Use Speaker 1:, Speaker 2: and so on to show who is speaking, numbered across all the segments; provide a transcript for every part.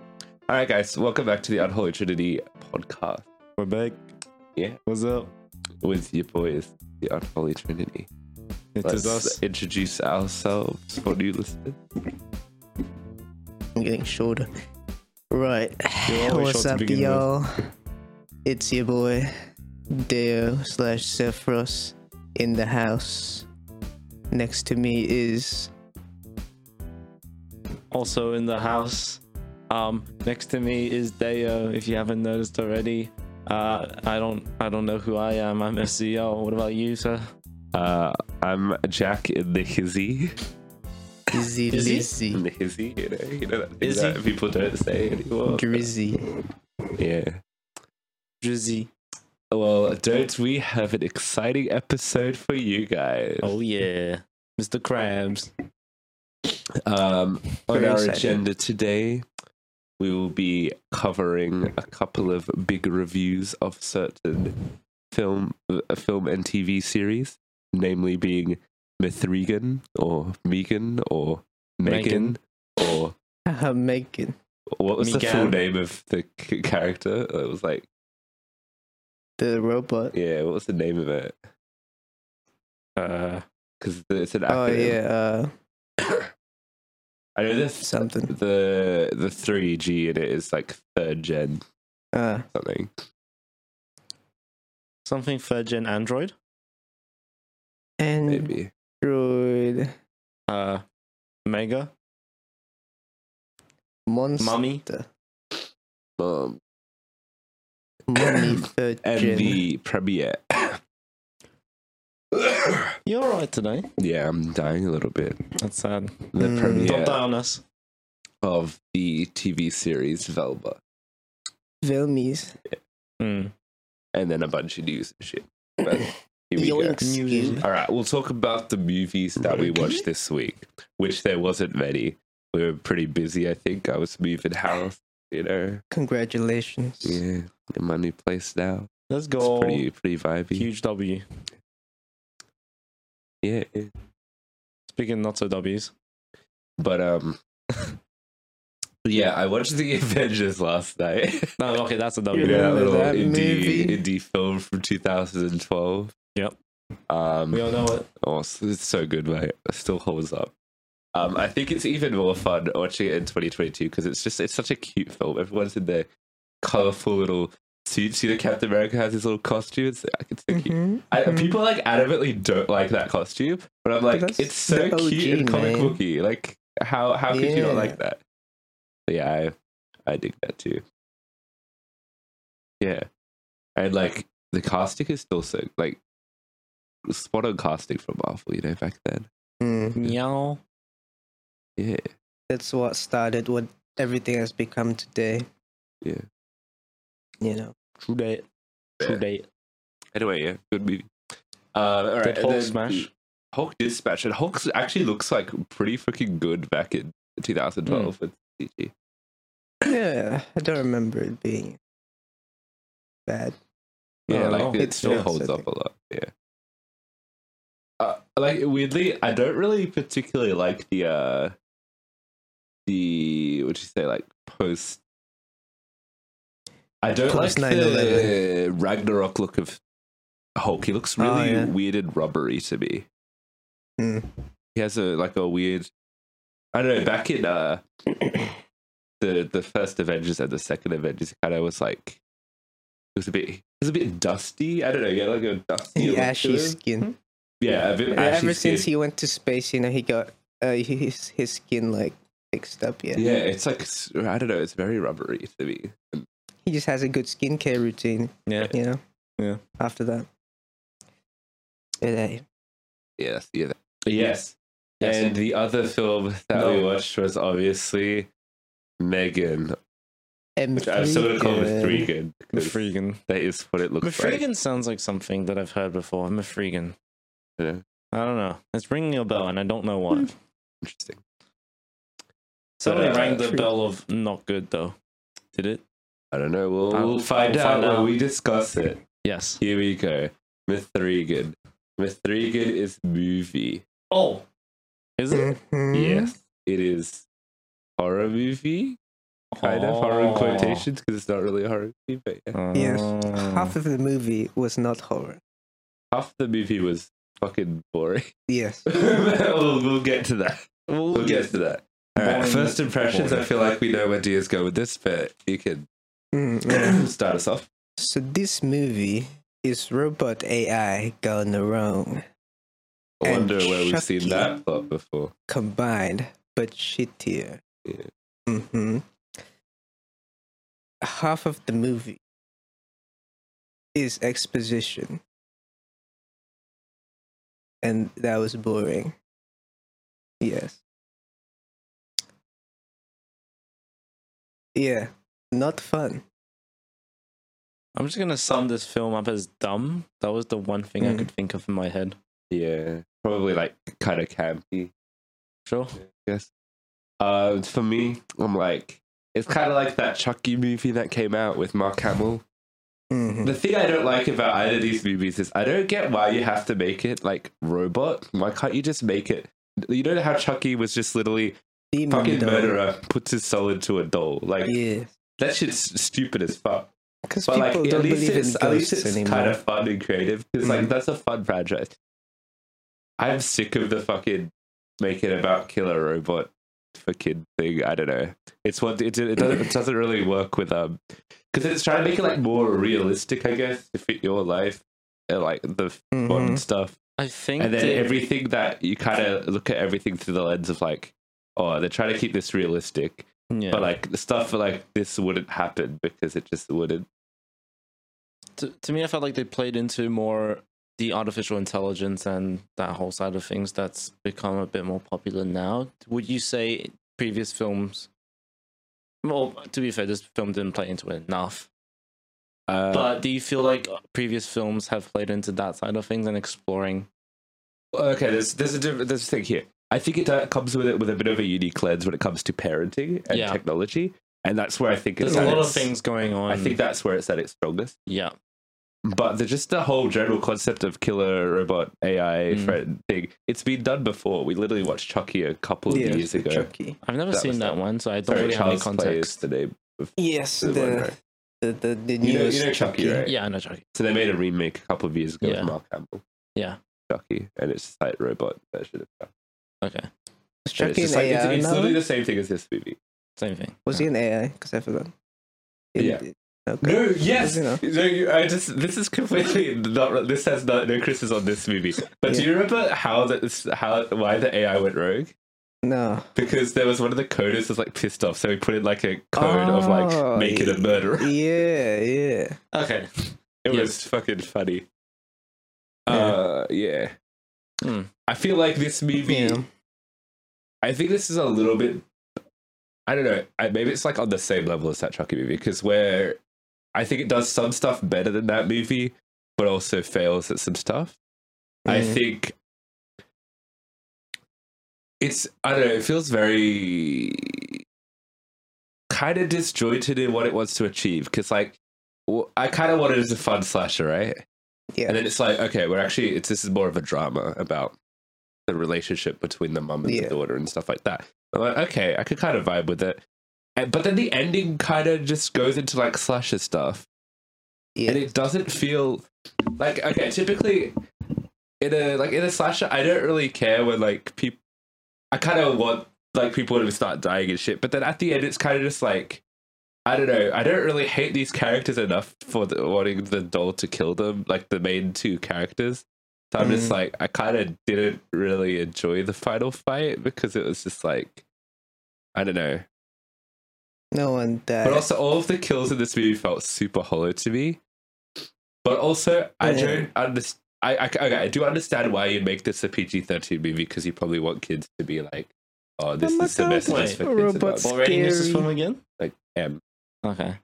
Speaker 1: All right, guys, welcome back to the Unholy Trinity podcast
Speaker 2: We're back.
Speaker 1: Yeah.
Speaker 2: What's up?
Speaker 1: with your boys, the Unholy Trinity.
Speaker 2: It
Speaker 1: Let's
Speaker 2: is us.
Speaker 1: introduce ourselves for new listeners.
Speaker 3: I'm getting shorter. Right.
Speaker 2: You're always short
Speaker 3: What's
Speaker 2: to
Speaker 3: up,
Speaker 2: begin with.
Speaker 3: y'all? It's your boy, Deo slash Sephiros in the house. Next to me is
Speaker 4: also in the house. Um, next to me is Deo. If you haven't noticed already, uh, I don't, I don't know who I am. I'm SEO. What about you, sir?
Speaker 1: Uh, I'm Jack in the hizzy.
Speaker 3: Izzy
Speaker 4: Izzy?
Speaker 1: In
Speaker 3: Lizzy
Speaker 1: the hizzy, you know, you know that, thing
Speaker 4: Izzy.
Speaker 1: that people don't say anymore.
Speaker 3: Drizzy.
Speaker 1: Yeah.
Speaker 4: Drizzy.
Speaker 1: Well, don't we have an exciting episode for you guys?
Speaker 4: Oh yeah, Mr. Krabs.
Speaker 1: Um, on
Speaker 3: Very
Speaker 1: our
Speaker 3: exciting.
Speaker 1: agenda today, we will be covering a couple of big reviews of certain film, uh, film and TV series, namely being Mithrigan or Megan or Megan,
Speaker 4: Megan.
Speaker 1: or
Speaker 3: Haha, Megan.
Speaker 1: what was the full
Speaker 4: Megan.
Speaker 1: name of the c- character? It was like,
Speaker 3: The robot.
Speaker 1: yeah, what was the name of it?
Speaker 4: Uh,
Speaker 1: Because it's an acronym.
Speaker 3: Oh, yeah. Uh,
Speaker 1: I know this
Speaker 3: something.
Speaker 1: the the three G in it is like third gen
Speaker 3: Uh,
Speaker 1: something.
Speaker 4: something third gen Android.
Speaker 3: Android.
Speaker 1: Maybe
Speaker 4: Uh, Mega.
Speaker 3: Monster.
Speaker 4: Mummy.
Speaker 1: um,
Speaker 3: Mummy third
Speaker 1: and
Speaker 3: gen.
Speaker 1: the premiere.
Speaker 4: You're alright today.
Speaker 1: yeah, I'm dying a little bit.
Speaker 4: That's sad.
Speaker 1: The
Speaker 3: Mm.
Speaker 4: Don't die
Speaker 1: premiere
Speaker 4: on us.
Speaker 1: of the TV series Velma,
Speaker 3: Vilmies.
Speaker 4: Mm.
Speaker 1: and then a bunch of news and shit. But here we go.
Speaker 3: Yoinks.
Speaker 4: News.
Speaker 1: All right, we'll talk about the movies that we watched this week, which there wasn't many. We were pretty busy, I think. I was moving house, you know.
Speaker 3: Congratulations.
Speaker 1: Yeah, in my new place now.
Speaker 4: Let's
Speaker 1: It's
Speaker 4: go.
Speaker 1: pretty, pretty vibey.
Speaker 4: Huge W.
Speaker 1: Yeah, yeah.
Speaker 4: Speaking of not so W's.
Speaker 1: But um Yeah, I watched the Avengers last night.
Speaker 4: No, okay, that's a W.
Speaker 1: you
Speaker 3: Yeah.
Speaker 1: know that
Speaker 3: remember
Speaker 1: little
Speaker 3: that
Speaker 1: indie
Speaker 3: movie?
Speaker 1: indie film from 2012.
Speaker 4: Yep.
Speaker 1: Um
Speaker 4: We all know it.
Speaker 1: oh, it's it's so good, mate. It still holds up. Um, I think it's even more fun watching it in 2022 because it's just it's such a cute film. Everyone's in their colorful little suits. You know, Captain America has his little costume. It's, it's so cute.
Speaker 3: Mhm.
Speaker 1: I,
Speaker 3: Mhm.
Speaker 1: People like adamantly don't like that costume, but I'm like,
Speaker 3: that's
Speaker 1: it's so
Speaker 3: the OG,
Speaker 1: cute and comic
Speaker 3: man.
Speaker 1: booky. Like, how how could you not
Speaker 3: Yeah.
Speaker 1: like that? But yeah, I I dig that too. Yeah, and like the casting is still so like spot on casting from Marvel, you know, back then.
Speaker 3: Mm.
Speaker 4: Meow.
Speaker 1: Yeah,
Speaker 3: that's what started what everything has become today.
Speaker 1: Yeah.
Speaker 3: You know.
Speaker 4: True date. True date.
Speaker 1: Anyway, yeah, good movie. Uh, all right,
Speaker 4: Did
Speaker 1: and
Speaker 4: Hulk
Speaker 1: then
Speaker 4: smash?
Speaker 1: Hulk Dispatch, and Hulk actually looks like pretty freaking good back in 2012 with CG.
Speaker 3: Yeah, I don't remember it being bad.
Speaker 1: Yeah,
Speaker 4: No,
Speaker 1: like
Speaker 4: no.
Speaker 1: it
Speaker 3: It's
Speaker 1: still
Speaker 3: just,
Speaker 1: holds
Speaker 3: I
Speaker 1: up a lot. Yeah. Uh, like weirdly, I don't really particularly like the uh the what you say like post. I don't
Speaker 3: Post
Speaker 1: like the Ragnarok look of Hulk. He looks
Speaker 3: Oh,
Speaker 1: really
Speaker 3: yeah.
Speaker 1: weird and rubbery to me.
Speaker 3: Hmm.
Speaker 1: He has a like a weird. I don't know. Back in uh the the first Avengers and the second Avengers, kind of was like it was a bit it was a bit dusty. I don't know. Yeah, like a dusty, look to
Speaker 3: ashy
Speaker 1: it.
Speaker 3: skin.
Speaker 1: Yeah, a bit
Speaker 3: Uh,
Speaker 1: ashy skin.
Speaker 3: Ever since he went to space, you know, he got uh, his his skin like fixed up. Yeah.
Speaker 4: mm-hmm.
Speaker 1: yeah, it's like s- I don't know. It's very rubbery to me.
Speaker 3: He just has a good skincare routine.
Speaker 4: Yeah.
Speaker 3: You know.
Speaker 4: Yeah.
Speaker 3: After that. But, hey,
Speaker 1: Yes, yeah. that- Yes.
Speaker 4: Yes.
Speaker 1: And the other film that we
Speaker 4: No.
Speaker 1: watched was obviously Megan.
Speaker 3: and
Speaker 1: Which I'm still gonna call
Speaker 3: freaking-
Speaker 1: Mithrigan. because
Speaker 4: Mifrigan.
Speaker 1: That is what it looks like.
Speaker 4: Mifrigan sounds like something that I've heard before. Mifrigan.
Speaker 1: Yeah.
Speaker 4: I don't know. It's ringing a bell, and I don't know
Speaker 1: Hmm.
Speaker 4: why.
Speaker 1: Interesting.
Speaker 4: Suddenly
Speaker 1: But, uh,
Speaker 4: rang the
Speaker 3: Mifrigan.
Speaker 4: bell of not good though. Did it?
Speaker 1: I don't know. We'll,
Speaker 4: I'll-
Speaker 1: we'll find,
Speaker 4: I'll
Speaker 1: out
Speaker 4: find
Speaker 1: when
Speaker 4: out.
Speaker 1: we discuss it.
Speaker 4: Yes.
Speaker 1: Here we go. Mithrigan. Mithrigan is movie.
Speaker 4: Oh. Is it?
Speaker 1: Mm-hmm.
Speaker 3: Mhm.
Speaker 1: Yes, it is horror movie kind of horror in quotations because it's not really a horror movie, but yeah.
Speaker 3: Yes.
Speaker 1: Uh.
Speaker 4: Oh.
Speaker 3: Half of the movie was not horror.
Speaker 1: half the movie was fucking boring.
Speaker 3: Yes.
Speaker 1: we'll, we'll get to that. We'll, get to that. All right,
Speaker 4: Boring.
Speaker 1: first impressions. I feel like we know where Dia's go with this, but you can
Speaker 3: Mm, yeah.
Speaker 1: start us off.
Speaker 3: so this movie is robot AI gone wrong
Speaker 1: I
Speaker 3: And
Speaker 1: wonder where we've seen
Speaker 3: Chucky.
Speaker 1: that plot before.
Speaker 3: combined, but shittier.
Speaker 1: Yeah.
Speaker 3: hmm Half of the movie is exposition, and that was boring. Yes. Yeah, not fun.
Speaker 4: I'm just gonna sum this film up as dumb. That was the one thing I
Speaker 1: Hmm.
Speaker 3: Mm.
Speaker 4: could think of in my head.
Speaker 1: Yeah, probably like kind of campy.
Speaker 4: Sure.
Speaker 1: Yes. Uh, for me, I'm like, it's kind of like that Chucky movie that came out with Mark Hamill.
Speaker 3: Mhm.
Speaker 1: The thing I don't like about either of these movies is I don't get why you have to make it like robot. Why can't you just make it? You know how Chucky was just literally
Speaker 3: Demon
Speaker 1: fucking
Speaker 3: dog.
Speaker 1: murderer puts his soul into a doll. Like
Speaker 3: Yeah,
Speaker 1: that shit's stupid as fuck.
Speaker 3: because
Speaker 1: But
Speaker 3: people
Speaker 1: like
Speaker 3: don't
Speaker 1: at least
Speaker 3: believe
Speaker 1: it's
Speaker 3: in
Speaker 1: at least
Speaker 3: ghosts
Speaker 1: it's
Speaker 3: anymore.
Speaker 1: kind of fun and creative because like
Speaker 3: Mhm.
Speaker 1: that's a fun franchise. I'm sick of the fucking make it about killer robot for kid thing. I don't know. It's what it it doesn't, it doesn't really work with um because it's trying to make it like more realistic, I guess, to fit your life, uh, like the
Speaker 3: Mhm.
Speaker 1: modern stuff.
Speaker 4: I think
Speaker 1: And then
Speaker 4: that-
Speaker 1: everything that you kind of look at everything through the lens of like, oh, they're trying to keep this realistic,
Speaker 4: yeah.
Speaker 1: but like the stuff like this wouldn't happen because it just wouldn't.
Speaker 4: to, to me, I felt like they played into more the artificial intelligence and that whole side of things that's become a bit more popular now. Would you say previous films? Well, to be fair, this film didn't play into it enough.
Speaker 1: Uh,
Speaker 4: but do you feel like previous films have played into that side of things and exploring?
Speaker 1: okay, there's there's a different there's a thing here. I think it uh, comes with it with a bit of a unique lens when it comes to parenting and
Speaker 4: Yeah.
Speaker 1: technology, and that's where I think it's
Speaker 4: There's a
Speaker 1: at
Speaker 4: lot of
Speaker 1: its-
Speaker 4: things going on.
Speaker 1: I think that's where it's at its strongest.
Speaker 4: yeah,
Speaker 1: But the, just the whole general concept of killer robot AI
Speaker 4: Mm.
Speaker 1: friend thing, it's been done before. We literally watched Chucky a couple of
Speaker 3: Yeah,
Speaker 1: years ago.
Speaker 3: Chucky.
Speaker 4: I've never
Speaker 1: That was
Speaker 4: seen that
Speaker 1: the-
Speaker 4: one, so I don't
Speaker 1: Sorry,
Speaker 4: really have any
Speaker 1: Child's Play is
Speaker 4: context.
Speaker 1: the name.
Speaker 3: Yes,
Speaker 1: of the one,
Speaker 3: the
Speaker 1: right?
Speaker 3: the the, the
Speaker 1: You know-
Speaker 3: newest
Speaker 1: you know Chucky, right?
Speaker 4: Yeah, I know Chucky.
Speaker 1: So they made a remake a couple of years ago
Speaker 4: Yeah.
Speaker 1: with Mark Hamill.
Speaker 4: Yeah.
Speaker 1: Chucky, and it's just like robot version of Chucky.
Speaker 4: Okay,
Speaker 3: Was
Speaker 1: And it's
Speaker 3: Chucky
Speaker 1: just
Speaker 3: an
Speaker 1: like- it's,
Speaker 3: AI
Speaker 1: it's literally
Speaker 3: now?
Speaker 1: the same thing as this movie.
Speaker 4: same thing.
Speaker 3: Was he an AI? Because I forgot. He
Speaker 1: Yeah.
Speaker 3: did- Okay.
Speaker 1: No, yes,
Speaker 3: You know.
Speaker 1: no, you- I just this is completely not. This has no, no criticism on this movie. But do
Speaker 3: Yeah.
Speaker 1: you remember how that how why the AI went rogue?
Speaker 3: No.
Speaker 1: Because there was one of the coders was like pissed off, so he put in like a code of
Speaker 3: Oh,
Speaker 1: like make it a
Speaker 3: yeah.
Speaker 1: murderer.
Speaker 3: Yeah, yeah.
Speaker 1: Okay. It
Speaker 4: Yes.
Speaker 1: was fucking funny. Uh yeah.
Speaker 4: Hmm.
Speaker 1: I feel like this movie
Speaker 3: Yeah.
Speaker 1: I think this is a little bit I don't know, I, maybe it's like on the same level as that Chucky movie, because where I think it does some stuff better than that movie, but also fails at some stuff. I
Speaker 3: Mm.
Speaker 1: think it's I don't know, it feels very kind of disjointed in what it wants to achieve because like w- I kind of wanted it as a fun slasher, right?
Speaker 3: Yeah.
Speaker 1: And then it's like, okay, we're actually it's this is more of a drama about the relationship between the mum and
Speaker 3: Yeah.
Speaker 1: the daughter and stuff like that. I'm like, okay, I could kind of vibe with it. And, but then the ending kind of just goes into like slasher stuff
Speaker 3: Yeah.
Speaker 1: and it doesn't feel like okay typically in a like in a slasher i don't really care when like people i kind of want like people to start dying and shit but then at the end it's kind of just like i don't know i don't really hate these characters enough for the, wanting the doll to kill them like the main two characters so i'm just
Speaker 3: Mm.
Speaker 1: like i kind of didn't really enjoy the final fight because it was just like i don't know
Speaker 3: no one died.
Speaker 1: but also, all of the kills in this movie felt super hollow to me. But also, I
Speaker 3: Yeah.
Speaker 1: don't understand. I, I, okay, I do understand why you make this a PG 13 movie because you probably want kids to be like, oh, this
Speaker 3: my
Speaker 1: is the
Speaker 3: God,
Speaker 1: message
Speaker 4: wait,
Speaker 1: for kids.
Speaker 3: robots.
Speaker 1: about
Speaker 4: What rating is this
Speaker 3: Scary.
Speaker 4: film again?
Speaker 1: M.
Speaker 4: Okay,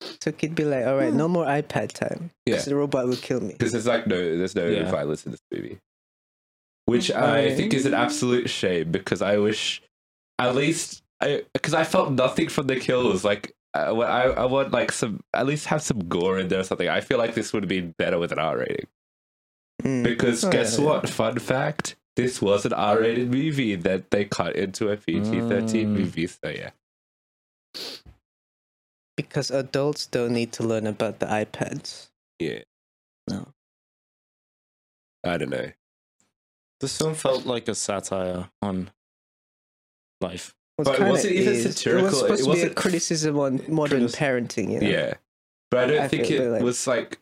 Speaker 3: so it'd be like, all right, no more iPad time.
Speaker 1: Yeah.
Speaker 3: Because the robot will kill me.
Speaker 1: Because there's like no, there's no
Speaker 4: Yeah.
Speaker 1: violence in this movie, which I think is an absolute shame because I wish, at least, I because I felt nothing from the kills. Like I, wa- I, I want like some, at least have some gore in there or something. I feel like this would have been better with an R rating.
Speaker 3: Mm.
Speaker 1: Because
Speaker 3: Oh,
Speaker 1: guess
Speaker 3: yeah, yeah.
Speaker 1: what? Fun fact: this was an R-rated movie that they cut into a PG-13
Speaker 4: Mm.
Speaker 1: movie. So yeah,
Speaker 3: because adults don't need to learn about the iPads.
Speaker 1: Yeah.
Speaker 3: No.
Speaker 1: I don't know.
Speaker 4: This film felt like a satire on life.
Speaker 3: Well,
Speaker 1: But it
Speaker 3: kinda
Speaker 1: wasn't even
Speaker 3: is. It
Speaker 1: satirical,
Speaker 3: was
Speaker 1: it
Speaker 3: supposed to be a
Speaker 1: wasn't-
Speaker 3: criticism on modern
Speaker 1: critis-
Speaker 3: parenting. You know?
Speaker 1: Yeah. But I don't
Speaker 3: I
Speaker 1: think
Speaker 3: feel
Speaker 1: it
Speaker 3: like-
Speaker 1: was like.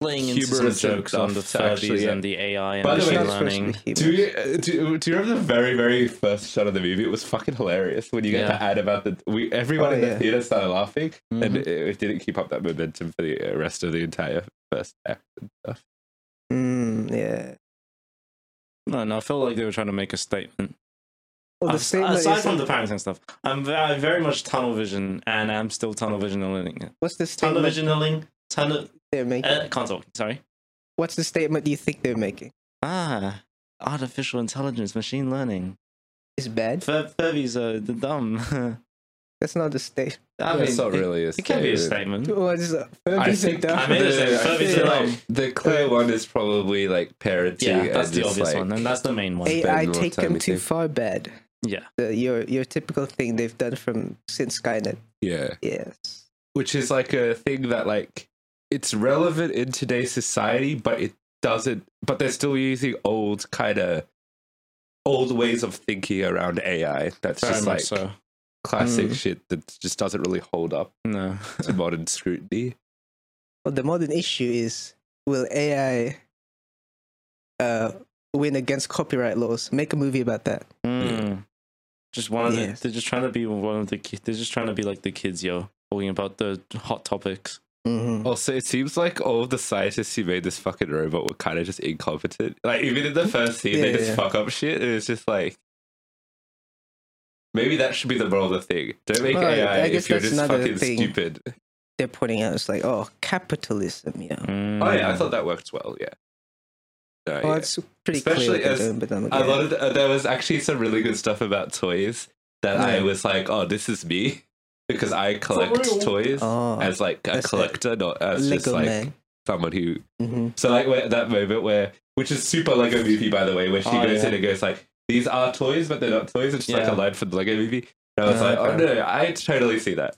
Speaker 4: Playing
Speaker 1: into
Speaker 4: into
Speaker 1: some
Speaker 4: some jokes on the
Speaker 1: jokes to actually,
Speaker 4: 30s
Speaker 1: yeah.
Speaker 4: and the AI and
Speaker 1: By the way,
Speaker 4: machine
Speaker 1: that's
Speaker 3: supposed to
Speaker 4: learning.
Speaker 3: be
Speaker 1: Do
Speaker 3: humorous.
Speaker 1: you, uh, do, do you remember the very, very first shot of the movie? It was fucking hilarious when you got
Speaker 4: Yeah.
Speaker 1: the ad about the. We, everyone
Speaker 3: Oh,
Speaker 1: in the
Speaker 3: yeah. Mm-hmm.
Speaker 1: theater started laughing, and
Speaker 4: Mhm.
Speaker 1: it, it didn't keep up that momentum for the uh, rest of the entire first act.
Speaker 3: Mm, yeah.
Speaker 4: No, no, I felt like they were trying to make a statement.
Speaker 3: Well, the
Speaker 4: As-
Speaker 3: statement
Speaker 4: aside
Speaker 3: is,
Speaker 4: from the parenting stuff, I'm ve- I very much tunnel vision, and I'm still tunnel visioning. it.
Speaker 3: what's the statement
Speaker 4: Tunnel visioning. Tunnel.
Speaker 3: they're making?
Speaker 4: Uh, can't talk. Sorry.
Speaker 3: what's the statement you think they're making?
Speaker 4: Ah, artificial intelligence, machine learning.
Speaker 3: It's bad.
Speaker 4: Fur- Furbies are the dumb. I
Speaker 3: That's not the statement.
Speaker 4: mean,
Speaker 1: it's not
Speaker 4: it-
Speaker 1: really a
Speaker 4: It, can be a
Speaker 1: statement.
Speaker 4: statement.
Speaker 3: Well, it's, uh,
Speaker 1: I
Speaker 3: Furbies are
Speaker 1: think
Speaker 3: dumb.
Speaker 4: I made a
Speaker 1: the,
Speaker 4: statement.
Speaker 1: I
Speaker 4: Furby's
Speaker 1: feel
Speaker 4: the
Speaker 1: like
Speaker 4: one.
Speaker 1: the clear one is probably like parenting.
Speaker 4: Yeah, that's
Speaker 1: and
Speaker 4: the
Speaker 1: just,
Speaker 4: obvious
Speaker 1: like,
Speaker 4: one, and that's the main one.
Speaker 1: Hey.
Speaker 3: AI
Speaker 1: more
Speaker 3: take
Speaker 1: time,
Speaker 3: them
Speaker 1: you
Speaker 3: too
Speaker 1: think?
Speaker 3: far bad.
Speaker 4: Yeah.
Speaker 3: The, your your typical thing they've done from since Skynet.
Speaker 1: Yeah,
Speaker 3: Yes.
Speaker 1: which is like a thing that like it's relevant in today's society, but it doesn't. But they're still using old kind of old ways of thinking around AI. That's
Speaker 4: Very
Speaker 1: just
Speaker 4: much
Speaker 1: like
Speaker 4: so.
Speaker 1: classic
Speaker 3: Mm.
Speaker 1: shit that just doesn't really hold up
Speaker 4: No.
Speaker 1: to modern scrutiny.
Speaker 3: Well, the modern issue is will AI uh, win against copyright laws? Make a movie about that.
Speaker 4: Mm. Just one of
Speaker 3: Yes.
Speaker 4: the. They're just trying to be one of the kids. They're just trying to be like the kids, yo, talking about the hot topics.
Speaker 3: Mm-hmm.
Speaker 1: Also, it seems like all of the scientists who made this fucking robot were kind of just incompetent. Like, even in the first scene, they
Speaker 3: Yeah,
Speaker 1: just
Speaker 3: yeah.
Speaker 1: fuck up shit, and it's just like. Maybe that should be the moral of the thing. Don't make
Speaker 3: Well, I-
Speaker 1: AI
Speaker 3: I
Speaker 1: if
Speaker 3: guess
Speaker 1: you're
Speaker 3: that's
Speaker 1: just
Speaker 3: another
Speaker 1: fucking
Speaker 3: thing.
Speaker 1: stupid.
Speaker 3: They're pointing out it's like, oh, capitalism. You know,
Speaker 4: Mm.
Speaker 1: Oh, yeah, I thought that worked well, yeah. No,
Speaker 3: well,
Speaker 1: yeah.
Speaker 3: it's pretty
Speaker 1: Especially
Speaker 3: clear. what
Speaker 1: as
Speaker 3: they're doing, but then,
Speaker 1: A lot of the, uh, there was actually some really good stuff about toys that I
Speaker 3: Yeah.
Speaker 1: was like, oh, this is me. Because I collect
Speaker 4: real.
Speaker 1: toys
Speaker 3: Oh,
Speaker 1: as like a
Speaker 3: that's it.
Speaker 1: collector, not as just
Speaker 3: Lego
Speaker 1: like
Speaker 3: man.
Speaker 1: someone who
Speaker 3: hmm
Speaker 1: So like where, that moment where, which is super Lego Movie by the way, where she
Speaker 4: Oh,
Speaker 1: goes
Speaker 4: yeah.
Speaker 1: in and goes like, "These are toys, but they're not toys," which is like
Speaker 4: Yeah.
Speaker 1: a line from the Lego Movie. And I was
Speaker 4: Oh,
Speaker 1: like, "Oh
Speaker 4: okay.
Speaker 1: no, I totally see that."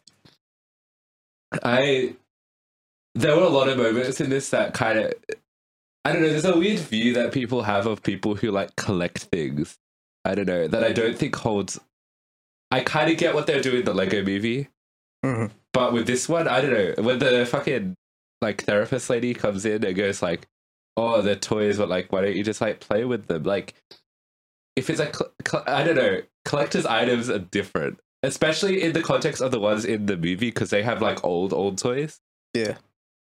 Speaker 1: I there were a lot of moments in this that kind of I don't know. There's a weird view that people have of people who like collect things. I don't know that I don't think holds. I kind of get what they're doing in the Lego Movie,
Speaker 3: Mhm.
Speaker 1: but with this one, I don't know. When the fucking like therapist lady comes in and goes like, "Oh, they're toys, but like, why don't you just like play with them?" Like, if it's a, cl- cl- I don't know, collectors' items are different, especially in the context of the ones in the movie because they have like old, old toys,
Speaker 3: Yeah.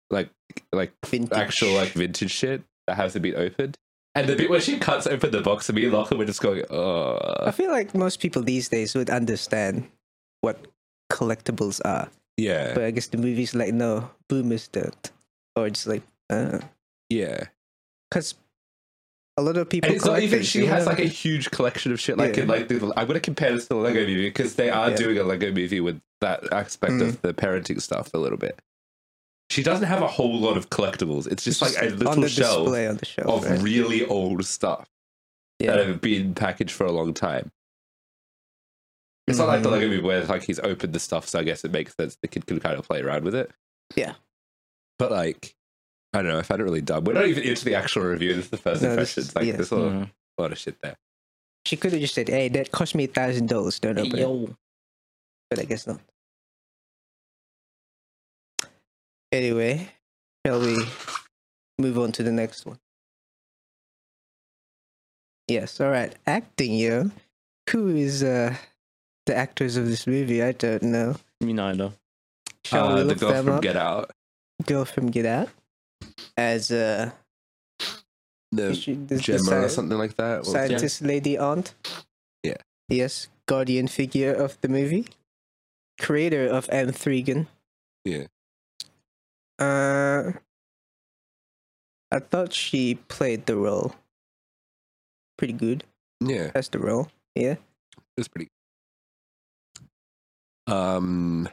Speaker 1: like like
Speaker 3: Vintage.
Speaker 1: actual like vintage shit that hasn't been opened. And the bit where she cuts open the box and me and Lachlan were just going,
Speaker 3: I
Speaker 1: "Oh,
Speaker 3: feel like most people these days would understand what collectibles are,
Speaker 1: yeah,
Speaker 3: but I guess the movies like no, boomers don't, or just like because
Speaker 1: yeah."
Speaker 3: a lot of people.
Speaker 1: And it's not
Speaker 3: collect
Speaker 1: even
Speaker 3: things,
Speaker 1: she
Speaker 3: you
Speaker 1: has
Speaker 3: know?
Speaker 1: like a huge collection of shit. Like
Speaker 3: Yeah.
Speaker 1: in like the, I'm gonna compare this to the Lego movie because they are
Speaker 3: Yeah. Mm.
Speaker 1: doing a Lego movie with that aspect of the parenting stuff a little bit. She doesn't have a whole lot of collectibles. It's just like a
Speaker 3: on
Speaker 1: little
Speaker 3: the
Speaker 1: shelf
Speaker 3: display on the shelf.
Speaker 1: of
Speaker 3: right?
Speaker 1: really old stuff
Speaker 3: Yeah.
Speaker 1: that have been packaged for a long time. It's not like the
Speaker 3: Mhm.
Speaker 1: Lego movie where like he's opened the stuff, so I guess it makes sense the kid can kind of play around with it.
Speaker 3: Yeah.
Speaker 1: But like I don't know, I found it really dumb. We're not even into the actual review, this is the first
Speaker 3: No, this-
Speaker 1: impressions. like
Speaker 3: yeah. Mm-hmm.
Speaker 1: there's a lot,
Speaker 4: Mm.
Speaker 1: a lot of shit there.
Speaker 3: She could have just said, "Hey, that cost me a thousand dollars. Don't open it."
Speaker 4: Yo.
Speaker 3: But I guess not. Anyway, shall we move on to the next one? Yes. All right. Acting, yo. Who is uh, the actors of this movie? I don't know.
Speaker 4: Me neither.
Speaker 3: Shall
Speaker 1: Uh,
Speaker 3: we
Speaker 1: the
Speaker 3: look
Speaker 1: girl
Speaker 3: them
Speaker 1: from
Speaker 3: up?
Speaker 1: Get Out.
Speaker 3: girl from Get Out. As uh, is
Speaker 1: The
Speaker 3: she- the- the
Speaker 1: Uh, Gemma or
Speaker 3: sci-
Speaker 1: something like that. What was it?
Speaker 3: scientist lady aunt.
Speaker 1: Yeah.
Speaker 3: Yes, guardian figure of the movie, creator of M. Thregan.
Speaker 1: Yeah.
Speaker 3: Uh, I thought she played the role pretty good.
Speaker 1: Yeah,
Speaker 3: That's the role. Yeah.
Speaker 1: it's pretty. Um,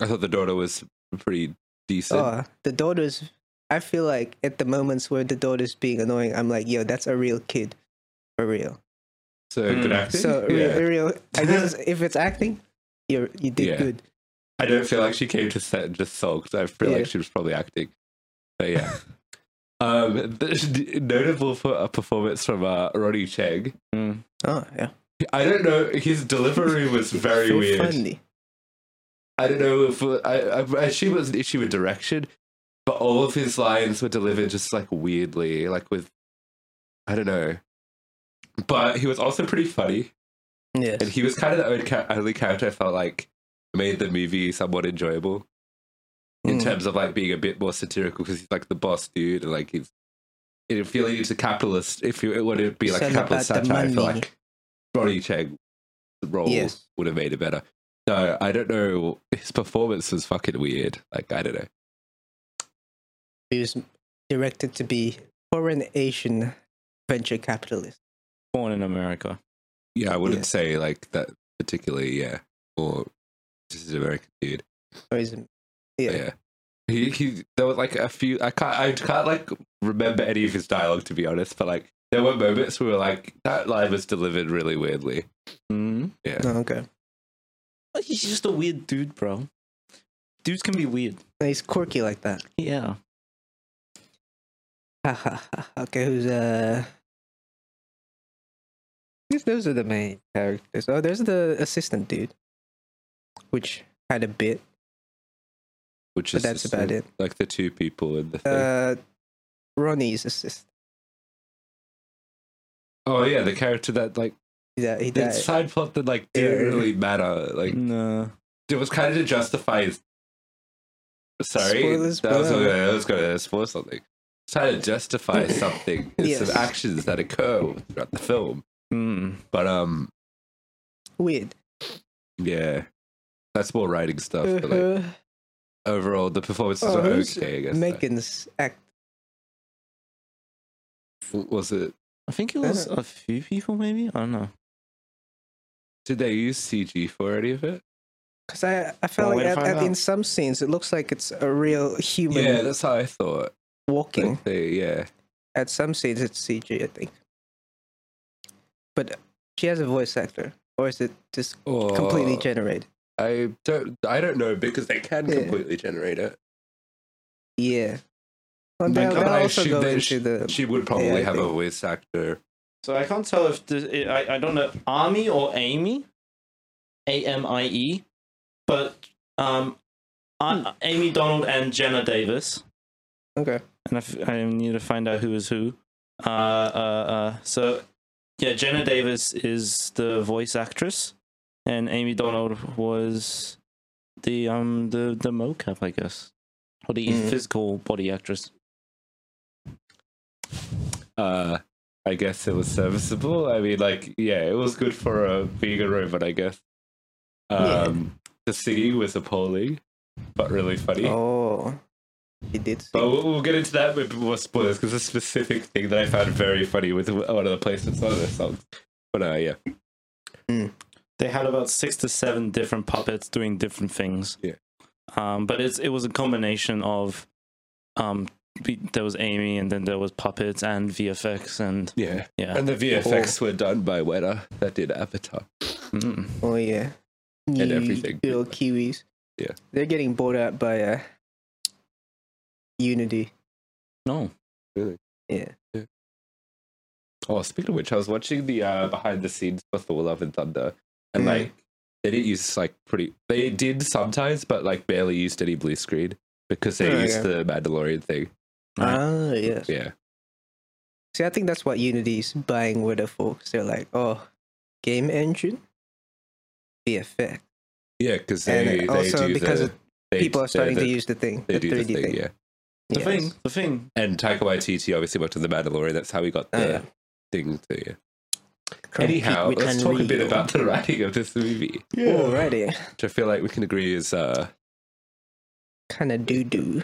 Speaker 1: I thought the daughter was pretty decent.
Speaker 3: oh, the daughter's. I feel like at the moments where the daughter's being annoying, I'm like, yo, that's a real kid, for real.
Speaker 1: so
Speaker 4: Mm.
Speaker 1: good acting.
Speaker 3: hmm. So
Speaker 1: yeah.
Speaker 3: real, real. I guess if it's acting, you you did
Speaker 1: Yeah.
Speaker 3: good.
Speaker 1: I don't feel like she came to set and just sulked. I feel
Speaker 3: Yeah.
Speaker 1: like she was probably acting. But yeah. um, th- notable for a performance from uh, Ronnie Cheng.
Speaker 4: Mm.
Speaker 3: Oh yeah.
Speaker 1: I don't know. His delivery was very
Speaker 3: So
Speaker 1: weird.
Speaker 3: Funny.
Speaker 1: I don't know if I, I, I assume it was an issue with direction, but all of his lines were delivered just like weirdly, like with I don't know. But he was also pretty funny,
Speaker 3: Yes.
Speaker 1: and he was kind of the only ca- only character I felt like made the movie somewhat enjoyable in
Speaker 3: Mm.
Speaker 1: terms of like being a bit more satirical because he's like the boss dude and like he's if you lean into capitalist if you it would be like
Speaker 3: It's
Speaker 1: a
Speaker 3: all
Speaker 1: capitalist
Speaker 3: about the
Speaker 1: satire I feel
Speaker 3: money.
Speaker 1: like Ronnie Cheng role
Speaker 3: Yes.
Speaker 1: would have made it better. No, I don't know. His performance was fucking weird. Like I don't know.
Speaker 3: He was directed to be foreign Asian venture capitalist.
Speaker 4: Born in America.
Speaker 1: Yeah, I wouldn't
Speaker 3: Yeah.
Speaker 1: say like that particularly. Yeah, or this is American dude.
Speaker 3: Or is it-
Speaker 1: Yeah.
Speaker 3: Yeah.
Speaker 1: yeah. He, he there was like a few I can't I can't like remember any of his dialogue to be honest, but like there were moments where like that line was delivered really weirdly.
Speaker 4: Mm.
Speaker 3: Oh, okay.
Speaker 4: Oh, He's just a weird dude, bro. Dudes can be weird.
Speaker 3: No, He's quirky like that.
Speaker 4: Yeah.
Speaker 3: Ha ha ha. okay, who's uh? These those are the main characters. Oh, there's the assistant dude, which had a bit,
Speaker 1: Which
Speaker 3: but
Speaker 1: is
Speaker 3: that's
Speaker 1: just,
Speaker 3: about
Speaker 1: uh,
Speaker 3: it.
Speaker 1: Like the two people in the thing.
Speaker 3: Uh, Ronnie's assistant.
Speaker 1: oh yeah, the character that like
Speaker 3: Yeah, he
Speaker 1: the
Speaker 3: died.
Speaker 1: side plot that like didn't
Speaker 3: Yeah. Mm.
Speaker 1: really matter. Like
Speaker 4: No.
Speaker 1: it was kind of to justify his. Sorry,
Speaker 3: Spoilers,
Speaker 1: that was,
Speaker 3: bro.
Speaker 1: okay, I was going to spoil something. It's trying to justify something. It's
Speaker 3: Yes.
Speaker 1: some actions that occur throughout the film,
Speaker 4: Mm.
Speaker 1: but um,
Speaker 3: Weird.
Speaker 1: yeah, that's more writing stuff. But Oh, like
Speaker 3: Uh-huh.
Speaker 1: overall, the performances
Speaker 3: Oh,
Speaker 1: are
Speaker 3: who's
Speaker 1: okay. I guess like,
Speaker 3: Megan's act.
Speaker 1: was it?
Speaker 4: I think it was a few people, maybe. I don't know.
Speaker 1: Did they use CG for any of it?
Speaker 3: Because I, I
Speaker 4: Well,
Speaker 3: felt like
Speaker 4: we'll
Speaker 3: at,
Speaker 4: find
Speaker 3: at-
Speaker 4: out.
Speaker 3: in some scenes it looks like it's a real human
Speaker 1: Yeah, that's how I thought.
Speaker 3: walking.
Speaker 1: Like they, yeah,
Speaker 3: At some scenes it's CG, I think. But she has a voice actor, or is it just
Speaker 1: or
Speaker 3: completely generated?
Speaker 1: I don't. I don't know because they can
Speaker 3: Yeah.
Speaker 1: completely generate it.
Speaker 3: Yeah. Well,
Speaker 1: Like,
Speaker 3: they'll,
Speaker 1: but
Speaker 3: they'll
Speaker 1: I
Speaker 3: also
Speaker 1: assume
Speaker 3: go
Speaker 1: they
Speaker 3: into
Speaker 1: sh-
Speaker 3: the.
Speaker 1: She would probably
Speaker 3: I
Speaker 1: have a
Speaker 3: think-
Speaker 1: voice actor.
Speaker 4: So I can't tell if this, I I don't know Ami or Amy, A M I E, but um, I, Amy Donald and Jenna Davis,
Speaker 3: okay.
Speaker 4: and I, f- I need to find out who is who. Uh, uh, uh, so yeah, Jenna Davis is the voice actress, and Amy Donald was the um the the mocap, I guess, or the
Speaker 3: Mm.
Speaker 4: physical body actress.
Speaker 1: uh I guess it was serviceable. I mean, like, yeah, it was good for a being a robot, I guess. Um, The singing was appalling, but really funny.
Speaker 3: Oh. She did. sing.
Speaker 1: But we'll, we'll get into that with more spoilers because a specific thing that I found very funny with one of the placements on the songs. But uh, yeah,
Speaker 4: they had about six to seven different puppets doing different things.
Speaker 1: Yeah.
Speaker 4: Um, but it's it was a combination of, um, we- there was Amy and then there was puppets and VFX and
Speaker 1: yeah,
Speaker 4: yeah.
Speaker 1: and the VFX were done by Weta that did Avatar.
Speaker 4: Mm.
Speaker 3: Oh, yeah.
Speaker 1: And
Speaker 3: You
Speaker 1: everything.
Speaker 3: Little Kiwis.
Speaker 1: Yeah.
Speaker 3: They're getting bought out by uh, Unity.
Speaker 4: No.
Speaker 3: Yeah.
Speaker 1: Oh, speaking of which, I was watching the uh, behind the scenes for Thor: Love and Thunder, and
Speaker 3: Mm.
Speaker 1: like they didn't use like pretty. They did sometimes, but like barely used any blue screen because they
Speaker 3: Oh,
Speaker 1: used
Speaker 3: yeah.
Speaker 1: the Mandalorian thing.
Speaker 4: Right.
Speaker 3: Ah, yes.
Speaker 1: Yeah,
Speaker 3: See, I think that's what Unity's buying Weta for. 'cause they're like, oh, game engine, VFX,
Speaker 1: yeah, because
Speaker 3: and
Speaker 1: they, they
Speaker 3: also
Speaker 1: do
Speaker 3: because
Speaker 1: the,
Speaker 3: of
Speaker 1: they-
Speaker 3: people are
Speaker 1: they-
Speaker 3: starting
Speaker 1: they-
Speaker 3: to use the thing,
Speaker 1: They
Speaker 3: the
Speaker 1: do
Speaker 3: 3D
Speaker 1: the thing, yeah.
Speaker 4: The
Speaker 3: Yes.
Speaker 4: thing, the thing.
Speaker 1: And Taika Waititi obviously worked on the Mandalorian. That's how we got the
Speaker 3: Uh,
Speaker 1: thing to you.
Speaker 3: Cranky,
Speaker 1: Anyhow,
Speaker 3: we
Speaker 1: let's
Speaker 3: can
Speaker 1: talk a bit
Speaker 3: read.
Speaker 1: about the writing of this movie,
Speaker 3: Alrighty,
Speaker 1: which I feel like we can agree is uh,
Speaker 3: kind of doo doo,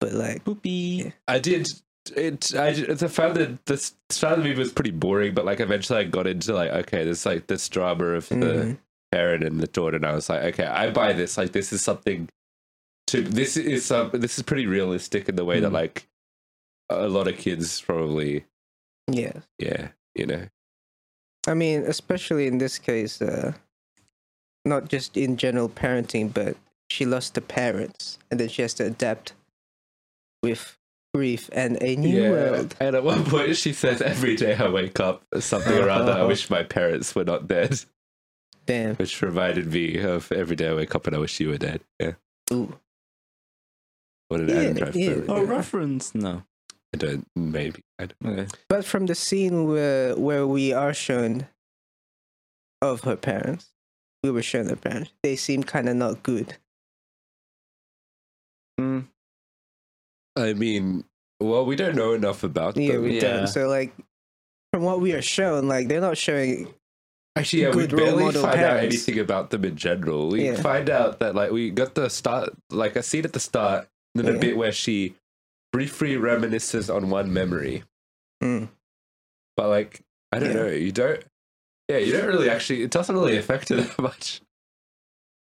Speaker 3: but like,
Speaker 4: Boopy.
Speaker 1: I did. It. I, I found that the start of the movie was pretty boring, but like eventually I got into like okay, there's like this drama of the
Speaker 3: mhm.
Speaker 1: parent and the daughter, and I was like, okay, I buy this. Like this is something. To this is um, this is pretty realistic in the way that
Speaker 4: Mm.
Speaker 1: like a lot of kids probably
Speaker 3: yeah.
Speaker 1: yeah you know
Speaker 3: I mean, especially in this case, uh, not just in general parenting, but she lost her parents, and then she has to adapt with grief and a new world.
Speaker 1: And at one point, she says, "Every day I wake up, something or other. I wish my parents were not dead,"
Speaker 3: Damn.
Speaker 1: which reminded me of "Every day I wake up and I wish you were dead." Yeah.
Speaker 3: Ooh.
Speaker 1: What an
Speaker 3: Yeah,
Speaker 1: Adam Driver
Speaker 3: yeah.
Speaker 1: movie.
Speaker 4: Oh,
Speaker 3: Yeah.
Speaker 4: reference? No.
Speaker 1: I don't. Maybe. I don't.
Speaker 4: Okay.
Speaker 3: But from the scene where where we are shown of her parents, we were shown her parents. They seem kind of not good.
Speaker 4: Mm,
Speaker 1: I mean, well, we don't know enough about
Speaker 3: Yeah,
Speaker 1: them.
Speaker 3: we
Speaker 4: Yeah.
Speaker 3: don't. So like, from what we are shown, like they're not showing.
Speaker 1: Actually, yeah, we
Speaker 3: good role
Speaker 1: barely
Speaker 3: model
Speaker 1: find out
Speaker 3: parents.
Speaker 1: anything about them in general. We
Speaker 3: Yeah.
Speaker 1: find out that like we got the start, like a scene at the start, then a
Speaker 3: Yeah.
Speaker 1: bit where she briefly reminisces on one memory,
Speaker 3: Mm.
Speaker 1: but like I don't
Speaker 3: Yeah.
Speaker 1: know, you don't. Yeah, you don't really actually. It doesn't really affect her that much.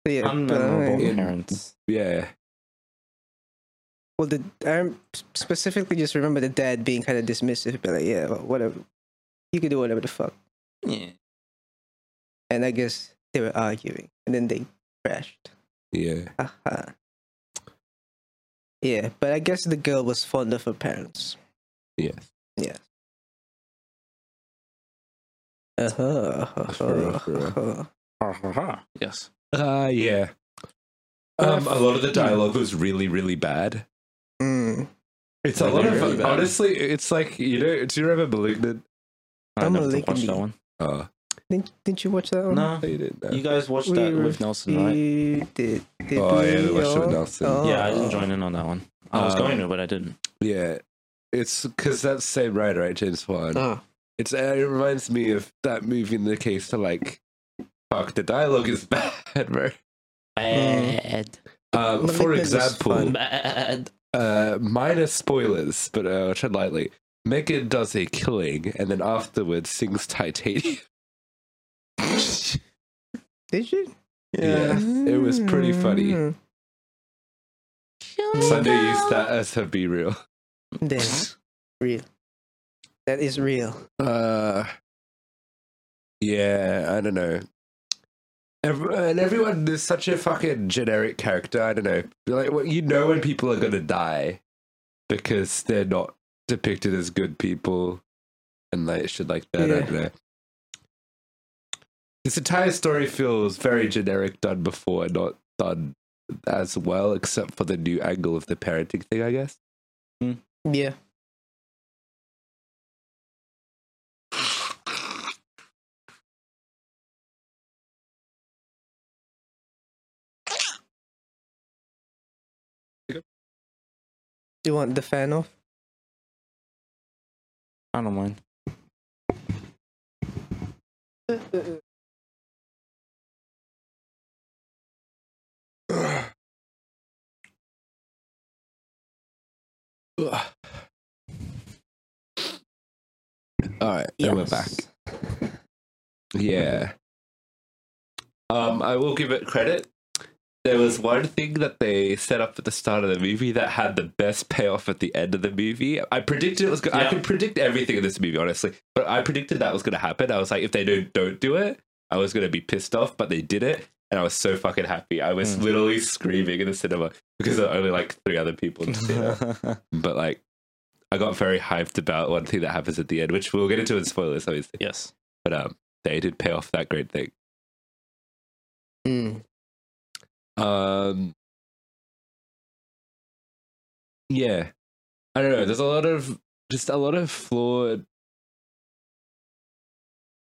Speaker 3: Yeah, but,
Speaker 4: unmemorable
Speaker 1: Yeah.
Speaker 4: parents.
Speaker 1: Yeah,
Speaker 3: Well, the I specifically just remember the dad being kind of dismissive, but like, yeah, well, whatever. You can do whatever the fuck.
Speaker 4: Yeah.
Speaker 3: And I guess they were arguing, and then they crashed.
Speaker 1: yeah.
Speaker 3: Haha. Yeah, but I guess the girl was fond of her parents.
Speaker 1: Yes.
Speaker 3: Yeah. Uh-huh, uh-huh,
Speaker 1: For real, for real.
Speaker 3: uh-huh.
Speaker 4: Ha, ha, ha. Yes.
Speaker 1: Uh, yeah. Um,
Speaker 3: Uh,
Speaker 1: a lot of the dialogue was really, really bad.
Speaker 3: Mm.
Speaker 1: It's a
Speaker 4: Really,
Speaker 1: lot of
Speaker 4: really bad.
Speaker 1: honestly. It's like you know. Do you remember *Malignant*?
Speaker 4: I
Speaker 3: I'm a
Speaker 4: never
Speaker 3: lickety-
Speaker 4: watched that one.
Speaker 1: Oh,
Speaker 3: Didn't, didn't you watch that one?
Speaker 4: No.
Speaker 1: you didn't. know.
Speaker 4: You guys watched
Speaker 3: We
Speaker 4: that with Nelson, right?
Speaker 3: You did. did
Speaker 1: Oh, yeah, we watched it with
Speaker 3: all?
Speaker 1: Nelson.
Speaker 4: Yeah, I didn't join in on that one. I was
Speaker 1: Uh,
Speaker 4: going to, but I didn't.
Speaker 1: Yeah, it's because that's the same writer, right? James Wan.
Speaker 3: Ah.
Speaker 1: It's uh, it reminds me of that movie in the case to like, fuck the dialogue is bad, bro.
Speaker 4: Bad.
Speaker 1: Um,
Speaker 3: Malignant
Speaker 1: for
Speaker 3: was
Speaker 1: example,
Speaker 3: fun.
Speaker 4: Bad.
Speaker 1: uh, minor spoilers, but uh, I'll tread lightly. Megan does a killing and then afterwards sings Titanium.
Speaker 3: Did you?
Speaker 1: Yeah, it was pretty funny.
Speaker 3: Mm.
Speaker 1: Sunday used that as her B reel.
Speaker 3: Damn. real. That is real.
Speaker 1: Uh, yeah, I don't know. Ev- and everyone is such a fucking generic character. I don't know. Like, well, you know when people are gonna die because they're not depicted as good people, and like shit like that. I
Speaker 3: Yeah.
Speaker 1: don't know. This entire story feels very generic, done before, and not done as well, except for the new angle of the parenting thing, I guess.
Speaker 3: Yeah. You want the fan off?
Speaker 4: I don't mind.
Speaker 1: All right, and we're back. Yeah. Um, I will give it credit. There was one thing that they set up at the start of the movie that had the best payoff at the end of the movie. I predicted it was. Go- I
Speaker 4: Yeah.
Speaker 1: could predict everything in this movie, honestly. But I predicted that was going to happen. I was like, if they don't don't do it, I was going to be pissed off. But they did it, and I was so fucking happy. I was
Speaker 4: Mm.
Speaker 1: literally screaming in the cinema because there were only like three other people in the theater but like I got very hyped about one thing that happens at the end, which we'll get into in spoilers, obviously.
Speaker 4: yes.
Speaker 1: But um, they did pay off that great thing.
Speaker 3: Mm.
Speaker 1: Um, yeah, I don't know. There's a lot of just a lot of flawed.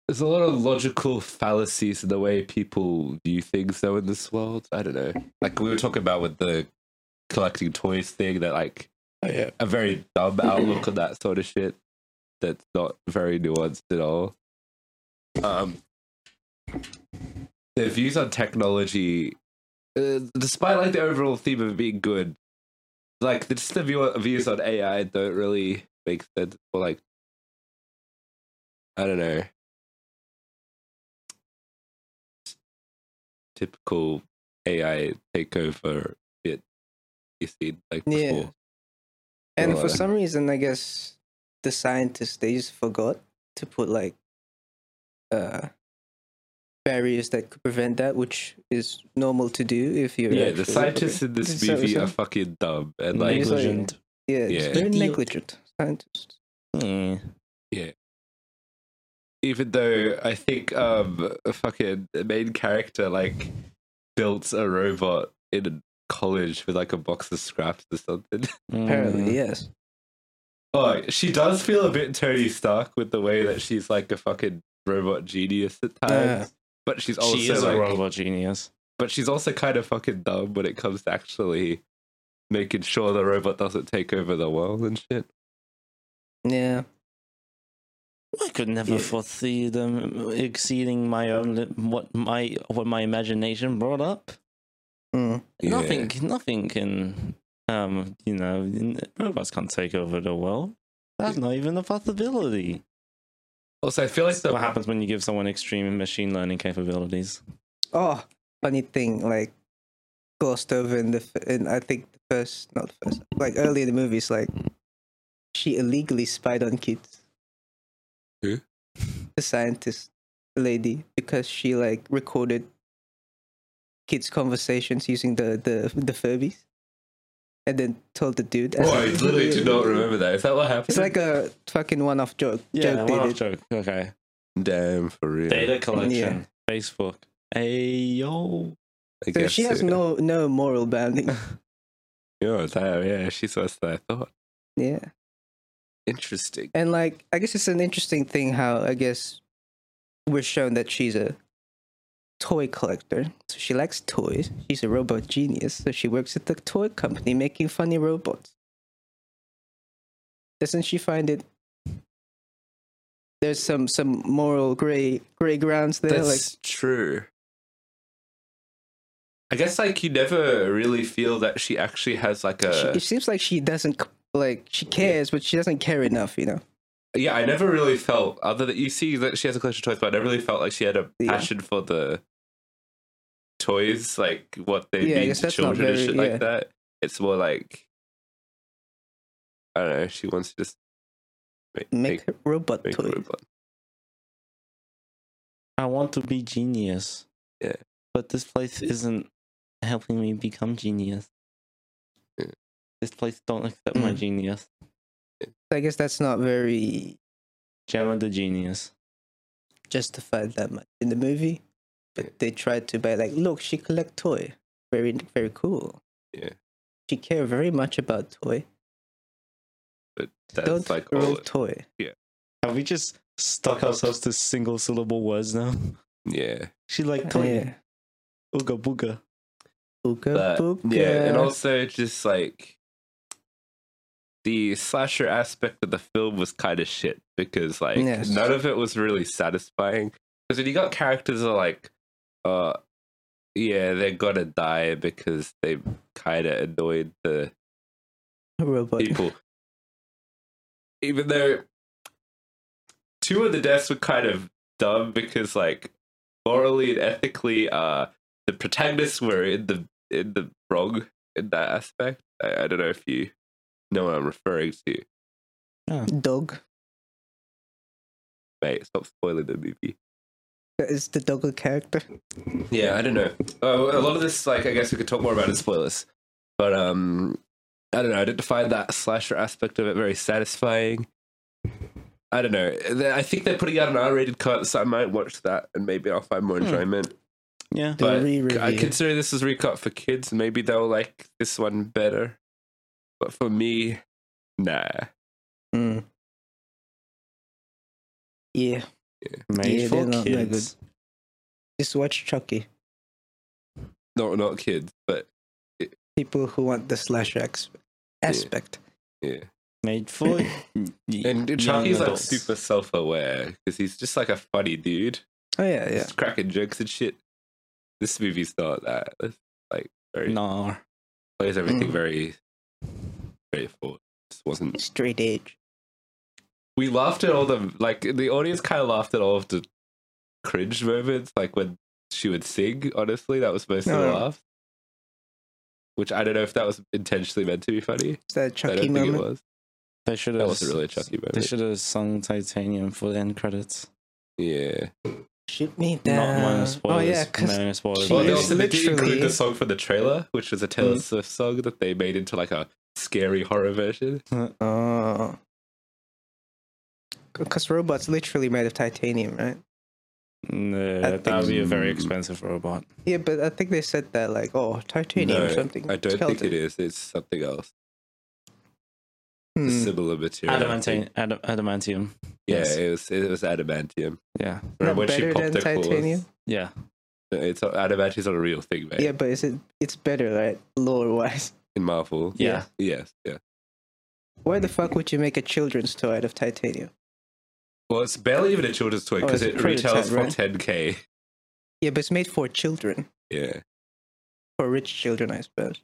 Speaker 1: There's a lot of logical fallacies in the way people view things, though, in this world. I don't know. Like we were talking about with the collecting toys thing, that like a very dumb outlook on that sort of shit. That's not very nuanced at all. Um, their views on technology uh, despite like the overall theme of it being good, like the, just the view, views on AI don't really make sense. Or like, I don't know, typical AI takeover bit you see like
Speaker 3: Yeah.
Speaker 1: before.
Speaker 3: And
Speaker 1: Well,
Speaker 3: for some reason, I guess the scientists they just forgot to put like uh barriers that could prevent that, which is normal to do if you're
Speaker 1: Yeah,
Speaker 3: actually-
Speaker 1: the scientists in this
Speaker 3: So-
Speaker 1: movie
Speaker 3: so-
Speaker 1: are fucking dumb and like
Speaker 4: Negligent.
Speaker 3: yeah,
Speaker 1: yeah.
Speaker 3: they're
Speaker 4: Idiot.
Speaker 3: negligent scientists.
Speaker 4: Eh.
Speaker 1: even though I think um fucking the main character like built a robot in college with like a box of scraps or something.
Speaker 3: Apparently,
Speaker 4: Mm.
Speaker 3: yes.
Speaker 1: Oh, she does feel a bit Tony Stark with the way that she's like a fucking robot genius at
Speaker 3: Uh,
Speaker 1: times. but she's also
Speaker 4: she is
Speaker 1: like,
Speaker 4: a robot genius.
Speaker 1: but she's also kind of fucking dumb when it comes to actually making sure the robot doesn't take over the world and shit.
Speaker 3: Yeah.
Speaker 4: I could never
Speaker 3: Yeah.
Speaker 4: foresee them exceeding my own li- what my what my imagination brought up.
Speaker 3: Mm.
Speaker 4: Nothing, nothing can, um, you know, n- robots can't take over the world. That's not even a possibility.
Speaker 1: Also, I feel like the
Speaker 4: What happens when you give someone extreme machine learning capabilities?
Speaker 3: Oh, funny thing, like glossed over in the f- in I think the first, not first, like early in the movies, like
Speaker 1: Hmm.
Speaker 3: she illegally spied on kids.
Speaker 1: Who?
Speaker 3: The scientist lady, because she like recorded kids' conversations using the the the Furbies, and then told the dude. as
Speaker 1: Oh,
Speaker 3: a-
Speaker 1: I literally do not remember that. Is that what happened?
Speaker 3: It's like a fucking one-off joke. joke they did.
Speaker 4: joke. Okay.
Speaker 1: damn for real.
Speaker 4: Data collection.
Speaker 3: collection.
Speaker 4: Facebook. Ayo.
Speaker 1: I
Speaker 3: So
Speaker 1: guess
Speaker 3: she has
Speaker 1: it-
Speaker 3: no no moral bounding.
Speaker 1: Yeah, damn, yeah, she's worse than I thought.
Speaker 3: yeah.
Speaker 1: Interesting.
Speaker 3: And like, I guess it's an interesting thing how I guess we're shown that she's a toy collector. So she likes toys. She's a robot genius. So she works at the toy company making funny robots. Doesn't she find it? There's some some moral gray gray grounds there.
Speaker 1: That's true. I guess like you never really feel that she actually has like
Speaker 3: like, she,
Speaker 1: a
Speaker 3: it seems like she doesn't c- like she cares, but she doesn't care enough. You know.
Speaker 1: yeah. I never really felt other that you see that she has a collection of toys, but I never really felt like she had a
Speaker 3: Yeah.
Speaker 1: passion for the toys, like what they
Speaker 3: Yeah, I
Speaker 1: mean
Speaker 3: guess
Speaker 1: to
Speaker 3: that's not
Speaker 1: children and
Speaker 3: very-
Speaker 1: shit
Speaker 3: yeah.
Speaker 1: like that. It's more like I don't know. She wants to just make
Speaker 3: Make,
Speaker 1: make,
Speaker 3: her robot
Speaker 1: make,
Speaker 3: toy.
Speaker 1: a robot.
Speaker 4: I want to be genius.
Speaker 1: Yeah.
Speaker 4: But this place isn't helping me become genius.
Speaker 1: Yeah.
Speaker 4: This place don't accept my
Speaker 3: Mm.
Speaker 4: genius.
Speaker 3: I guess that's not very
Speaker 4: Gemma the genius.
Speaker 3: justified that much in the movie, but they tried to by like, look, she collect toy, very very cool.
Speaker 1: Yeah.
Speaker 3: she care very much about toy.
Speaker 1: But that's
Speaker 3: Don't
Speaker 1: like all
Speaker 3: roll toy.
Speaker 4: Have we just stuck ourselves to single syllable words now?
Speaker 1: yeah.
Speaker 4: She like toy.
Speaker 3: Yeah,
Speaker 4: Ooga booga.
Speaker 3: Ooga
Speaker 1: But,
Speaker 3: booga.
Speaker 1: yeah, and also just like the slasher aspect of the film was kind of shit because like
Speaker 3: Yes.
Speaker 1: none of it was really satisfying. Because when you got characters that are like, uh, yeah, they're gonna die because they kind of annoyed the
Speaker 3: robot.
Speaker 1: people. Even though two of the deaths were kind of dumb because like morally and ethically uh the protagonists were in the in the wrong in that aspect. I, I don't know if you know what I'm referring to.
Speaker 3: Dog.
Speaker 1: Mate, stop spoiling the movie.
Speaker 3: That is the dog a character?
Speaker 1: Yeah, I don't know. Uh, a lot of this, like, I guess we could talk more about in spoilers, but um, I don't know. I didn't find that slasher aspect of it very satisfying. I don't know. They- I think they're putting out an R-rated cut, so I might watch that, and maybe I'll find more
Speaker 4: Hmm.
Speaker 1: enjoyment.
Speaker 4: Yeah.
Speaker 3: The
Speaker 1: But
Speaker 3: re-review.
Speaker 1: I consider this is recut for kids. Maybe they'll like this one better, but for me, nah.
Speaker 3: Mm. Yeah,
Speaker 4: Made
Speaker 3: Yeah, they're
Speaker 4: for
Speaker 3: not- they're
Speaker 4: kids.
Speaker 3: just watch Chucky.
Speaker 1: Not not kids, but
Speaker 3: People who want the slasher ex- aspect.
Speaker 1: yeah.
Speaker 4: Made for
Speaker 1: And Chucky's like super self-aware because he's just like a funny dude.
Speaker 3: Oh yeah, yeah.
Speaker 1: just cracking jokes and shit. This movie's not that. It's like very
Speaker 4: Nah.
Speaker 1: plays everything
Speaker 3: Mm.
Speaker 1: very straightforward. Just wasn't.
Speaker 3: Straight edge.
Speaker 1: We laughed at all the like the audience kind of laughed at all of the cringe moments, like when she would sing. Honestly, that was most of the
Speaker 3: No.
Speaker 1: laugh. Which I don't know if that was intentionally meant to be funny.
Speaker 3: Is that a
Speaker 1: I
Speaker 3: Chucky
Speaker 1: don't think it
Speaker 3: moment?
Speaker 1: was.
Speaker 4: They should
Speaker 1: That
Speaker 4: have
Speaker 1: wasn't really a Chucky
Speaker 4: They
Speaker 1: moment.
Speaker 4: should have sung Titanium for the end credits.
Speaker 1: Yeah.
Speaker 3: Shoot me
Speaker 2: Not
Speaker 3: down.
Speaker 2: minor spoilers.
Speaker 3: oh yeah, because
Speaker 2: minor spoilers.
Speaker 1: Well,
Speaker 3: She
Speaker 1: they
Speaker 3: is
Speaker 1: also did include
Speaker 3: literally- Mm.
Speaker 1: the song for the trailer, which was a Taylor Swift song that they made into like a scary horror version.
Speaker 3: oh, because robots literally made of titanium, right?
Speaker 2: No,
Speaker 3: I
Speaker 2: Mm, uh, that would be a very
Speaker 1: think-
Speaker 2: expensive robot.
Speaker 3: Yeah, but I think they said that like, oh, titanium or something.
Speaker 1: I don't think it is. It's something else. It's
Speaker 3: Hmm.
Speaker 1: Similar material.
Speaker 2: Adamantium. Adam- adamantium.
Speaker 1: Yeah,
Speaker 2: Yes.
Speaker 1: it was it was adamantium.
Speaker 2: Yeah.
Speaker 1: Remember when she
Speaker 3: better
Speaker 1: popped
Speaker 3: than
Speaker 1: her claws?
Speaker 3: titanium?
Speaker 2: Yeah.
Speaker 1: It's adamantium's not a real thing, mate.
Speaker 3: Yeah, but is it? It's better, right? Lore wise.
Speaker 1: In Marvel.
Speaker 2: Yeah.
Speaker 1: Yes. Yeah.
Speaker 3: Why the fuck would you make a children's toy out of titanium?
Speaker 1: Well, it's barely even a children's toy
Speaker 3: Oh,
Speaker 1: because
Speaker 3: it's
Speaker 1: it
Speaker 3: a
Speaker 1: retails for
Speaker 3: prototype,
Speaker 1: ten k.
Speaker 3: Yeah, but it's made for children,
Speaker 1: Yeah.
Speaker 3: for rich children, I suppose.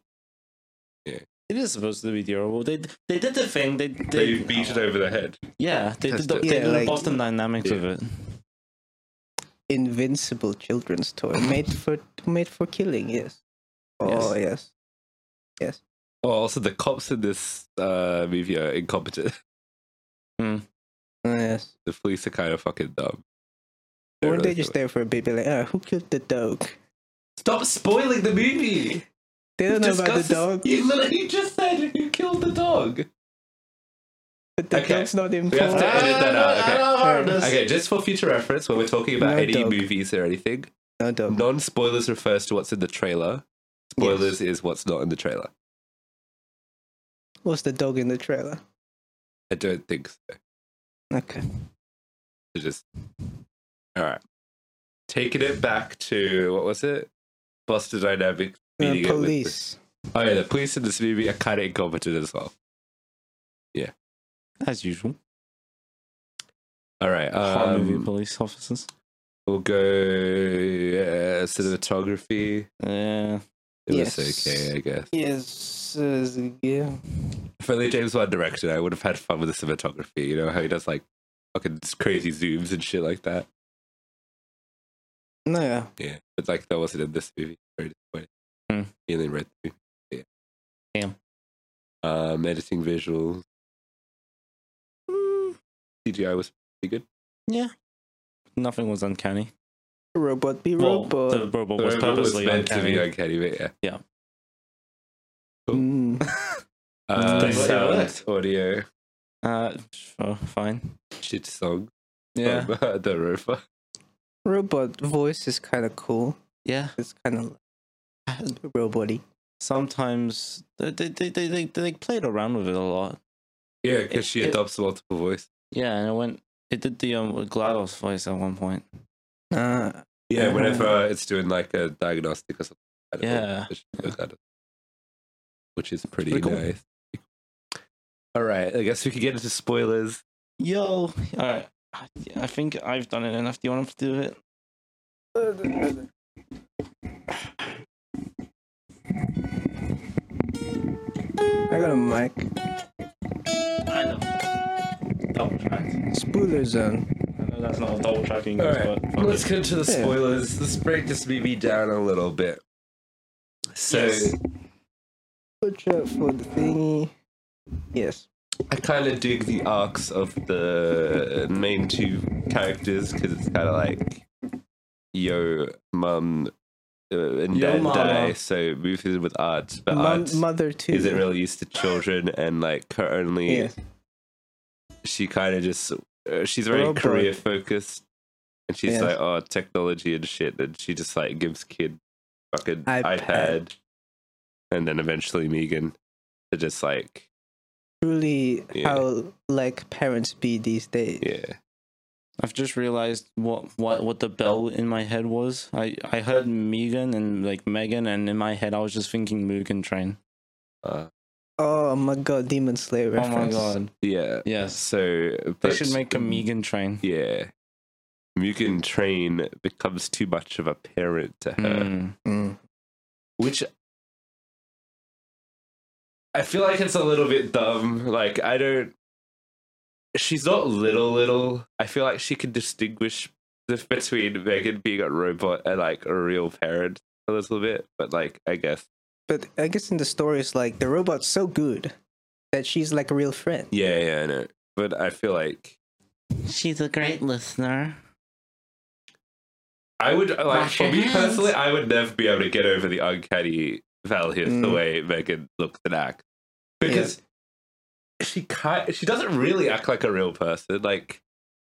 Speaker 4: It is supposed to be durable. They they did the thing. They
Speaker 1: They
Speaker 4: they,
Speaker 1: beat it over the head.
Speaker 4: yeah. They did
Speaker 1: Test
Speaker 4: the,
Speaker 1: it.
Speaker 4: they
Speaker 3: Yeah,
Speaker 4: did
Speaker 3: like-
Speaker 4: the Boston Dynamics
Speaker 1: Yeah.
Speaker 4: of it.
Speaker 3: Invincible children's toy made for made for killing. Yes. Oh yes.
Speaker 1: Oh, also the cops in this uh, movie are incompetent.
Speaker 3: Oh, yes.
Speaker 1: The police are kind of fucking dumb.
Speaker 3: Weren't
Speaker 1: They're
Speaker 3: they
Speaker 1: really
Speaker 3: just
Speaker 1: dumb.
Speaker 3: there for a bit? Be like, ah, who killed the dog?
Speaker 1: stop spoiling the movie?
Speaker 3: They don't know about
Speaker 1: Discuss
Speaker 3: the dog.
Speaker 1: this- You literally just said who killed the dog.
Speaker 3: But the
Speaker 1: Okay.
Speaker 3: dog's not
Speaker 1: We have
Speaker 3: important.
Speaker 1: to edit that out. Okay.
Speaker 4: Ah,
Speaker 3: heard this.
Speaker 1: Okay, just for future reference, when we're talking about
Speaker 3: No
Speaker 1: any
Speaker 3: dog.
Speaker 1: movies or anything,
Speaker 3: No dog.
Speaker 1: non spoilers refers to what's in the trailer. Spoilers is what's not in the trailer.
Speaker 3: Was the dog in the trailer?
Speaker 1: I don't think so.
Speaker 3: Okay.
Speaker 1: It's just all right. Taking it back to what was it? Buster Dynamic
Speaker 3: Uh,
Speaker 1: meeting it with the-
Speaker 3: police.
Speaker 1: Oh yeah, the police in this movie are kind of incompetent as well.
Speaker 4: As usual,
Speaker 1: All right,
Speaker 4: horror movie
Speaker 1: um,
Speaker 4: police officers.
Speaker 1: we'll go uh, cinematography.
Speaker 4: Yeah,
Speaker 1: It
Speaker 3: Yes.
Speaker 1: was okay, I guess.
Speaker 3: Yes. uh, yeah.
Speaker 1: If only James Wan directed, I would have had fun with the cinematography. You know how he does like fucking crazy zooms and shit like that.
Speaker 3: No. Yeah.
Speaker 1: Yeah, but like that wasn't in this movie. Very disappointing.
Speaker 4: Hmm.
Speaker 1: Alien Red movie. Yeah.
Speaker 4: Damn.
Speaker 1: Um, editing visuals.
Speaker 4: Mm,
Speaker 1: CGI was pretty good.
Speaker 4: nothing was uncanny.
Speaker 3: Robot be
Speaker 4: Well,
Speaker 3: robot.
Speaker 4: the robot was
Speaker 1: The robot
Speaker 4: purposely
Speaker 1: meant to be
Speaker 4: uncanny.
Speaker 1: uncanny, but yeah.
Speaker 3: Mm.
Speaker 1: Uh,
Speaker 4: Thanks,
Speaker 1: sound, audio,
Speaker 4: Uh, sure, fine.
Speaker 1: shit song.
Speaker 4: Yeah,
Speaker 1: Um, the robot.
Speaker 3: Robot voice is kind of cool.
Speaker 4: yeah.
Speaker 3: It's kind of roboty.
Speaker 4: Sometimes they they they they, they, they played around with it a lot.
Speaker 1: Yeah, because she
Speaker 4: it-
Speaker 1: adopts multiple voices.
Speaker 4: Yeah, and it went. It did the um, GLaDOS voice at one point.
Speaker 3: Uh,
Speaker 1: Yeah, whenever uh, it's doing like a diagnostic or something. I don't know,
Speaker 4: Yeah.
Speaker 1: it should do that. Which is pretty,
Speaker 4: pretty cool.
Speaker 1: nice. All right, I guess we could get into spoilers.
Speaker 4: Yo, all right. I, I think I've done it enough. Do you want to do it?
Speaker 3: I got a mic.
Speaker 4: I know. Double tracked.
Speaker 3: Spooler zone.
Speaker 4: I know that's not a double tracking
Speaker 1: All right, let's get into the
Speaker 3: Yeah.
Speaker 1: spoilers. Let's break this movie down a little bit. So
Speaker 4: Yes.
Speaker 3: Watch out for the thingy. Yes.
Speaker 1: I kind of dig the arcs of the main two characters because it's kind of like, yo, mum, uh, and
Speaker 4: Yo,
Speaker 1: dad
Speaker 4: mama.
Speaker 1: die. So move in with art, but
Speaker 3: Mo-
Speaker 1: art
Speaker 3: mother too.
Speaker 1: isn't really used to children, and like her only
Speaker 3: Yes.
Speaker 1: she kind of just uh, she's very
Speaker 4: Oh,
Speaker 3: Robot.
Speaker 1: career focused, and she's
Speaker 3: Yes.
Speaker 1: like, oh, technology and shit, and she just like gives kid fucking
Speaker 3: iPad.
Speaker 1: iPad, and then eventually Megan, to just like
Speaker 3: Truly
Speaker 1: Yeah.
Speaker 3: how like parents be these days.
Speaker 1: yeah.
Speaker 4: I've just realized what, what what the bell in my head was. I I heard Megan and like Megan, and in my head I was just thinking Mugen Train.
Speaker 1: Uh,
Speaker 3: Oh my god, Demon Slayer
Speaker 4: Oh my
Speaker 3: reference.
Speaker 4: god!
Speaker 1: yeah.
Speaker 4: Yes,
Speaker 1: So
Speaker 4: they
Speaker 1: but-
Speaker 4: should make a Megan Train.
Speaker 1: Yeah. Mugen Train becomes too much of a parent to her,
Speaker 4: Mm.
Speaker 3: Mm.
Speaker 1: which I feel like it's a little bit dumb. Like I don't. She's not little, little. I feel like she can distinguish the, between Megan being a robot and like a real parent a little bit. But like, I guess,
Speaker 3: But I guess in the story it's like the robot's so good that she's like a real friend.
Speaker 1: yeah, yeah, I know. But I feel like
Speaker 4: She's a great listener.
Speaker 1: I would like
Speaker 4: Wash
Speaker 1: for
Speaker 4: your
Speaker 1: me
Speaker 4: hands.
Speaker 1: personally, I would never be able to get over the uncanny valley of the
Speaker 3: Mm.
Speaker 1: way Megan looks and acts because she kind, she doesn't really act like a real person. Like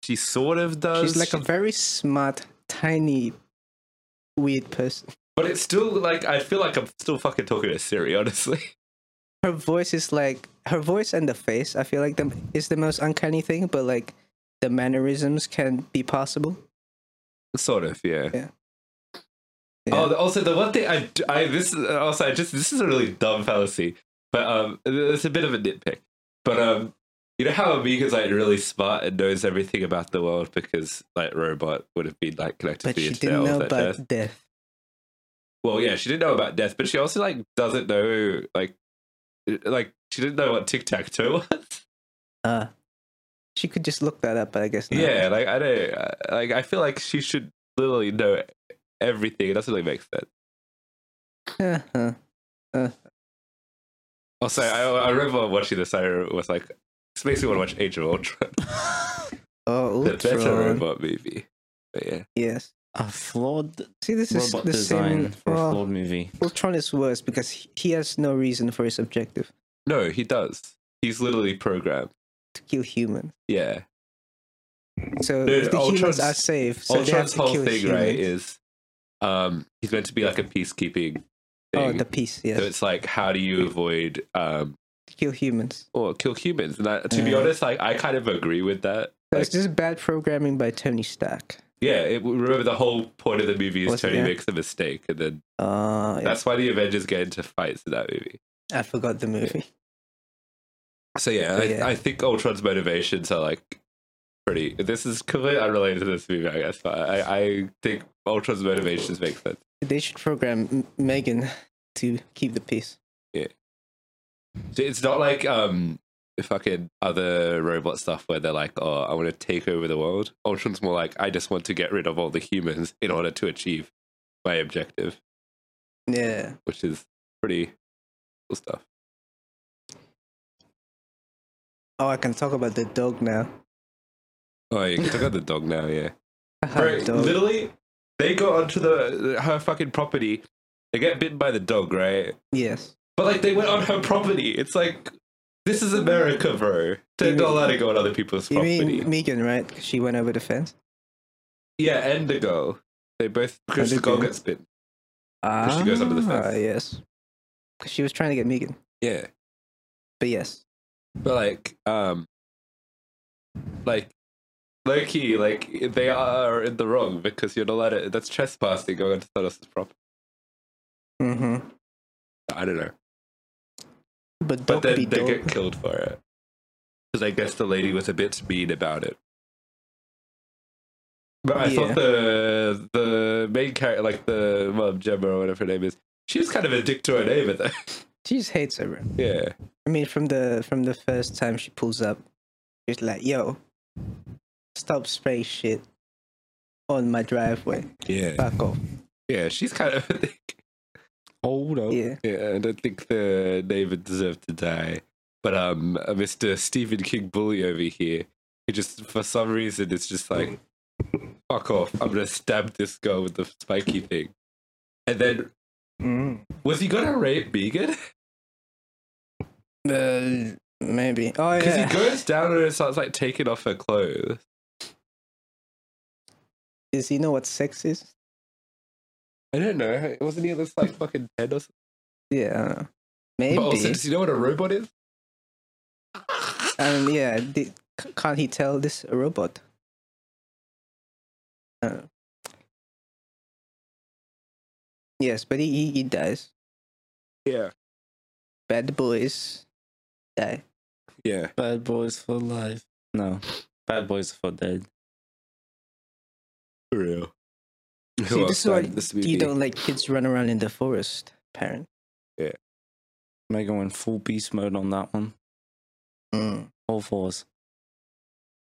Speaker 1: she sort of does.
Speaker 3: She's like a very smart, tiny, weird person.
Speaker 1: but it's still like I feel like I'm still fucking talking to Siri. Honestly,
Speaker 3: Her voice is like her voice and the face. I feel like the is the most uncanny thing, but like the mannerisms can be possible.
Speaker 1: sort of. Yeah.
Speaker 3: Yeah.
Speaker 1: Oh, the- also the one thing I, d- I- this is- also I just this is a really dumb fallacy, but um, it's a bit of a nitpick. But um, you know how Amiga's like really smart and knows everything about the world because like robot would have been like connected to
Speaker 3: but
Speaker 1: the
Speaker 3: she
Speaker 1: internet.
Speaker 3: didn't
Speaker 1: all
Speaker 3: know
Speaker 1: that
Speaker 3: about
Speaker 1: jazz.
Speaker 3: death.
Speaker 1: Well, yeah, she didn't know about death, but she also like doesn't know like like she didn't know what tic tac toe was.
Speaker 3: Uh, she could just look that up, but I guess not.
Speaker 1: Yeah, like I don't uh, like I feel like she should literally know everything. It doesn't really make sense.
Speaker 3: Uh-huh.
Speaker 1: Also, I, I remember watching this. I was like, this makes me want to watch Age of Ultron.
Speaker 3: Oh,
Speaker 1: the better
Speaker 3: Ultron.
Speaker 1: robot movie. But yeah,
Speaker 3: Yes.
Speaker 4: A flawed
Speaker 3: See, this is
Speaker 4: robot
Speaker 3: the
Speaker 4: design
Speaker 3: same.
Speaker 4: for uh, a
Speaker 3: well,
Speaker 4: flawed movie.
Speaker 3: Ultron is worse because he- he has no reason for his objective
Speaker 1: no, he does. He's literally programmed.
Speaker 3: to kill humans.
Speaker 1: Yeah,
Speaker 3: So
Speaker 1: Dude,
Speaker 3: if the humans
Speaker 1: Ultron's-
Speaker 3: are safe, so they have
Speaker 1: Ultron's
Speaker 3: to
Speaker 1: whole
Speaker 3: kill
Speaker 1: thing,
Speaker 3: humans.
Speaker 1: right, is um, he's meant to be like a peacekeeping thing.
Speaker 3: oh, the peace, yes,
Speaker 1: So it's like, how do you avoid um,
Speaker 3: to kill humans.
Speaker 1: or kill humans? And that, to be
Speaker 3: Yeah.
Speaker 1: honest, like I kind of agree with that.
Speaker 3: So
Speaker 1: Like,
Speaker 3: it's just bad programming by Tony Stark.
Speaker 1: yeah, it, remember the whole point of the movie is
Speaker 3: Was it,
Speaker 1: Tony
Speaker 3: yeah?
Speaker 1: makes a mistake, and then
Speaker 3: Uh, yeah.
Speaker 1: that's why the Avengers get into fights in that movie.
Speaker 3: I forgot the movie.
Speaker 1: So yeah,
Speaker 3: So,
Speaker 1: I,
Speaker 3: yeah.
Speaker 1: I think Ultron's motivations are like pretty. This is completely unrelated to this movie, I guess. But I, I think Ultron's motivations make sense.
Speaker 3: They should program M- Megan to keep the peace.
Speaker 1: So It's not like um fucking other robot stuff where they're like, oh, I want to take over the world. Ultron's more like, I just want to get rid of all the humans in order to achieve my objective,
Speaker 3: Yeah.
Speaker 1: which is pretty cool stuff.
Speaker 3: Oh, I can talk about the dog now.
Speaker 1: Oh, you can talk about the dog now, yeah.
Speaker 3: I have
Speaker 1: Bro,
Speaker 3: a dog.
Speaker 1: literally, they go onto the her fucking property. They get bitten by the dog, right?
Speaker 3: Yes.
Speaker 1: But like they went on her property. It's like this is America, bro. They're not allowed to go on other people's
Speaker 3: You
Speaker 1: property.
Speaker 3: mean Megan, right? 'Cause She went over the fence.
Speaker 1: yeah, and the girl. They both because the
Speaker 3: And the
Speaker 1: girl
Speaker 3: girl.
Speaker 1: gets bitten. she goes over the fence.
Speaker 3: Ah, yes. 'Cause She was trying to get Megan,
Speaker 1: Yeah,
Speaker 3: but yes.
Speaker 1: but like, um, like low key, like they are in the wrong because you're not allowed to. That's trespassing going onto someone else's property.
Speaker 3: hmm
Speaker 1: I don't know, but
Speaker 3: But dog
Speaker 1: then
Speaker 3: be
Speaker 1: they
Speaker 3: dog.
Speaker 1: get killed for it because I guess the lady was a bit mean about it. But I
Speaker 3: Yeah.
Speaker 1: thought the the main character, like the mom Gemma or whatever her name is, she was kind of a dick to her neighbor, though.
Speaker 3: She just hates her. bro.
Speaker 1: yeah,
Speaker 3: I mean, from the from the first time she pulls up, she's like, "Yo, stop spraying shit on my driveway.
Speaker 1: yeah,
Speaker 3: Fuck off."
Speaker 1: yeah. She's kind of a dick.
Speaker 4: Hold up.
Speaker 3: Yeah.
Speaker 1: Yeah, I don't think the neighbor deserved to die. But um, uh, Mr. Stephen King bully over here, he just for some reason it's just like, fuck off! I'm gonna stab this girl with the spiky thing, and then
Speaker 3: Mm.
Speaker 1: Was he gonna rape Megan?
Speaker 3: Uh, maybe. Oh
Speaker 1: Because
Speaker 3: yeah.
Speaker 1: he goes down and starts like taking off her clothes.
Speaker 3: Does he know what sex is?
Speaker 1: I don't know. Wasn't he just like fucking dead or something?
Speaker 3: Yeah. I don't know. Maybe.
Speaker 1: But also, does he know what a robot is?
Speaker 3: um. Yeah. di- c- can't he tell this a robot? Uh, yes, but he, he he dies.
Speaker 1: Yeah.
Speaker 3: Bad boys die.
Speaker 1: Yeah.
Speaker 4: Bad boys for life.
Speaker 2: No. Bad boys for dead.
Speaker 1: For real.
Speaker 3: See, this is why you don't let kids run around in the forest, parent.
Speaker 2: Megan went full beast mode on that one. All fours.
Speaker 3: Mm.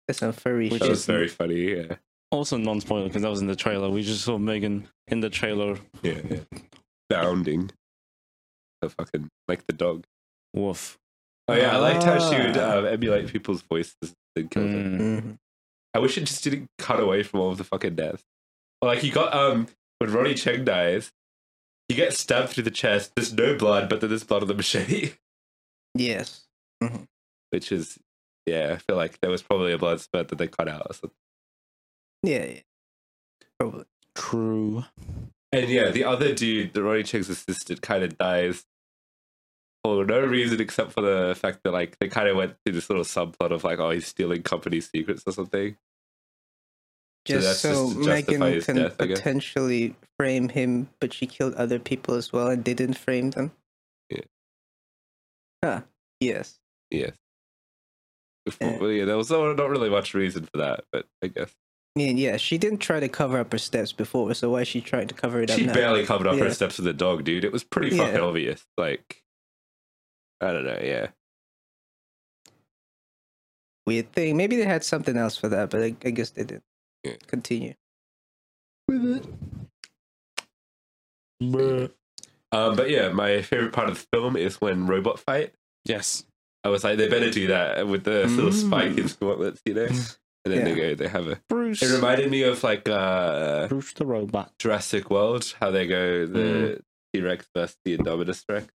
Speaker 3: That's some furry
Speaker 2: Which
Speaker 1: That
Speaker 3: shit.
Speaker 1: was very funny. Yeah.
Speaker 2: Also non spoiler because that was in the trailer. We just saw Megan in the trailer.
Speaker 1: Yeah. yeah. Bounding. The fucking, like the dog.
Speaker 2: Woof.
Speaker 1: Oh, yeah. I liked how she would
Speaker 3: Ah.
Speaker 1: um, emulate people's voices and kill them.
Speaker 2: Mm.
Speaker 3: Mhm.
Speaker 1: I wish it just didn't cut away from all of the fucking deaths. Like you got um when Ronnie Cheng dies, he gets stabbed through the chest. There's no blood, but there is blood on the machete,
Speaker 3: Yes.
Speaker 1: which is yeah. I feel like there was probably a blood spurt that they cut out or something.
Speaker 3: Yeah. yeah. Probably.
Speaker 2: True.
Speaker 1: And yeah, the other dude, the Ronnie Cheng's assistant, kind of dies for no reason except for the fact that like they kind of went through this little subplot of like oh he's stealing company secrets or something. So
Speaker 3: Just
Speaker 1: that's
Speaker 3: so,
Speaker 1: just to justify
Speaker 3: Megan
Speaker 1: his
Speaker 3: can
Speaker 1: death, I guess.
Speaker 3: potentially frame him, but she killed other people as well and didn't frame them.
Speaker 1: Yeah.
Speaker 3: Huh. Yes.
Speaker 1: Yes. Before,
Speaker 3: Yeah.
Speaker 1: well, yeah, there was no, not really much reason for that, but I guess
Speaker 3: Yeah, yeah, she didn't try to cover up her steps before, so why is she trying to cover it up
Speaker 1: she
Speaker 3: now?
Speaker 1: barely covered up her
Speaker 3: Yeah.
Speaker 1: steps with the dog, dude. It was pretty
Speaker 3: Yeah.
Speaker 1: fucking obvious. Like, I don't know. Yeah,
Speaker 3: Weird thing. Maybe they had something else for that, but I, I guess they didn't.
Speaker 1: Yeah.
Speaker 3: Continue.
Speaker 1: Um, but yeah, my favorite part of the film is when robot fight.
Speaker 4: Yes.
Speaker 1: I was like, they better do that with the little spike in
Speaker 4: Mm.
Speaker 1: gauntlets, you know. And then they go, they have a.
Speaker 4: Bruce.
Speaker 1: It reminded me of like uh
Speaker 4: Bruce the robot.
Speaker 1: Jurassic World, how they go the T Rex versus the Indominus Rex.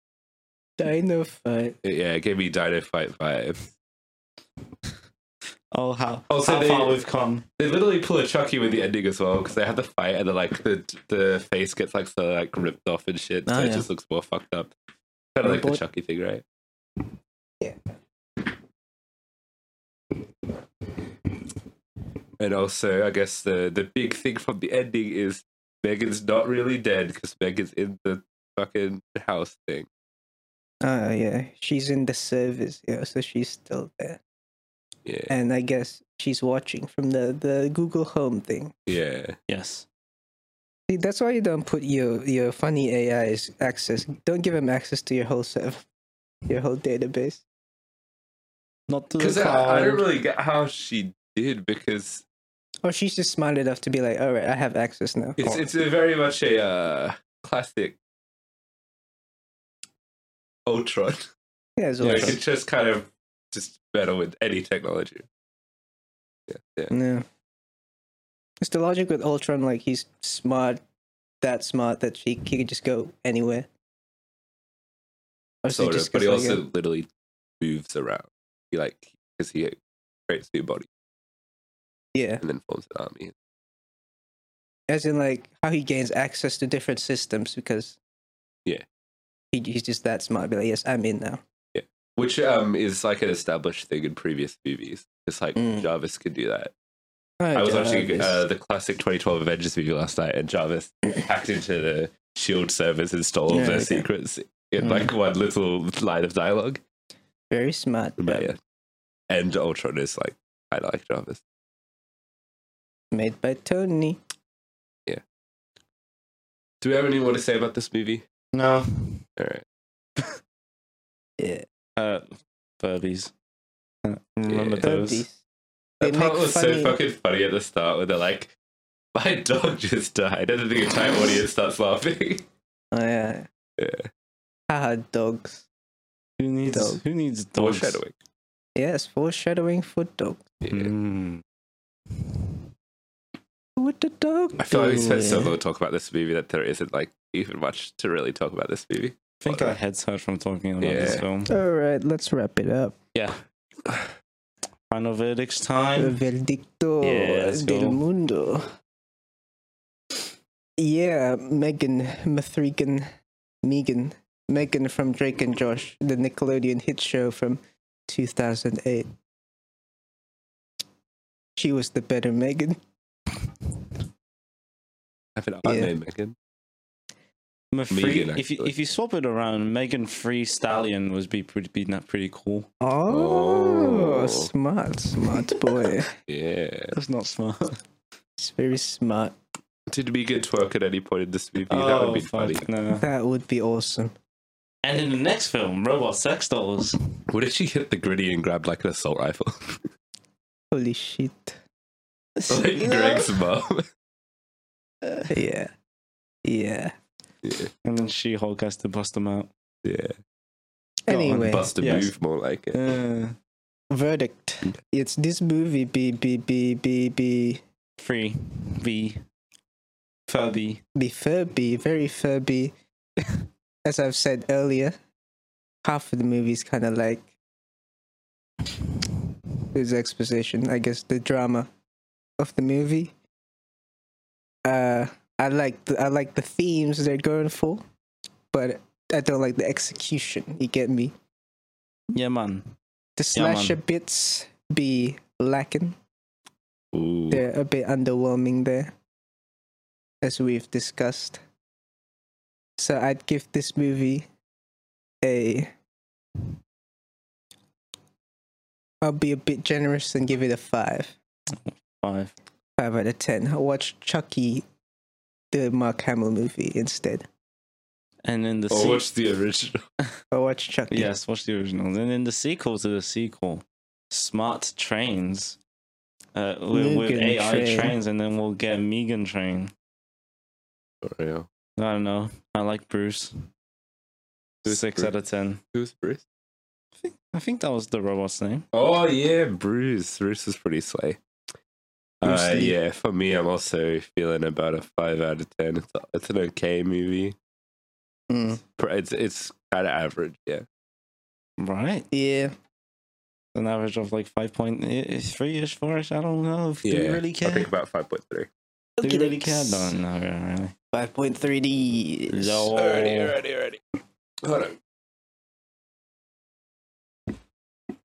Speaker 3: Dino fight.
Speaker 1: Yeah, it gave me Dino Fight vibes.
Speaker 4: Oh, how,
Speaker 1: Oh, so
Speaker 4: how
Speaker 1: they-
Speaker 4: far we've come.
Speaker 1: They literally pull a Chucky with the ending as well because they have the fight and then like the the face gets like so like ripped off and shit, so
Speaker 3: Oh,
Speaker 1: it
Speaker 3: yeah.
Speaker 1: just looks more fucked up. Kind of like the
Speaker 4: Robot.
Speaker 1: Chucky thing, right?
Speaker 3: Yeah.
Speaker 1: And also, I guess the the big thing from the ending is Megan's not really dead because Megan's in the fucking house thing.
Speaker 3: Oh, yeah. She's in the service, yeah, so she's still there.
Speaker 1: Yeah,
Speaker 3: And I guess she's watching from the, the Google Home thing.
Speaker 1: yeah.
Speaker 4: Yes.
Speaker 3: See, that's why you don't put your, your funny AIs access. Don't give them access to your whole server, your whole database.
Speaker 4: Not to
Speaker 1: Because
Speaker 4: the
Speaker 1: I, I don't
Speaker 4: cloud.
Speaker 1: really get how she did because
Speaker 3: Or Oh, she's just smart enough to be like, all right, I have access now.
Speaker 1: It's it's a very much a uh, classic Ultron.
Speaker 3: yeah, it's
Speaker 1: Like
Speaker 3: awesome.
Speaker 1: it's just kind of just better with any technology. Yeah, yeah.
Speaker 3: No. It's the logic with Ultron, like he's smart, that smart that he, he could just go anywhere. Or is it
Speaker 1: Sort
Speaker 3: just
Speaker 1: of, but he
Speaker 3: 'cause, like,
Speaker 1: also literally moves around. He like because he creates new body
Speaker 3: yeah,
Speaker 1: and then forms an army.
Speaker 3: as in like how he gains access to different systems because
Speaker 1: Yeah.
Speaker 3: he, he's just that smart. Be like, yes, I'm in now.
Speaker 1: Which um is like an established thing in previous movies. It's like
Speaker 3: Mm.
Speaker 1: Jarvis could do that.
Speaker 3: Alright,
Speaker 1: I was watching
Speaker 3: Jarvis.
Speaker 1: uh, the classic 2012 Avengers movie last night, and Jarvis hacked into the Shield service and stole all
Speaker 3: Yeah,
Speaker 1: their
Speaker 3: okay.
Speaker 1: secrets in
Speaker 3: Mm.
Speaker 1: like one little line of dialogue.
Speaker 3: very smart.
Speaker 1: But
Speaker 3: But
Speaker 1: yeah, and Ultron is like I like Jarvis.
Speaker 3: Made by Tony.
Speaker 1: Do we have anything to say about this movie?
Speaker 4: No.
Speaker 1: All right,
Speaker 3: Yeah,
Speaker 4: Uh, Furbies.
Speaker 1: remember
Speaker 4: Uh, Remember
Speaker 1: Yeah.
Speaker 4: those?
Speaker 3: Furbies. They
Speaker 1: that part
Speaker 3: make
Speaker 1: was so
Speaker 3: funny-
Speaker 1: fucking funny at the start where they're like, "My dog just died," and then the entire audience starts laughing.
Speaker 3: Oh, yeah.
Speaker 1: Yeah.
Speaker 3: Haha, dogs.
Speaker 4: Who needs
Speaker 3: Dog.
Speaker 4: who needs dogs?
Speaker 1: Foreshadowing.
Speaker 3: Yes, foreshadowing for dogs.
Speaker 1: Yeah.
Speaker 4: Mm.
Speaker 3: With the dog.
Speaker 1: I feel like we spent so
Speaker 3: doing?
Speaker 1: long talking about this movie that there isn't like even much to really talk about this movie.
Speaker 4: I think our heads hurt from talking about this
Speaker 1: Yeah.
Speaker 4: film.
Speaker 3: All right, let's wrap it up.
Speaker 4: Yeah. Final verdicts time.
Speaker 3: Verdicto
Speaker 4: Yeah, let's
Speaker 3: del
Speaker 4: go.
Speaker 3: mundo. Yeah, Megan, Mathregan, Megan, Megan from Drake and Josh, the Nickelodeon hit show from 2008. She was the better Megan.
Speaker 1: I have an
Speaker 3: Yeah.
Speaker 1: aunt named Megan.
Speaker 4: Mafree-
Speaker 1: Megan,
Speaker 4: if you
Speaker 1: actually.
Speaker 4: if you swap it around, Megan Free Stallion was be pretty be not pretty cool.
Speaker 3: Oh,
Speaker 1: Oh.
Speaker 3: smart, smart boy.
Speaker 1: Yeah.
Speaker 4: That's not smart.
Speaker 3: it's very smart.
Speaker 1: Did we get twerk at any point in this movie? that
Speaker 4: oh,
Speaker 1: would be
Speaker 4: fuck,
Speaker 1: funny.
Speaker 4: no.
Speaker 3: That would be awesome.
Speaker 4: And in the next film, Robot Sex Dolls.
Speaker 1: What if she hit the gritty and grabbed like an assault rifle?
Speaker 3: Holy shit.
Speaker 1: like Greg's mom.
Speaker 3: Yeah. Yeah.
Speaker 1: yeah.
Speaker 4: And then She Hulk has to bust them out.
Speaker 1: yeah.
Speaker 4: on,
Speaker 3: Anyway.
Speaker 1: Bust a
Speaker 4: Yes.
Speaker 1: move more like it.
Speaker 4: Uh,
Speaker 3: verdict. It's this movie, B B B B B.
Speaker 4: free V. Furby.
Speaker 3: Be Furby, very Furby. As I've said earlier, half of the movie is kind of like there's exposition, I guess, the drama of the movie. Uh, I like the, I like the themes they're going for, but I don't like the execution. You get me?
Speaker 4: Yeah, man.
Speaker 3: The
Speaker 4: Yeah, man.
Speaker 3: slasher bits be lacking.
Speaker 1: Ooh.
Speaker 3: They're a bit underwhelming there, as we've discussed. So I'd give this movie a. I'll be a bit generous and give it a five.
Speaker 4: Five.
Speaker 3: Five out of ten. I watched Chucky, the Mark Hamill movie instead.
Speaker 4: And then Oh, the
Speaker 1: Or
Speaker 4: sequel.
Speaker 1: watch the original.
Speaker 3: I watched Chucky.
Speaker 4: Yes, watch the original. And then the sequel to the sequel, Smart Trains. Uh, with, with
Speaker 3: Megan
Speaker 4: AI
Speaker 3: Train.
Speaker 4: trains, and then we'll get Megan Train.
Speaker 1: For real.
Speaker 4: I don't know. I like Bruce.
Speaker 1: Who's
Speaker 4: Six
Speaker 1: Bruce?
Speaker 4: out of ten.
Speaker 1: Who's Bruce?
Speaker 4: I think that was the robot's name.
Speaker 1: Oh yeah, Bruce. Bruce is pretty slay.
Speaker 3: Bruce
Speaker 1: Uh,
Speaker 3: Lee.
Speaker 1: yeah, for me, I'm also feeling about a five out of ten. It's, it's an okay movie.
Speaker 3: Mm.
Speaker 1: Pr- It's it's kind of average. Yeah,
Speaker 4: Right.
Speaker 3: Yeah.
Speaker 4: An average of like 5.3 ish, 4 ish. I don't know. If, Do
Speaker 1: yeah.
Speaker 4: we really care?
Speaker 1: I think about five point three.
Speaker 4: Do we really care? No, no, yeah, really.
Speaker 3: Five point three D.
Speaker 4: No.
Speaker 1: Already, already, already. Oh. Hold on.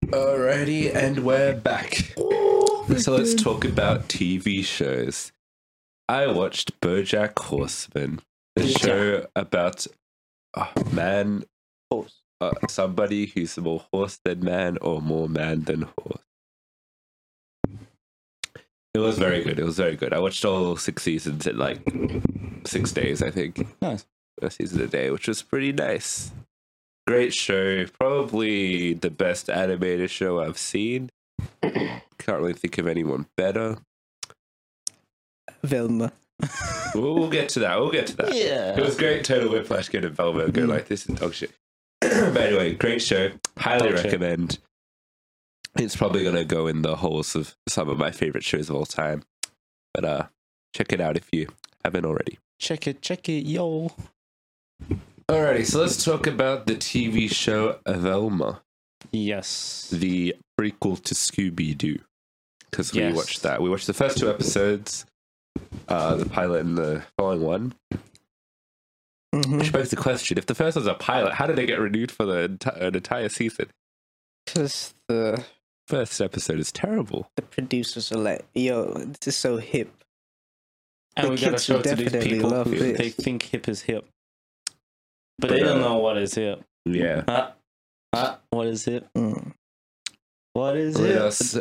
Speaker 1: Alrighty, and we're back. So let's talk about TV shows. I watched BoJack Horseman, the show about a man,
Speaker 3: Horse.
Speaker 1: uh, somebody who's more horse than man or more man than horse. It was very good. It was very good. I watched all six seasons in like six days, I think
Speaker 4: Nice.
Speaker 1: a season a day, which was pretty nice. Great show, probably the best animated show I've seen. Can't really think of anyone better.
Speaker 3: Velma.
Speaker 1: We'll, we'll get to that. We'll get to that.
Speaker 5: Yeah.
Speaker 1: It was great. Total Whiplash, go to Velma, go like this is dog shit. but anyway, great show. Highly
Speaker 4: Dog shit.
Speaker 1: recommend. It's probably gonna go in the halls of some of my favorite shows of all time. But uh, check it out if you haven't already.
Speaker 4: Check it, check it, yo.
Speaker 1: Alrighty, so let's talk about the TV show Velma.
Speaker 4: Yes.
Speaker 1: the prequel to Scooby Doo because we
Speaker 4: Yes.
Speaker 1: watched that. We watched the first two episodes, uh, the pilot and the following one.
Speaker 3: Mm-hmm.
Speaker 1: Which begs the question: If the first one's a pilot, how did it get renewed for the enti- an entire season?
Speaker 3: Because the
Speaker 1: First episode is terrible.
Speaker 3: the producers are like, yo, this is so hip.
Speaker 4: And
Speaker 3: The
Speaker 4: we gotta
Speaker 3: kids
Speaker 4: show
Speaker 3: will
Speaker 4: it to these
Speaker 3: definitely
Speaker 4: people
Speaker 3: love
Speaker 4: who
Speaker 3: this.
Speaker 4: they think hip is hip. But
Speaker 1: But,
Speaker 4: they don't
Speaker 1: uh,
Speaker 4: know what is hip.
Speaker 1: Yeah.
Speaker 4: Uh, uh, what is hip?
Speaker 3: Mm.
Speaker 4: What is
Speaker 3: Oh,
Speaker 1: Let
Speaker 4: hip?
Speaker 1: us-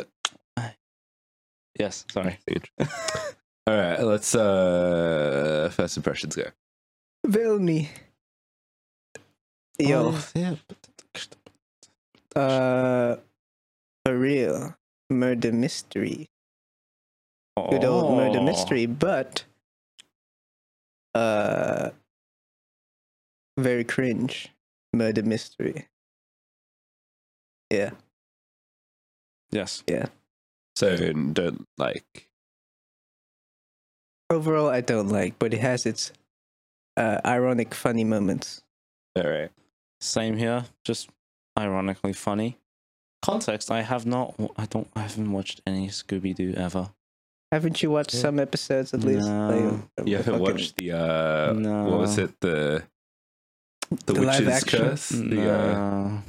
Speaker 4: Yes, sorry.
Speaker 1: all right, let's uh first impressions go.
Speaker 3: Velmi. Yo,
Speaker 4: What is hip? Oh.
Speaker 3: uh, for real, murder mystery. Good old murder
Speaker 4: Oh.
Speaker 3: mystery, but uh, very cringe murder mystery. Yeah,
Speaker 4: Yes.
Speaker 1: So don't like.
Speaker 3: overall, I don't like, but it has its uh, ironic, funny moments.
Speaker 1: All right.
Speaker 4: Same here. Just ironically funny. Context: I have not. I don't. I haven't watched any Scooby Doo ever.
Speaker 3: Haven't you watched
Speaker 1: Yeah.
Speaker 3: some episodes at least?
Speaker 4: No.
Speaker 3: Like,
Speaker 1: You haven't
Speaker 3: fucking-
Speaker 1: watched the uh
Speaker 4: no.
Speaker 1: what was it the the,
Speaker 3: The live
Speaker 1: witch's
Speaker 3: action?
Speaker 1: curse? The, uh,
Speaker 4: No.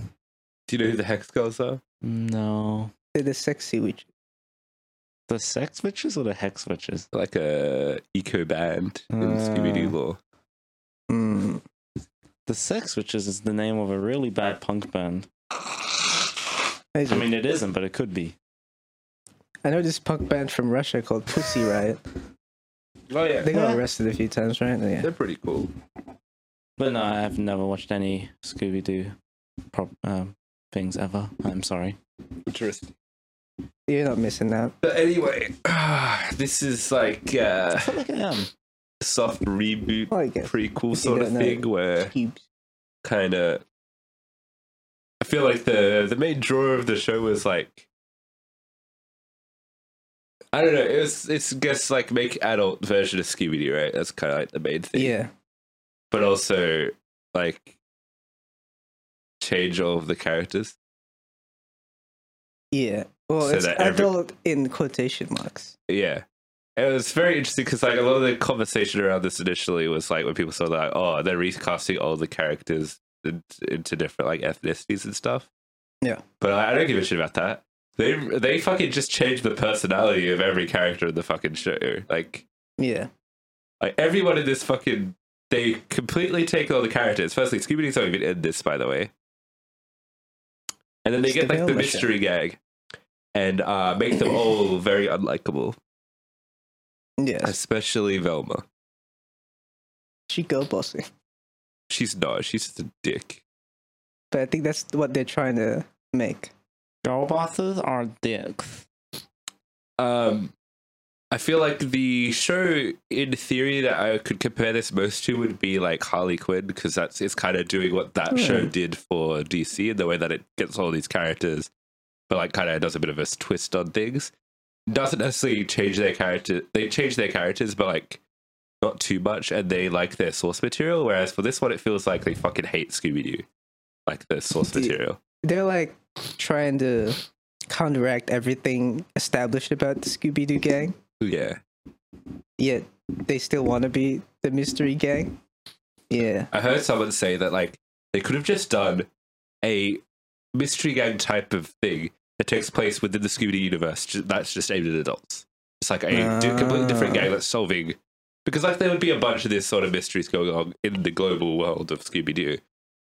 Speaker 1: do you know who the hex girls are?
Speaker 4: no.
Speaker 3: They're the sexy witch.
Speaker 4: The sex witches or the hex witches?
Speaker 1: like a eco band in
Speaker 3: Ah.
Speaker 4: Uh.
Speaker 1: Scooby Doo lore.
Speaker 3: Mm.
Speaker 4: The sex witches is the name of a really bad punk band. I mean, it isn't, but it could be.
Speaker 3: I know this punk band from Russia called Pussy Riot.
Speaker 1: Oh yeah,
Speaker 3: They got arrested a few times, right? Yeah.
Speaker 1: they're pretty cool.
Speaker 4: But no, I've never watched any Scooby Doo prop um, things ever. I'm sorry.
Speaker 1: Interesting.
Speaker 3: You're not missing out.
Speaker 1: But anyway, this is like uh,
Speaker 4: I feel like I am.
Speaker 1: soft reboot
Speaker 3: Well, I guess.
Speaker 1: prequel sort of
Speaker 3: don't know.
Speaker 1: thing where
Speaker 3: Cubes.
Speaker 1: kind of. I feel like the the main draw of the show was like I don't know. It was it's guess like make adult version of Scooby Doo, right? That's kind of like the main thing.
Speaker 3: Yeah.
Speaker 1: But also like change all of the characters.
Speaker 3: Yeah. Well,
Speaker 1: So
Speaker 3: it's
Speaker 1: that every-
Speaker 3: adult in quotation marks.
Speaker 1: Yeah. It was very interesting because like a lot of the conversation around this initially was like when people saw that oh they're recasting all the characters in- into different like ethnicities and stuff.
Speaker 3: Yeah.
Speaker 1: But I I don't give a shit about that. They they fucking just changed the personality of every character in the fucking show. Like
Speaker 3: Yeah.
Speaker 1: Like everyone in this fucking they completely take all the characters. Firstly, Scooby Doo's not even in this, by the way. And then they
Speaker 3: It's
Speaker 1: get
Speaker 3: the
Speaker 1: like the
Speaker 3: Velma show.
Speaker 1: mystery gag and uh, make them all very unlikable,
Speaker 3: Yeah.
Speaker 1: especially Velma.
Speaker 3: She go bossy.
Speaker 1: She's not. She's just a dick.
Speaker 3: But I think that's what they're trying to make.
Speaker 2: Girl bosses are dicks.
Speaker 1: Um, I feel like the show, in theory, that I could compare this most to would be like Harley Quinn because that's it's kind of doing what that show
Speaker 3: Hmm.
Speaker 1: did for DC in the way that it gets all these characters, but like kind of does a bit of a twist on things. Doesn't necessarily change their character. They change their characters, but like not too much, and they like their source material. Whereas for this one, it feels like they fucking hate Scooby Doo, like the source
Speaker 3: Do-
Speaker 1: material.
Speaker 3: They're like trying to counteract everything established about the Scooby Doo gang,
Speaker 1: Yeah.
Speaker 3: yet they still want to be the mystery gang. Yeah.
Speaker 1: I heard someone say that like they could have just done a mystery gang type of thing that takes place within the Scooby universe ju- that's just aimed at adults. It's like a di- completely different gang that's solving because like there would be a bunch of this sort of mysteries going on in the global world of Scooby Doo.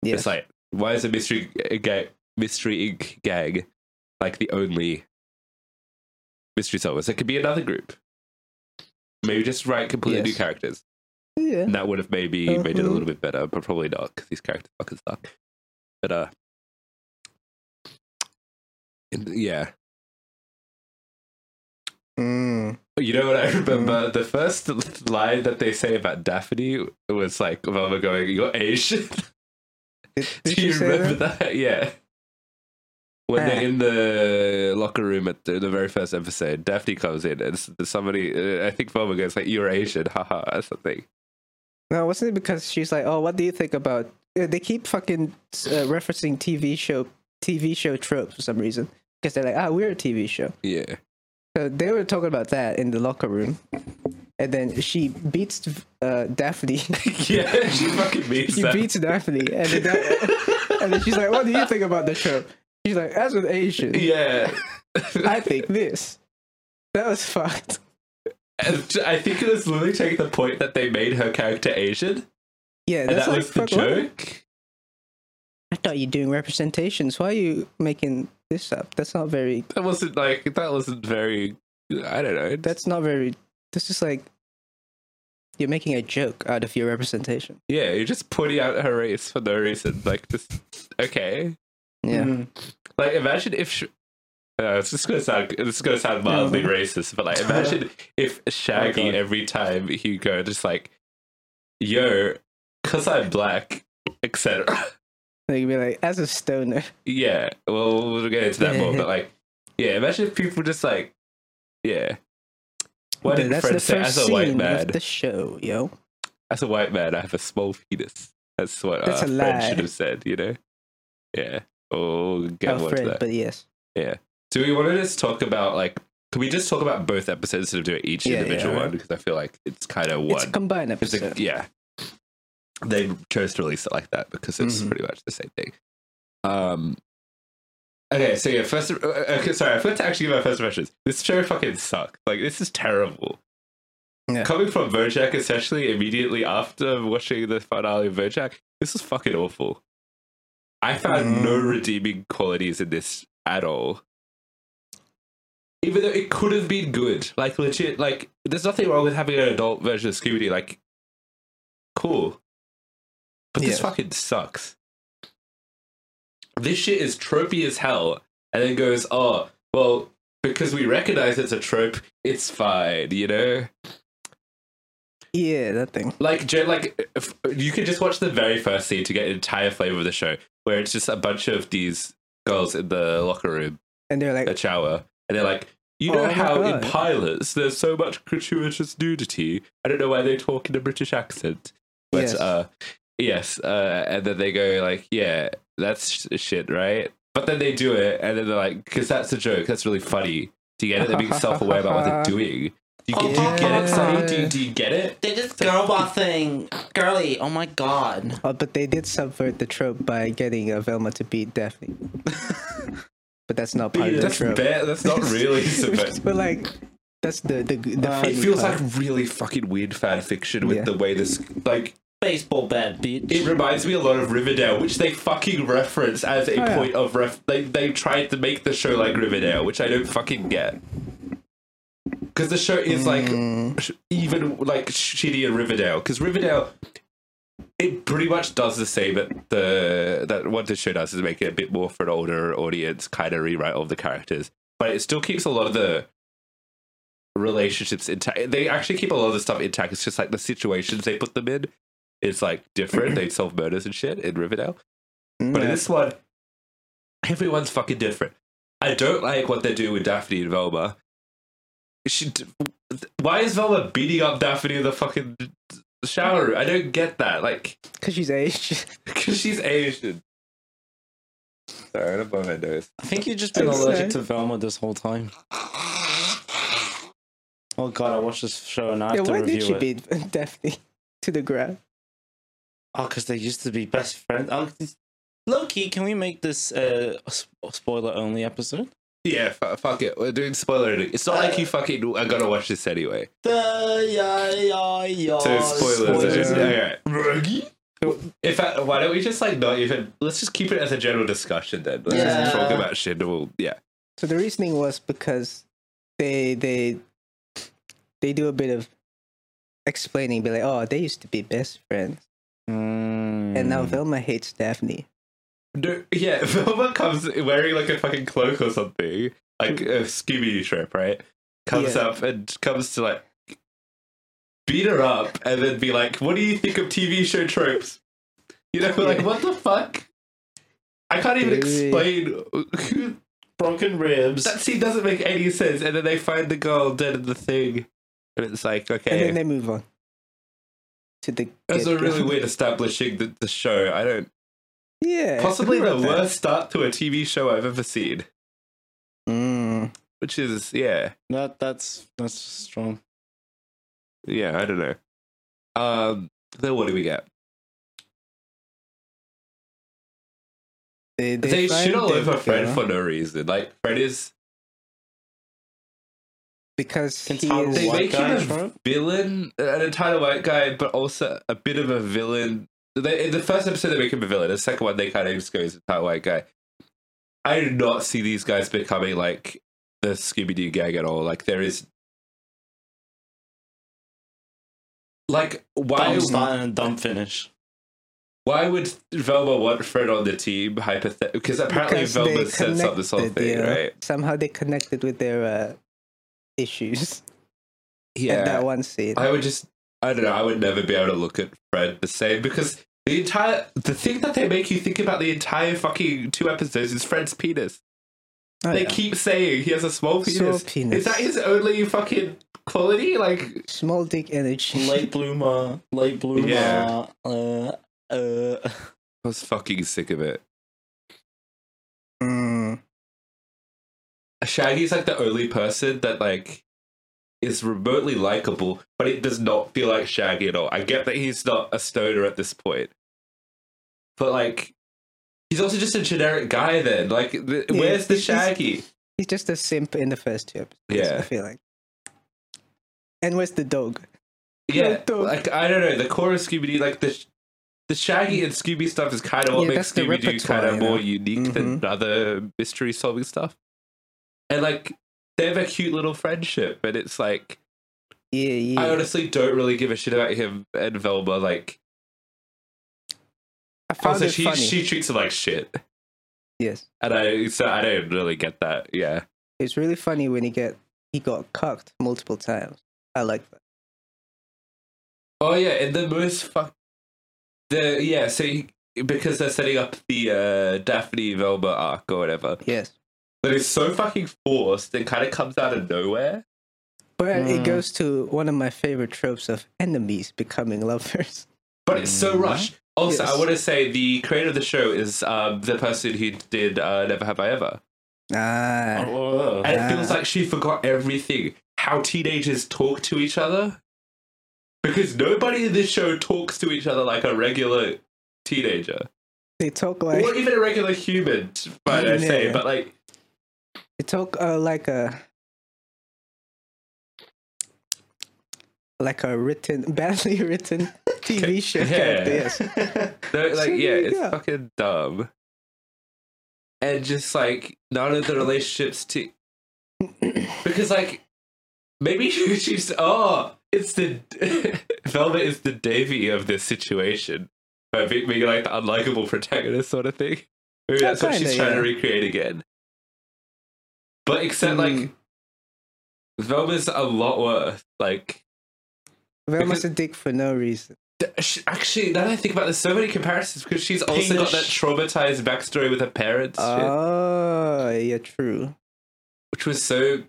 Speaker 3: Yeah.
Speaker 1: It's like why is a mystery a gang, mystery inc gang like the only mystery solvers? There could be another group. Maybe just write completely new
Speaker 3: Yes.
Speaker 1: characters.
Speaker 3: yeah.
Speaker 1: And that would have maybe made it a
Speaker 3: Mhm.
Speaker 1: little bit better, but probably not because these characters fucking suck. But uh, and- yeah,
Speaker 3: Mm.
Speaker 1: you know what I remember? The first line that they say about Daphne was like Velma going, "You're Asian."
Speaker 3: Did, did
Speaker 1: Do you
Speaker 3: she say
Speaker 1: remember
Speaker 3: that?
Speaker 1: that? Yeah. When
Speaker 3: Ah.
Speaker 1: they're in the locker room at the, the very first episode, Daphne comes in and s- somebody, uh, I think Velma goes like, "You're Asian," haha, or something.
Speaker 3: No, wasn't it because she's like, oh, what do you think about? Uh, They keep fucking uh, referencing TV show TV show tropes for some reason because they're like, ah, we're a TV show.
Speaker 1: Yeah.
Speaker 3: So they were talking about that in the locker room, and then she beats uh, Daphne.
Speaker 1: yeah, she fucking means
Speaker 3: she
Speaker 1: that.
Speaker 3: beats Daphne, and then, that, and then she's like, what do you think about the show? She's like, as an Asian,
Speaker 1: yeah.
Speaker 3: I think this. That was fucked.
Speaker 1: And t- I think it was literally taking the point that they made her character Asian,
Speaker 3: Yeah,
Speaker 1: and
Speaker 3: that's
Speaker 1: that
Speaker 3: like,
Speaker 1: was the
Speaker 3: fuck, what?
Speaker 1: joke.
Speaker 3: I thought you're doing representations. Why are you making this up? That's not very
Speaker 1: That wasn't like that wasn't very. I don't know. That's
Speaker 3: that's not very this is like you're making a joke out of your representation
Speaker 1: yeah. You're just pointing out her race for no reason. Like just okay.
Speaker 3: yeah
Speaker 1: Like imagine if. Sh- uh, it's just gonna sound. It's gonna sound mildly racist, but like imagine if Shaggy
Speaker 4: God.
Speaker 1: every time he go just like, yo, cause I'm black, etc.
Speaker 3: they can be like as a stoner
Speaker 1: Yeah, well, we'll get into that more. But like, yeah, imagine if people just like, yeah. Why
Speaker 3: Dude,
Speaker 1: did Fred say, as a white man,
Speaker 3: of the show yo
Speaker 1: as a white man, I have a small penis. That's what
Speaker 3: That's
Speaker 1: uh,
Speaker 3: a
Speaker 1: Fred
Speaker 3: lie.
Speaker 1: should have said, you know? Yeah. Oh, we'll get
Speaker 3: oh,
Speaker 1: more to
Speaker 3: Fred,
Speaker 1: that.
Speaker 3: but yes
Speaker 1: Do we want to just talk about like? Can we just talk about both episodes instead of doing each
Speaker 3: Yeah, yeah,
Speaker 1: individual one?
Speaker 3: alright.
Speaker 1: Because I feel like it's kind of
Speaker 3: it's a
Speaker 1: one.
Speaker 3: combined
Speaker 1: It's
Speaker 3: episode
Speaker 1: a, yeah. They chose to release it like that because it's
Speaker 3: Mhm.
Speaker 1: pretty much the same thing. Um. Okay, so yeah, first. uh, Okay, sorry, I forgot to actually give my first impressions. This show fucking sucks. Like, this is terrible.
Speaker 3: Yeah.
Speaker 1: Coming from Bojack, especially immediately after watching the finale of Bojack, this is fucking awful. I found no
Speaker 3: Mm.
Speaker 1: redeeming qualities in this at all. Even though it could have been good, like legit, like there's nothing wrong with having an adult version of Scooby Doo. Like, cool. But this
Speaker 3: Yeah.
Speaker 1: fucking sucks. This shit is tropey as hell, and then goes, oh, well, because we recognize it's a trope, it's fine, you know?
Speaker 3: yeah that thing
Speaker 1: Like, Joe, like if, you can just watch the very first scene to get an entire flavor of the show, where it's just a bunch of these girls in the locker room,
Speaker 3: and they're like
Speaker 1: a shower, and they're like, You
Speaker 3: Oh
Speaker 1: know
Speaker 3: my
Speaker 1: how in
Speaker 3: God.
Speaker 1: pilots there's so much gratuitous nudity. I don't know why they talk in a British accent, but
Speaker 3: Yes.
Speaker 1: uh, yes, uh, and then they go like, "Yeah, that's sh- shit, right?" But then they do it, and then they're like, "Because that's a joke. That's really funny." Do you get it? They're being self-aware about what they're doing. Do you get, do you get it, Sonny? Do you, do you get it?
Speaker 2: They just girl bossing. Girly, oh my god.
Speaker 3: Uh, but they did subvert the trope by getting uh, Velma to beat Daphne. but that's not part of the
Speaker 1: That's,
Speaker 3: trope.
Speaker 1: bare, that's not really subversive.
Speaker 3: but like, that's the the, the
Speaker 1: It
Speaker 3: funny
Speaker 1: feels
Speaker 3: part.
Speaker 1: like really fucking weird fan fiction with
Speaker 3: Yeah.
Speaker 1: the way this like
Speaker 2: Baseball bat, bitch.
Speaker 1: it reminds me a lot of Riverdale, which they fucking reference as a
Speaker 3: yeah.
Speaker 1: point of ref they they tried to make the show like Riverdale, which I don't fucking get. Cause the show is
Speaker 3: Hmm. Mm-hmm.
Speaker 1: like sh- even like shittier Riverdale. Cause Riverdale it pretty much does the same that the that what this show does is make it a bit more for an older audience, kind of rewrite all the characters, but it still keeps a lot of the relationships intact. They actually keep a lot of the stuff intact. It's just like the situations they put them in is like different. they solve murders and shit in Riverdale, but in
Speaker 3: Yeah.
Speaker 1: this one, everyone's fucking different. I don't like what they do with Daphne and Velma. She, d- why is Velma beating up Daphne in the fucking shower? room? I don't get that. Like.
Speaker 3: Cause she's Asian.
Speaker 1: Because she's Asian. Sorry, I don't blow my nose.
Speaker 2: I think you've just been
Speaker 3: I'd
Speaker 2: allergic
Speaker 3: say.
Speaker 2: to Velma this whole time. Oh god, I watched this show and I have
Speaker 3: Yeah,
Speaker 2: to
Speaker 3: why did she
Speaker 2: review it.
Speaker 3: beat Daphne to the ground?
Speaker 2: Oh, because they used to be best friends. Oh, low key, can we make this uh, a sp- spoiler only episode?
Speaker 1: Yeah, f- fuck it. We're doing spoiler. alert. It's not like you fucking are gonna watch this anyway. So spoilers.
Speaker 3: spoilers.
Speaker 1: alert. Alright. In fact, why don't we just like not even? Let's just keep it as a general discussion then. Let's just
Speaker 2: Yeah.
Speaker 1: talk about shit. and We'll, yeah.
Speaker 3: So the reasoning was because they they they do a bit of explaining, be like, oh, they used to be best friends,
Speaker 2: Hmm,
Speaker 3: and
Speaker 1: Hmm.
Speaker 3: now Velma hates Daphne.
Speaker 1: No, yeah, Velma comes wearing like a fucking cloak or something, like a Scooby Doo trip, right? Comes
Speaker 3: Yeah.
Speaker 1: up and comes to like beat her up and then be like, "What do you think of TV show tropes?" You know, like
Speaker 3: Yeah.
Speaker 1: what the fuck? I can't even explain.
Speaker 2: broken ribs.
Speaker 1: that scene doesn't make any sense. And then they find the girl dead in the thing, and it's like,
Speaker 3: And
Speaker 1: okay,
Speaker 3: then they move on to the.
Speaker 1: that's a
Speaker 3: good
Speaker 1: really
Speaker 3: girl.
Speaker 1: weird establishing the, the show. I don't
Speaker 3: Yeah,
Speaker 1: possibly
Speaker 3: who
Speaker 1: the
Speaker 3: wrote that?
Speaker 1: worst start to a TV show I've ever seen.
Speaker 3: Mm.
Speaker 1: Which is yeah.
Speaker 2: That that's that's strong.
Speaker 1: yeah, I don't know. Um, then what do we get?
Speaker 3: They, they,
Speaker 1: They,
Speaker 3: find
Speaker 1: shit all
Speaker 3: their
Speaker 1: over Fred
Speaker 3: girl
Speaker 1: for no reason. Like Fred is
Speaker 3: because
Speaker 2: Can
Speaker 3: he
Speaker 2: Tom
Speaker 3: is,
Speaker 1: they
Speaker 2: White
Speaker 1: make
Speaker 2: guy
Speaker 1: him a
Speaker 2: trope?
Speaker 1: villain, an entire white guy, but also a bit of a villain. They, in the first episode, they make him a villain. The second one, they kind of just go as an entire white guy. I do not see these guys becoming like the Scooby Doo gag at all. Like there is, like why
Speaker 2: Dumb start and a dumb finish.
Speaker 1: Why would Velma want Fred on the team? Hypothetically, because apparently
Speaker 3: because
Speaker 1: Velma
Speaker 3: they
Speaker 1: sets up this whole
Speaker 3: connected,
Speaker 1: thing,
Speaker 3: yeah.
Speaker 1: right?
Speaker 3: Somehow they connected with their uh, issues at that
Speaker 1: Yeah,
Speaker 3: one scene.
Speaker 1: I would just, I don't know, I would never be able to look at Fred the same because the entire, the thing that they make you think about the entire fucking two episodes is Fred's penis.
Speaker 3: Oh,
Speaker 1: they
Speaker 3: yeah.
Speaker 1: keep saying he has a small
Speaker 3: Small
Speaker 1: penis.
Speaker 3: penis.
Speaker 1: Is that his only fucking quality? Like,
Speaker 3: Small dick energy.
Speaker 2: Late bloomer. Late bloomer.
Speaker 1: Yeah.
Speaker 2: Uh, uh.
Speaker 1: I was fucking sick of it.
Speaker 3: Mm.
Speaker 1: Shaggy's like the only person that like is remotely likable, but it does not feel like Shaggy at all. I get that he's not a stoner at this point, but like he's also just a generic guy. Then like, th-
Speaker 3: Yeah,
Speaker 1: where's the
Speaker 3: he's just-
Speaker 1: Shaggy?
Speaker 3: He's just a simp in the first two episodes.
Speaker 1: Yeah.
Speaker 3: I feel like. And where's the dog?
Speaker 1: Yeah,
Speaker 3: dog.
Speaker 1: like I don't know. The core of Scooby Doo, like the sh- the Shaggy and Scooby stuff, is kind of what
Speaker 3: Yeah,
Speaker 1: makes
Speaker 3: that's the
Speaker 1: Scooby Doo
Speaker 3: repertoire,
Speaker 1: kind of
Speaker 3: you know? Mm-hmm.
Speaker 1: more unique than other mystery solving stuff. And like they have a cute little friendship, but it's like
Speaker 3: Yeah, yeah.
Speaker 1: I honestly don't really give a shit about him and Velma. Like,
Speaker 3: I found
Speaker 1: also
Speaker 3: it
Speaker 1: she
Speaker 3: funny.
Speaker 1: she treats him like shit,
Speaker 3: Yes,
Speaker 1: and I so I don't really get that. Yeah,
Speaker 3: it's really funny when he get he got cucked multiple times. I like that.
Speaker 1: Oh yeah, and the most fuck the yeah. So he- because they're setting up the uh, Daphne Velma arc or whatever,
Speaker 3: Yes.
Speaker 1: that is so fucking forced and kind of comes out of nowhere.
Speaker 3: But
Speaker 1: Mm.
Speaker 3: it goes to one of my favorite tropes of enemies becoming lovers.
Speaker 1: But it's so rushed. Also, I
Speaker 3: Yes.
Speaker 1: want to say the creator of the show is um, the person who did uh, Never Have I Ever.
Speaker 2: uh.
Speaker 3: Ah.
Speaker 4: Oh,
Speaker 1: And it
Speaker 3: Ah.
Speaker 1: feels like she forgot everything. How teenagers talk to each other. Because nobody in this show talks to each other like a regular teenager.
Speaker 3: They talk
Speaker 1: or
Speaker 3: like
Speaker 1: even a regular human, might I say.
Speaker 3: Yeah.
Speaker 1: But like,
Speaker 3: they talk uh, like a like a written badly written TV show character. Yes.
Speaker 1: they're, like yeah,
Speaker 3: there you
Speaker 1: it's
Speaker 3: go.
Speaker 1: fucking dumb. And just like none of the relationships to because like maybe she- she's oh it's the Velvet is the Davy of this situation by be- being like the unlikable protagonist sort of thing. Maybe
Speaker 3: Yeah,
Speaker 1: that's what she's
Speaker 3: kinda,
Speaker 1: trying to
Speaker 3: yeah.
Speaker 1: recreate again. But except
Speaker 3: Mm.
Speaker 1: like Velma's a lot worse. Like
Speaker 3: Velma's a dick for no reason.
Speaker 1: Sh- Actually, now that I think about it, there's so many comparisons because she's also got that traumatized backstory with her parents, shit,
Speaker 3: Oh yeah, true.
Speaker 1: which was so.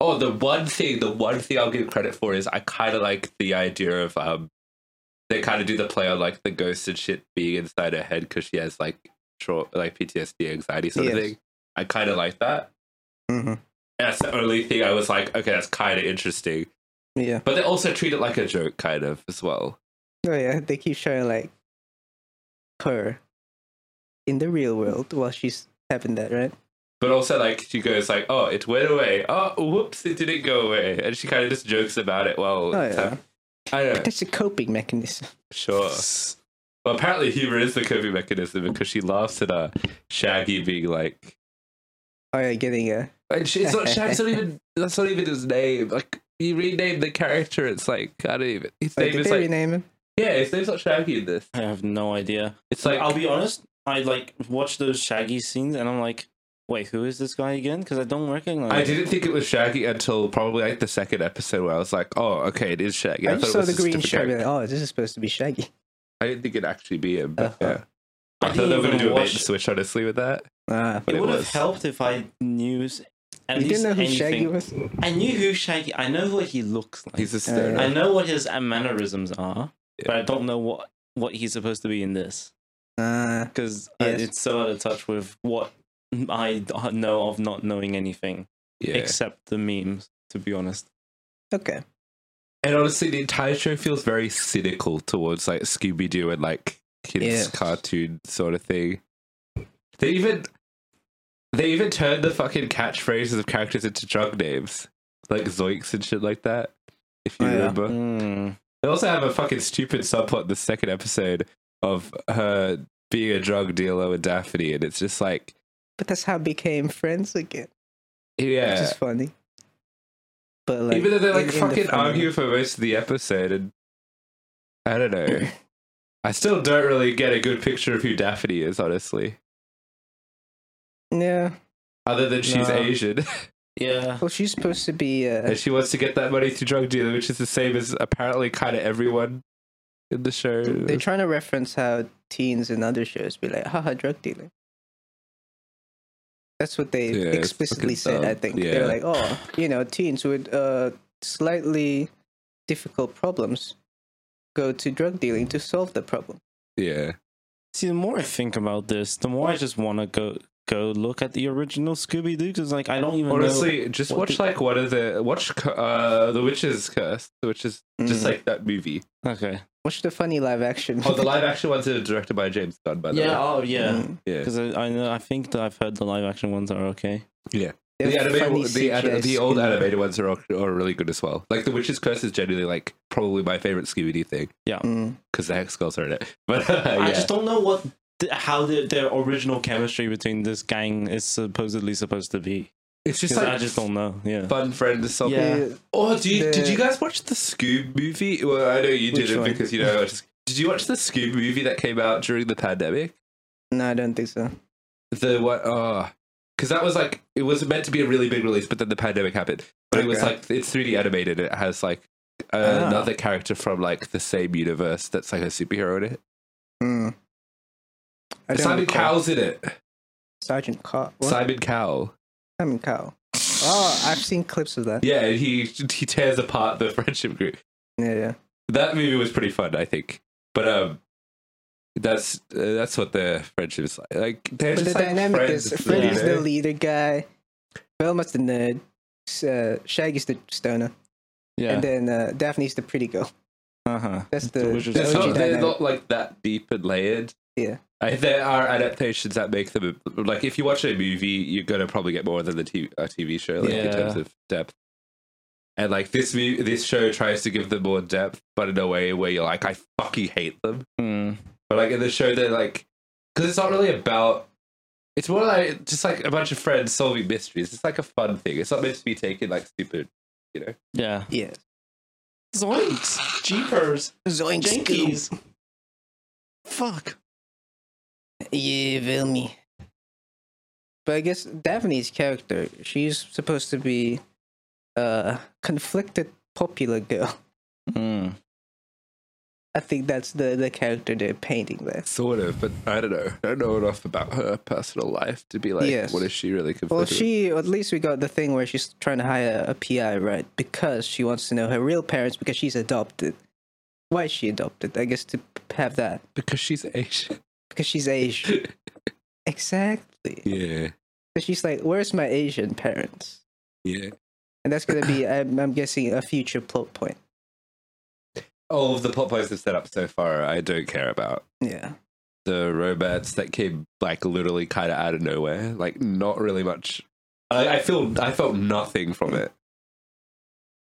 Speaker 1: Oh, the one thing, the one thing I'll give credit for is I kind of like the idea of um, they kind of do the play on like the ghost and shit being inside her head because she has like tra- like PTSD, anxiety sort of
Speaker 3: Yes.
Speaker 1: thing. I kind of like that. Mm-hmm.
Speaker 3: hmm
Speaker 1: And that's the only thing I was like, okay, that's kind of interesting.
Speaker 3: Yeah.
Speaker 1: But they also treat it like a joke, kind of as well.
Speaker 3: Oh yeah, they keep showing like her in the real world while she's having that, right?
Speaker 1: But also, like, she goes like, "Oh, it went away. Oh, whoops, it didn't go away." And she kind of just jokes about it. Well,
Speaker 3: Oh yeah,
Speaker 1: I don't know.
Speaker 3: that's a coping mechanism.
Speaker 1: Sure. Well, apparently, humor is the coping mechanism because she laughs at uh, Shaggy being like,
Speaker 3: Oh yeah, getting a
Speaker 1: and she, "It's not Shaggy's not even that's not even his name." Like, you rename the character, it's like I don't even. His
Speaker 3: Wait,
Speaker 1: name
Speaker 3: did
Speaker 1: is
Speaker 3: they
Speaker 1: like
Speaker 3: rename him?
Speaker 1: yeah, his name's not Shaggy in this.
Speaker 2: I have no idea.
Speaker 1: It's like
Speaker 2: I'll be honest, I like watch those Shaggy scenes and I'm like, wait, who is this guy again? Because I don't recognize.
Speaker 1: I didn't think it was Shaggy until probably like the second episode where I was like, "Oh, okay, it is Shaggy."
Speaker 3: I just
Speaker 1: it
Speaker 3: saw
Speaker 1: was
Speaker 3: the
Speaker 1: just a
Speaker 3: green
Speaker 1: different
Speaker 3: shirt.
Speaker 1: character.
Speaker 3: Like, oh, this is supposed to be Shaggy.
Speaker 1: I didn't think it'd actually be him, but
Speaker 3: Uh-huh.
Speaker 1: yeah. I, thought
Speaker 2: didn't
Speaker 1: they were going
Speaker 2: even
Speaker 1: to do a bait
Speaker 2: watch-
Speaker 1: and switch, honestly, with that.
Speaker 3: Ah,
Speaker 1: but
Speaker 2: It
Speaker 1: it
Speaker 2: would have
Speaker 1: was.
Speaker 2: helped if I knew s- at
Speaker 3: you
Speaker 2: least
Speaker 3: didn't know who
Speaker 2: anything.
Speaker 3: Shaggy was?
Speaker 2: I knew who Shaggy. I know what he looks like.
Speaker 1: He's a
Speaker 3: Uh,
Speaker 1: stoner.
Speaker 2: I know what his uh, mannerisms are, but
Speaker 1: Yeah.
Speaker 2: I don't know what what he's supposed to be in this
Speaker 3: Ah,
Speaker 2: because
Speaker 3: Yes.
Speaker 2: it's so out of touch with what I d- know of not knowing anything
Speaker 1: yeah.
Speaker 2: except the memes. To be honest,
Speaker 3: okay.
Speaker 1: and honestly, the entire show feels very cynical towards like Scooby Doo and like kids
Speaker 3: Yes.
Speaker 1: cartoon sort of thing. They even they even turn the fucking catchphrases of characters into drug names, like Zoinks and shit like that. If you
Speaker 3: Oh, yeah.
Speaker 1: remember,
Speaker 2: Mm.
Speaker 1: they also have a fucking stupid subplot in the second episode of her being a drug dealer with Daphne, and it's just like,
Speaker 3: But that's how I became friends again,
Speaker 1: yeah,
Speaker 3: which is funny. But like,
Speaker 1: even though they
Speaker 3: in-
Speaker 1: like
Speaker 3: in the
Speaker 1: fucking
Speaker 3: funny-
Speaker 1: argue for most of the episode and i don't know i still don't really get a good picture of who daphne is honestly
Speaker 3: Yeah.
Speaker 1: other than she's
Speaker 2: No.
Speaker 1: asian
Speaker 2: yeah,
Speaker 3: Well, she's supposed to be. Uh,
Speaker 1: and she wants to get that money through drug dealing which is the same as apparently kind of everyone in the show
Speaker 3: they're trying to reference how teens in other shows be like, haha, drug dealing. That's what they
Speaker 1: Yeah, it's
Speaker 3: explicitly
Speaker 1: fucking
Speaker 3: said, I
Speaker 1: dumb.
Speaker 3: think.
Speaker 1: Yeah.
Speaker 3: They're like, oh, you know, teens with uh, slightly difficult problems go to drug dealing to solve the problem.
Speaker 1: yeah
Speaker 2: See, the more I think about this, the more I just want to go go look at the original Scooby Doo because, like, I don't even
Speaker 1: honestly just
Speaker 2: What
Speaker 1: watch
Speaker 2: the-
Speaker 1: like one of the watch cu- uh the witch's curse which is just
Speaker 3: Mm.
Speaker 1: like that movie
Speaker 2: know. Okay.
Speaker 3: What's the funny live action?
Speaker 1: oh the live action ones are directed by james gunn by the
Speaker 2: Yeah.
Speaker 1: way
Speaker 2: Oh, yeah.
Speaker 3: Mm.
Speaker 1: yeah
Speaker 2: Because I, I know I think that I've heard the live action ones are okay.
Speaker 3: They're
Speaker 1: the, animated,
Speaker 3: funny
Speaker 1: one- the, ad-
Speaker 3: CGI
Speaker 1: the old
Speaker 3: skin.
Speaker 1: animated ones are, all, are really good as well. Like The Witch's Curse is genuinely like probably my favorite Scooby Doo thing
Speaker 3: Mm.
Speaker 1: because the hex skulls are in it. But uh,
Speaker 2: I
Speaker 1: yeah.
Speaker 2: just don't know what th- how the, their original chemistry between this gang is supposedly supposed to be.
Speaker 1: it's just
Speaker 2: 'Cause
Speaker 1: like
Speaker 2: I just don't know. Yeah.
Speaker 1: fun friends or something.
Speaker 2: Yeah.
Speaker 3: The-
Speaker 1: Oh, do you, did
Speaker 3: The-
Speaker 1: you guys watch the Scoob movie? Well, I know you
Speaker 3: Which
Speaker 1: didn't
Speaker 3: one?
Speaker 1: because you know. I just- did you watch the Scoob movie that came out during the pandemic?
Speaker 3: No, I don't think so.
Speaker 1: The what? Oh, because that was like it was meant to be a really big release, but then the pandemic happened. But it was
Speaker 3: Okay.
Speaker 1: like it's 3D animated. It has like
Speaker 3: Ah.
Speaker 1: another character from like the same universe that's like a superhero in it.
Speaker 3: Mm. I don't
Speaker 1: Simon
Speaker 3: recall.
Speaker 1: Cowell's in it.
Speaker 3: Sergeant Cobb. What?
Speaker 1: Simon Cowell.
Speaker 3: I mean, Kyle. Oh, I've seen clips of that.
Speaker 1: Yeah, and he he tears apart the friendship group.
Speaker 3: Yeah, yeah.
Speaker 1: That movie was pretty fun, I think. But um, that's uh, that's what their friendship is like. Like they're
Speaker 3: But the
Speaker 1: just like
Speaker 3: dynamic
Speaker 1: friends,
Speaker 3: is Freddy's
Speaker 1: you know?
Speaker 3: the leader guy, Velma's the nerd, S- uh, Shaggy's the stoner,
Speaker 2: Yeah.
Speaker 3: and then uh, Daphne's the pretty girl.
Speaker 2: Uh huh.
Speaker 3: That's the
Speaker 2: Which is-
Speaker 1: They're
Speaker 2: It's
Speaker 3: OG
Speaker 1: not, they're
Speaker 3: dynamic.
Speaker 1: not like that deep and layered.
Speaker 3: Yeah.
Speaker 1: I, there are adaptations that make them like if you watch a movie, you're gonna probably get more than the TV, a TV show like, in
Speaker 2: Yeah.
Speaker 1: terms of depth. And like this, mo- this show tries to give them more depth, but in a way where you're like, I fucking hate them.
Speaker 2: Mm.
Speaker 1: But like in the show, they're like, because it's not really about. It's more like just like a bunch of friends solving mysteries. It's like a fun thing. It's not meant to be taken like stupid.
Speaker 2: Yeah.
Speaker 3: Yeah.
Speaker 4: Zoinks! Jeepers!
Speaker 3: Zoinks.
Speaker 4: Jinkies! Fuck.
Speaker 3: Yeah, Vilmi. But I guess Daphne's character, she's supposed to be a conflicted popular girl.
Speaker 2: Mm.
Speaker 3: I think that's the, the character they're painting there.
Speaker 1: Sort of, but I don't know. I don't know enough about her personal life to be like,
Speaker 3: Yes.
Speaker 1: what is she really conflicted
Speaker 3: Well,
Speaker 1: with?
Speaker 3: she, at least we got the thing where she's trying to hire a PI, right? Because she wants to know her real parents because she's adopted. Why is she adopted? I guess to have that.
Speaker 1: Because she's Asian.
Speaker 3: Because she's Asian. exactly.
Speaker 1: Yeah.
Speaker 3: So she's like, where's my Asian parents?
Speaker 1: Yeah.
Speaker 3: And that's going to be, I'm, I'm guessing, a future plot point.
Speaker 1: All of the plot points they've set up so far, I don't care about.
Speaker 3: Yeah.
Speaker 1: The romance that came like literally kind of out of nowhere, like not really much. I, I feel I felt nothing from it.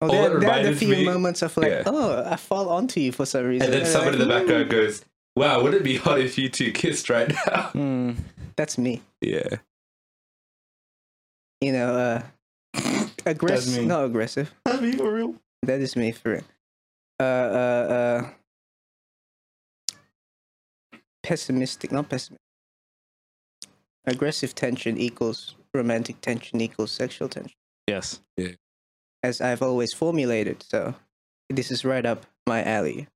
Speaker 3: Oh,
Speaker 1: All
Speaker 3: there,
Speaker 1: it
Speaker 3: there are the
Speaker 1: reminded
Speaker 3: few
Speaker 1: me-
Speaker 3: moments of like,
Speaker 1: Yeah.
Speaker 3: oh, I fall onto you for some reason.
Speaker 1: And then
Speaker 3: I'm
Speaker 1: someone in
Speaker 3: like,
Speaker 1: the background
Speaker 3: "Ooh,
Speaker 1: goes, "Wow, wouldn't it be hot if you two kissed right now?"
Speaker 2: Mm.
Speaker 3: That's me.
Speaker 1: Yeah.
Speaker 3: You know, uh, aggressive.
Speaker 2: me.
Speaker 3: Not aggressive.
Speaker 4: That'd be for real.
Speaker 3: That is me for it. Uh, uh, uh, pessimistic. Not pessimistic. Aggressive tension equals romantic tension equals sexual tension,
Speaker 2: Yes.
Speaker 3: as I've always formulated. So this is right up my alley.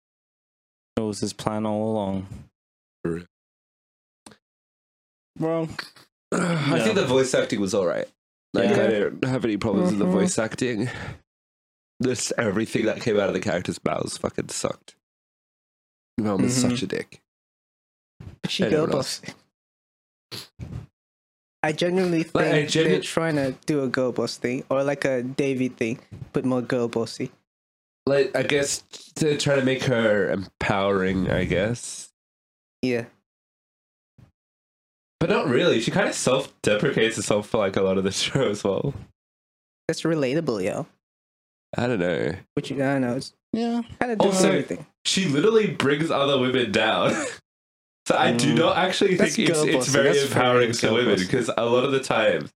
Speaker 2: It was his plan all along.
Speaker 1: For real.
Speaker 2: Wrong.
Speaker 1: I think the voice acting was all right. Like
Speaker 2: Yeah.
Speaker 1: I don't have any problems with
Speaker 3: Mhm.
Speaker 1: the voice acting. Just everything that came out of the characters' mouths fucking sucked. Velma's
Speaker 2: Mhm.
Speaker 1: such a dick.
Speaker 3: She
Speaker 1: Anyone
Speaker 3: gobbles. I genuinely think
Speaker 1: Like, I genu-
Speaker 3: they're trying to do a girl boss thing or like a Davy thing, but more girl bossy.
Speaker 1: Like I guess to try to make her empowering, I guess.
Speaker 3: Yeah,
Speaker 1: But not really. She kind of self-deprecates herself for like a lot of the show as well.
Speaker 3: that's relatable, yo.
Speaker 1: I don't know.
Speaker 3: Which I don't know, it's
Speaker 2: Yeah.
Speaker 3: kind of doing
Speaker 1: Also-
Speaker 3: everything.
Speaker 1: She literally brings other women down. so I do not actually
Speaker 3: Mm. That's
Speaker 1: think it's,
Speaker 3: girl
Speaker 1: it's
Speaker 3: bossing.
Speaker 1: very
Speaker 3: That's very
Speaker 1: empowering to
Speaker 3: girl
Speaker 1: women
Speaker 3: bossing.
Speaker 1: because a lot of the time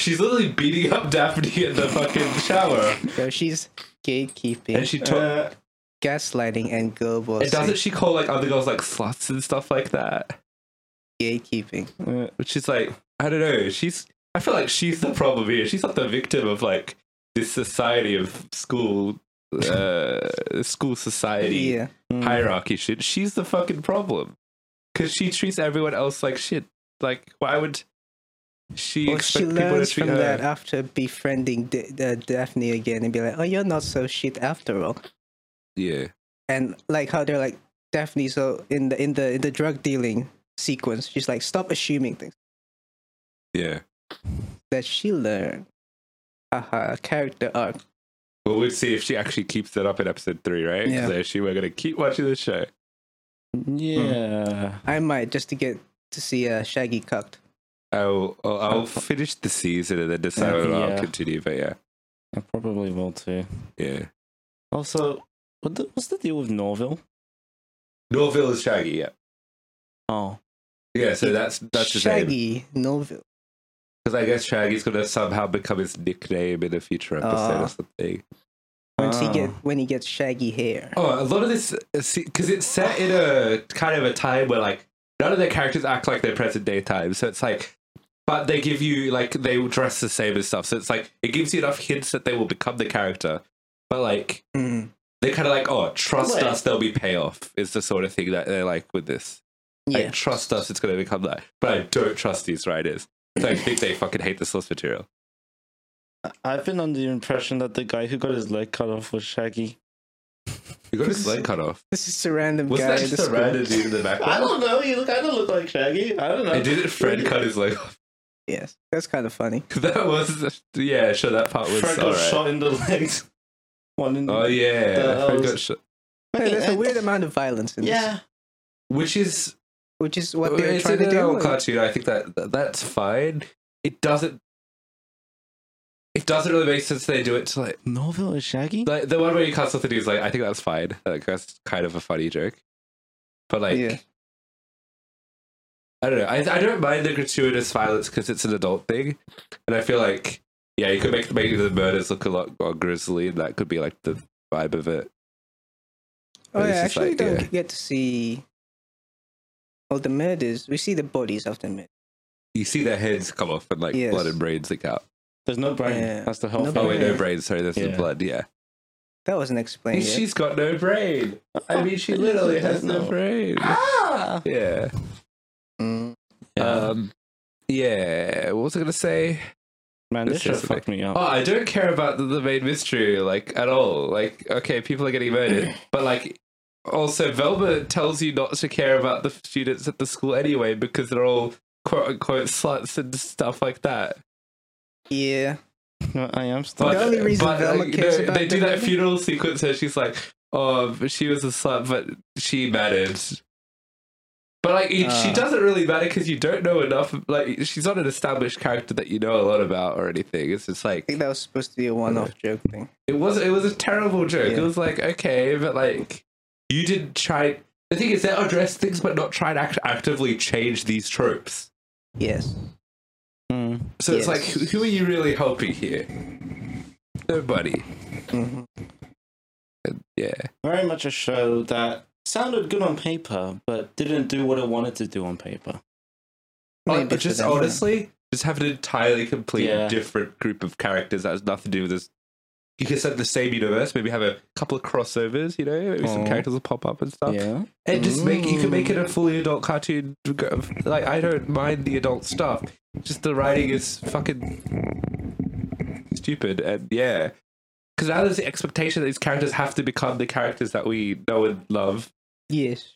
Speaker 1: she's literally beating up Daphne in the fucking shower, Uh,
Speaker 3: Yo, she's gatekeeping, Uh,
Speaker 1: and she ta-
Speaker 3: gaslighting, and girl
Speaker 1: and doesn't
Speaker 3: bossy.
Speaker 1: she call like other girls like sluts and stuff like that?
Speaker 3: Gatekeeping.
Speaker 2: Uh,
Speaker 1: Which is like I don't know. She's I feel like she's the problem here. She's not the victim of like this society of school. Uh, school society
Speaker 3: Yeah,
Speaker 2: mm.
Speaker 1: hierarchy shit. She's the fucking problem because she treats everyone else like shit. Like, why would she
Speaker 3: well, she
Speaker 1: expect people to
Speaker 3: learns
Speaker 1: treat
Speaker 3: from
Speaker 1: her?
Speaker 3: that after befriending D- uh, Daphne again and be like, "Oh, you're not so shit after all."
Speaker 1: Yeah,
Speaker 3: and like how they're like Daphne. So in the in the in the drug dealing sequence, she's like, stop assuming things
Speaker 1: yeah.
Speaker 3: that she learned. Haha, character arc.
Speaker 1: Well, we'll see if she actually keeps that up in episode three, right?
Speaker 3: Yeah.
Speaker 1: So she, we're gonna keep watching the show.
Speaker 2: Yeah.
Speaker 3: I might just to get to see uh, Shaggy cucked.
Speaker 1: I'll I'll, I'll finish the season and then decide whether I'll
Speaker 2: Yeah.
Speaker 1: continue. But yeah,
Speaker 4: Hmm.
Speaker 2: I probably will too.
Speaker 1: yeah.
Speaker 2: Also, what the, what's the deal with Norville?
Speaker 1: Norville is Shaggy, yeah.
Speaker 2: Oh,
Speaker 1: Yeah, so that's that's his name.
Speaker 3: Shaggy Noville.
Speaker 1: Because I guess Shaggy's gonna somehow become his nickname in a future episode
Speaker 3: Ah.
Speaker 1: or something.
Speaker 3: Once he get
Speaker 2: Oh.
Speaker 3: when he gets shaggy hair.
Speaker 1: Oh, a lot of this because it's set in a kind of a time where like none of their characters act like their present day time, so it's like, but they give you like they will dress the same and stuff, so it's like it gives you enough hints that they will become the character, but like
Speaker 3: Mm.
Speaker 1: they're kind of like, oh, trust
Speaker 4: Right.
Speaker 1: us, there'll be payoff. Is the sort of thing that they're like with this.
Speaker 3: Yeah,
Speaker 1: Like, trust us, it's going to become that. But I don't trust these writers. So they, they fucking hate the source material.
Speaker 2: I've been under the impression that the guy who got his leg cut off was Shaggy.
Speaker 1: He got his leg cut off.
Speaker 3: This is a random
Speaker 1: Was
Speaker 3: guy.
Speaker 1: that
Speaker 3: in the
Speaker 1: just a
Speaker 3: school.
Speaker 1: random dude in the
Speaker 4: I
Speaker 1: background?
Speaker 4: don't know. You look. I don't look like Shaggy. I don't know.
Speaker 1: And didn't Fred cut his leg off?
Speaker 3: Yes, that's kind of funny.
Speaker 1: That was yeah, sure. That part was
Speaker 4: Fred got
Speaker 1: alright.
Speaker 4: shot in the legs. One in the.
Speaker 1: Oh yeah,
Speaker 4: That
Speaker 1: Fred
Speaker 4: was-
Speaker 1: got shot.
Speaker 3: Hey, there's a weird amount of violence in this,
Speaker 4: Yeah.
Speaker 1: Which is
Speaker 3: which is what they're
Speaker 1: it's
Speaker 3: trying
Speaker 1: an
Speaker 3: to do.
Speaker 1: adult cartoon. I think that that- that's fine. It doesn't. It doesn't really make sense they do it to like,
Speaker 2: Norville is Shaggy?
Speaker 1: like the one where you cut something is like I think that's fine. Like that's kind of a funny joke, but like
Speaker 3: Yeah.
Speaker 1: I don't know. I I don't mind the gratuitous violence because it's an adult thing, and I feel like yeah, you could make make the murders look a lot more grisly, and that could be like the vibe of it. But
Speaker 3: Oh, yeah,
Speaker 1: it's just
Speaker 3: actually,
Speaker 1: like,
Speaker 3: don't
Speaker 1: yeah.
Speaker 3: get to see all the murders. We see the bodies of the murders.
Speaker 1: You see their heads come off and like
Speaker 3: Yes.
Speaker 1: blood and brains leak out.
Speaker 2: There's no brain.
Speaker 3: Yeah.
Speaker 2: That's the whole
Speaker 3: No
Speaker 2: thing.
Speaker 1: Oh wait, no
Speaker 3: Yeah.
Speaker 1: brains. Sorry, there's the
Speaker 2: Yeah.
Speaker 1: blood. Yeah.
Speaker 3: That wasn't explained. Yet.
Speaker 1: She's got no brain. I mean, she literally has no brain.
Speaker 4: Ah.
Speaker 1: Yeah.
Speaker 2: Hmm.
Speaker 3: Mm.
Speaker 2: Yeah.
Speaker 1: Um, yeah. What was I gonna say?
Speaker 2: Man, this
Speaker 1: It's just
Speaker 2: just fucked me up.
Speaker 1: Oh, I don't care about the, the main mystery like at all. Like, okay, people are getting murdered, but like, also Velma tells you not to care about the students at the school anyway because they're all quote unquote sluts and stuff like that.
Speaker 3: Yeah.
Speaker 2: No, I am
Speaker 1: But, uh,
Speaker 2: stuck.
Speaker 3: only reason Velma cares about
Speaker 1: they do
Speaker 3: them-
Speaker 1: that funeral sequence where she's like, "Oh, but she was a slut, but she mattered." But like, it- she
Speaker 3: Ah.
Speaker 1: doesn't really matter because you don't know enough. Like, she's not an established character that you know a lot about or anything. It's just
Speaker 3: I think
Speaker 1: like
Speaker 3: that was supposed to be a one-off joke thing.
Speaker 1: it was. It was a terrible joke. It
Speaker 3: Yeah.
Speaker 1: was like okay, but like you didn't try. The thing is, they address things, but not try to act- actively change these tropes.
Speaker 3: Yes.
Speaker 2: Mm.
Speaker 1: So it's
Speaker 3: Yes.
Speaker 1: like, who, who are you really helping here? Nobody.
Speaker 3: hmm
Speaker 1: Oh, Yeah.
Speaker 2: Very much a show that sounded good on paper, but didn't do what it wanted to do on paper.
Speaker 1: Like, just honestly, just have an entirely complete
Speaker 2: Yeah.
Speaker 1: different group of characters that has nothing to do with this. You could set the same universe, maybe have a couple of crossovers, you know, maybe some
Speaker 2: Aw.
Speaker 1: characters will pop up and stuff,
Speaker 2: Yeah.
Speaker 1: and just make you can make it a fully adult cartoon. to go- Like I don't mind the adult stuff, just the writing is fucking stupid, and yeah, because now there's the expectation that these characters have to become the characters that we know and love,
Speaker 3: Yes.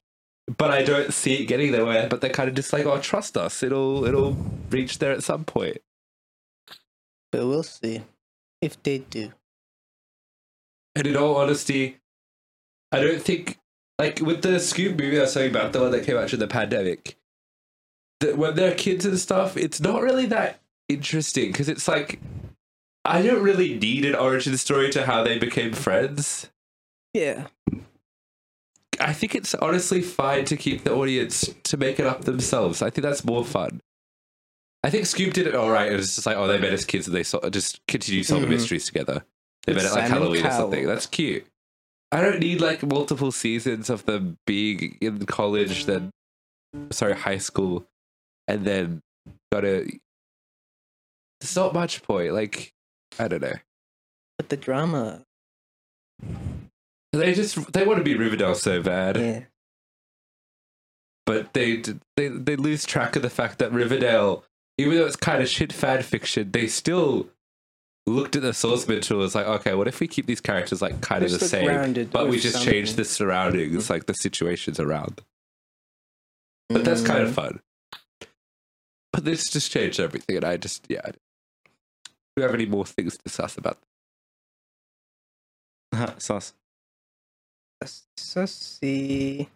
Speaker 1: but I don't see it getting there. where- But they're kind of just like, oh, trust us, it'll it'll reach there at some point.
Speaker 3: But we'll see if they do.
Speaker 1: And in all honesty, I don't think like with the Scoob movie I was talking about, the one that came out during the pandemic. That when they're kids and stuff, it's not really that interesting because it's like I don't really need an origin story to how they became friends.
Speaker 3: Yeah.
Speaker 1: I think it's honestly fine to keep the audience to make it up themselves. I think that's more fun. I think Scoob did it all right. It was just like, oh, they met as kids and they sort of just continue solving mysteries together. They met
Speaker 3: It's
Speaker 1: at like
Speaker 3: Simon
Speaker 1: Halloween or something.
Speaker 3: Cowell.
Speaker 1: That's cute. I don't need like multiple seasons of them being in college, then sorry, high school, and then gotta. There's not much point. Like, I don't know.
Speaker 3: But the drama.
Speaker 1: They just they want to be Riverdale so bad.
Speaker 3: Yeah.
Speaker 1: but they d- they they lose track of the fact that Riverdale, even though it's kind of shit fan fiction, they still looked at the source material as like, okay, what if we keep these characters like kind of
Speaker 3: Just
Speaker 1: the
Speaker 3: look
Speaker 1: same,
Speaker 3: grounded
Speaker 1: but we
Speaker 3: with
Speaker 1: just
Speaker 3: something.
Speaker 1: change the surroundings,
Speaker 3: Mm-hmm.
Speaker 1: like the situations around. them. But that's kind
Speaker 3: Mm-hmm.
Speaker 1: of fun.
Speaker 3: Mm,
Speaker 1: But this just changed everything, and I just yeah. I- Do you have any more things to discuss about?
Speaker 2: Sus.
Speaker 3: Let's, let's see.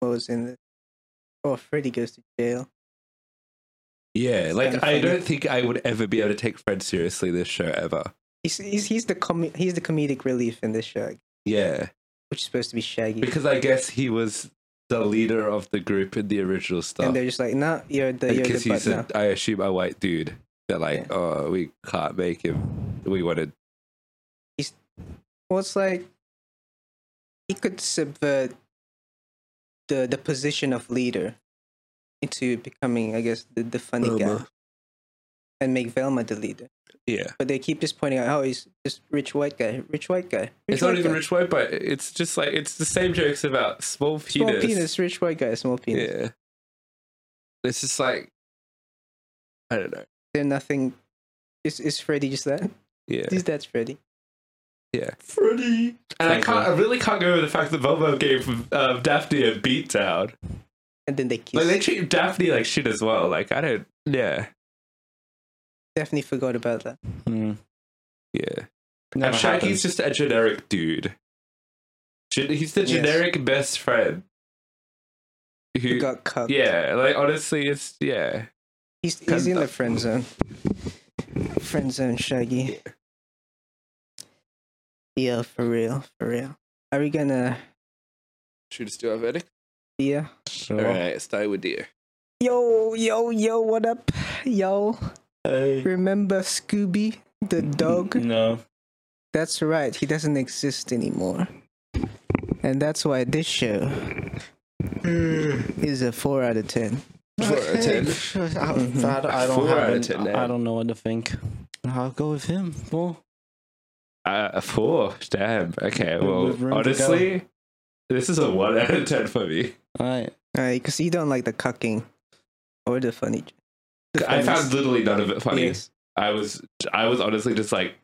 Speaker 3: What was in the? Oh, Freddy goes to jail.
Speaker 1: Yeah, like
Speaker 3: kinda
Speaker 1: I
Speaker 3: funny.
Speaker 1: don't think I would ever be able to take Fred seriously this show ever.
Speaker 3: He's he's, he's the com- he's the comedic relief in this show,
Speaker 1: Yeah.
Speaker 3: which is supposed to be Shaggy.
Speaker 1: Because I guess he was the leader of the group in the original stuff.
Speaker 3: and they're just like, nah, you're the you're
Speaker 1: Because
Speaker 3: the butt
Speaker 1: he's,
Speaker 3: now.
Speaker 1: a, I assume, a white dude. They're like,
Speaker 3: Yeah.
Speaker 1: oh, we can't make him. We wanted.
Speaker 3: Well, it's like he could subvert the the position of leader into becoming, I guess, the, the funny guy,
Speaker 1: Velma.
Speaker 3: and make Velma the leader.
Speaker 1: Yeah.
Speaker 3: But they keep just pointing out, oh, he's this rich white guy, rich white guy. Rich
Speaker 1: It's
Speaker 3: white
Speaker 1: not even
Speaker 3: guy.
Speaker 1: Rich White, but it's just like, it's the same jokes about small
Speaker 3: Small
Speaker 1: penis.
Speaker 3: penis. rich white guy, small penis.
Speaker 1: Yeah. It's just like, I don't know.
Speaker 3: They're nothing. Is is Freddy just that?
Speaker 1: Yeah.
Speaker 3: Is that Freddy?
Speaker 1: Freddy. And I
Speaker 4: Thank
Speaker 1: can't. I really can't go over the fact that Volvo gave uh, Daphne a beatdown.
Speaker 3: And then they kiss.
Speaker 1: Like they treat Daphne like shit as well. Like I don't. Yeah.
Speaker 3: Definitely forgot about that.
Speaker 4: Mm.
Speaker 1: Yeah.
Speaker 4: Never
Speaker 1: and
Speaker 4: happened.
Speaker 1: Shaggy's just a generic dude. Gen- he's the
Speaker 3: Yes.
Speaker 1: generic best friend.
Speaker 3: He
Speaker 1: Who?
Speaker 3: got cucked.
Speaker 1: Yeah. Like honestly, it's yeah.
Speaker 3: He's
Speaker 1: Cut
Speaker 3: he's in
Speaker 1: that.
Speaker 3: the friend zone. Friend zone, Shaggy. Yeah, for real, for real. Are we gonna?
Speaker 1: Should we just do our verdict?
Speaker 3: Yeah.
Speaker 4: Sure.
Speaker 1: right. Start with deer.
Speaker 3: Yo, yo, yo. What up, yo? Remember Scooby the dog?
Speaker 4: No.
Speaker 3: That's right, he doesn't exist anymore. And that's why this show is a 4 out of 10.
Speaker 1: Four out of ten.
Speaker 6: I'm glad I don't
Speaker 1: Four
Speaker 6: have
Speaker 1: out of
Speaker 6: an-
Speaker 1: ten.
Speaker 4: Mm-hmm. I, I don't know what to think. I'll go with him. Well,
Speaker 1: Uh, a four. Damn. Okay.
Speaker 4: With-
Speaker 1: Well,
Speaker 4: with room to
Speaker 1: honestly, this is a one out of ten for me.
Speaker 4: all right.
Speaker 3: Because you don't like the cucking or the funny. j- the
Speaker 1: I
Speaker 3: funny
Speaker 1: found literally none of it funny.
Speaker 3: Yes.
Speaker 1: I was, I was honestly just like,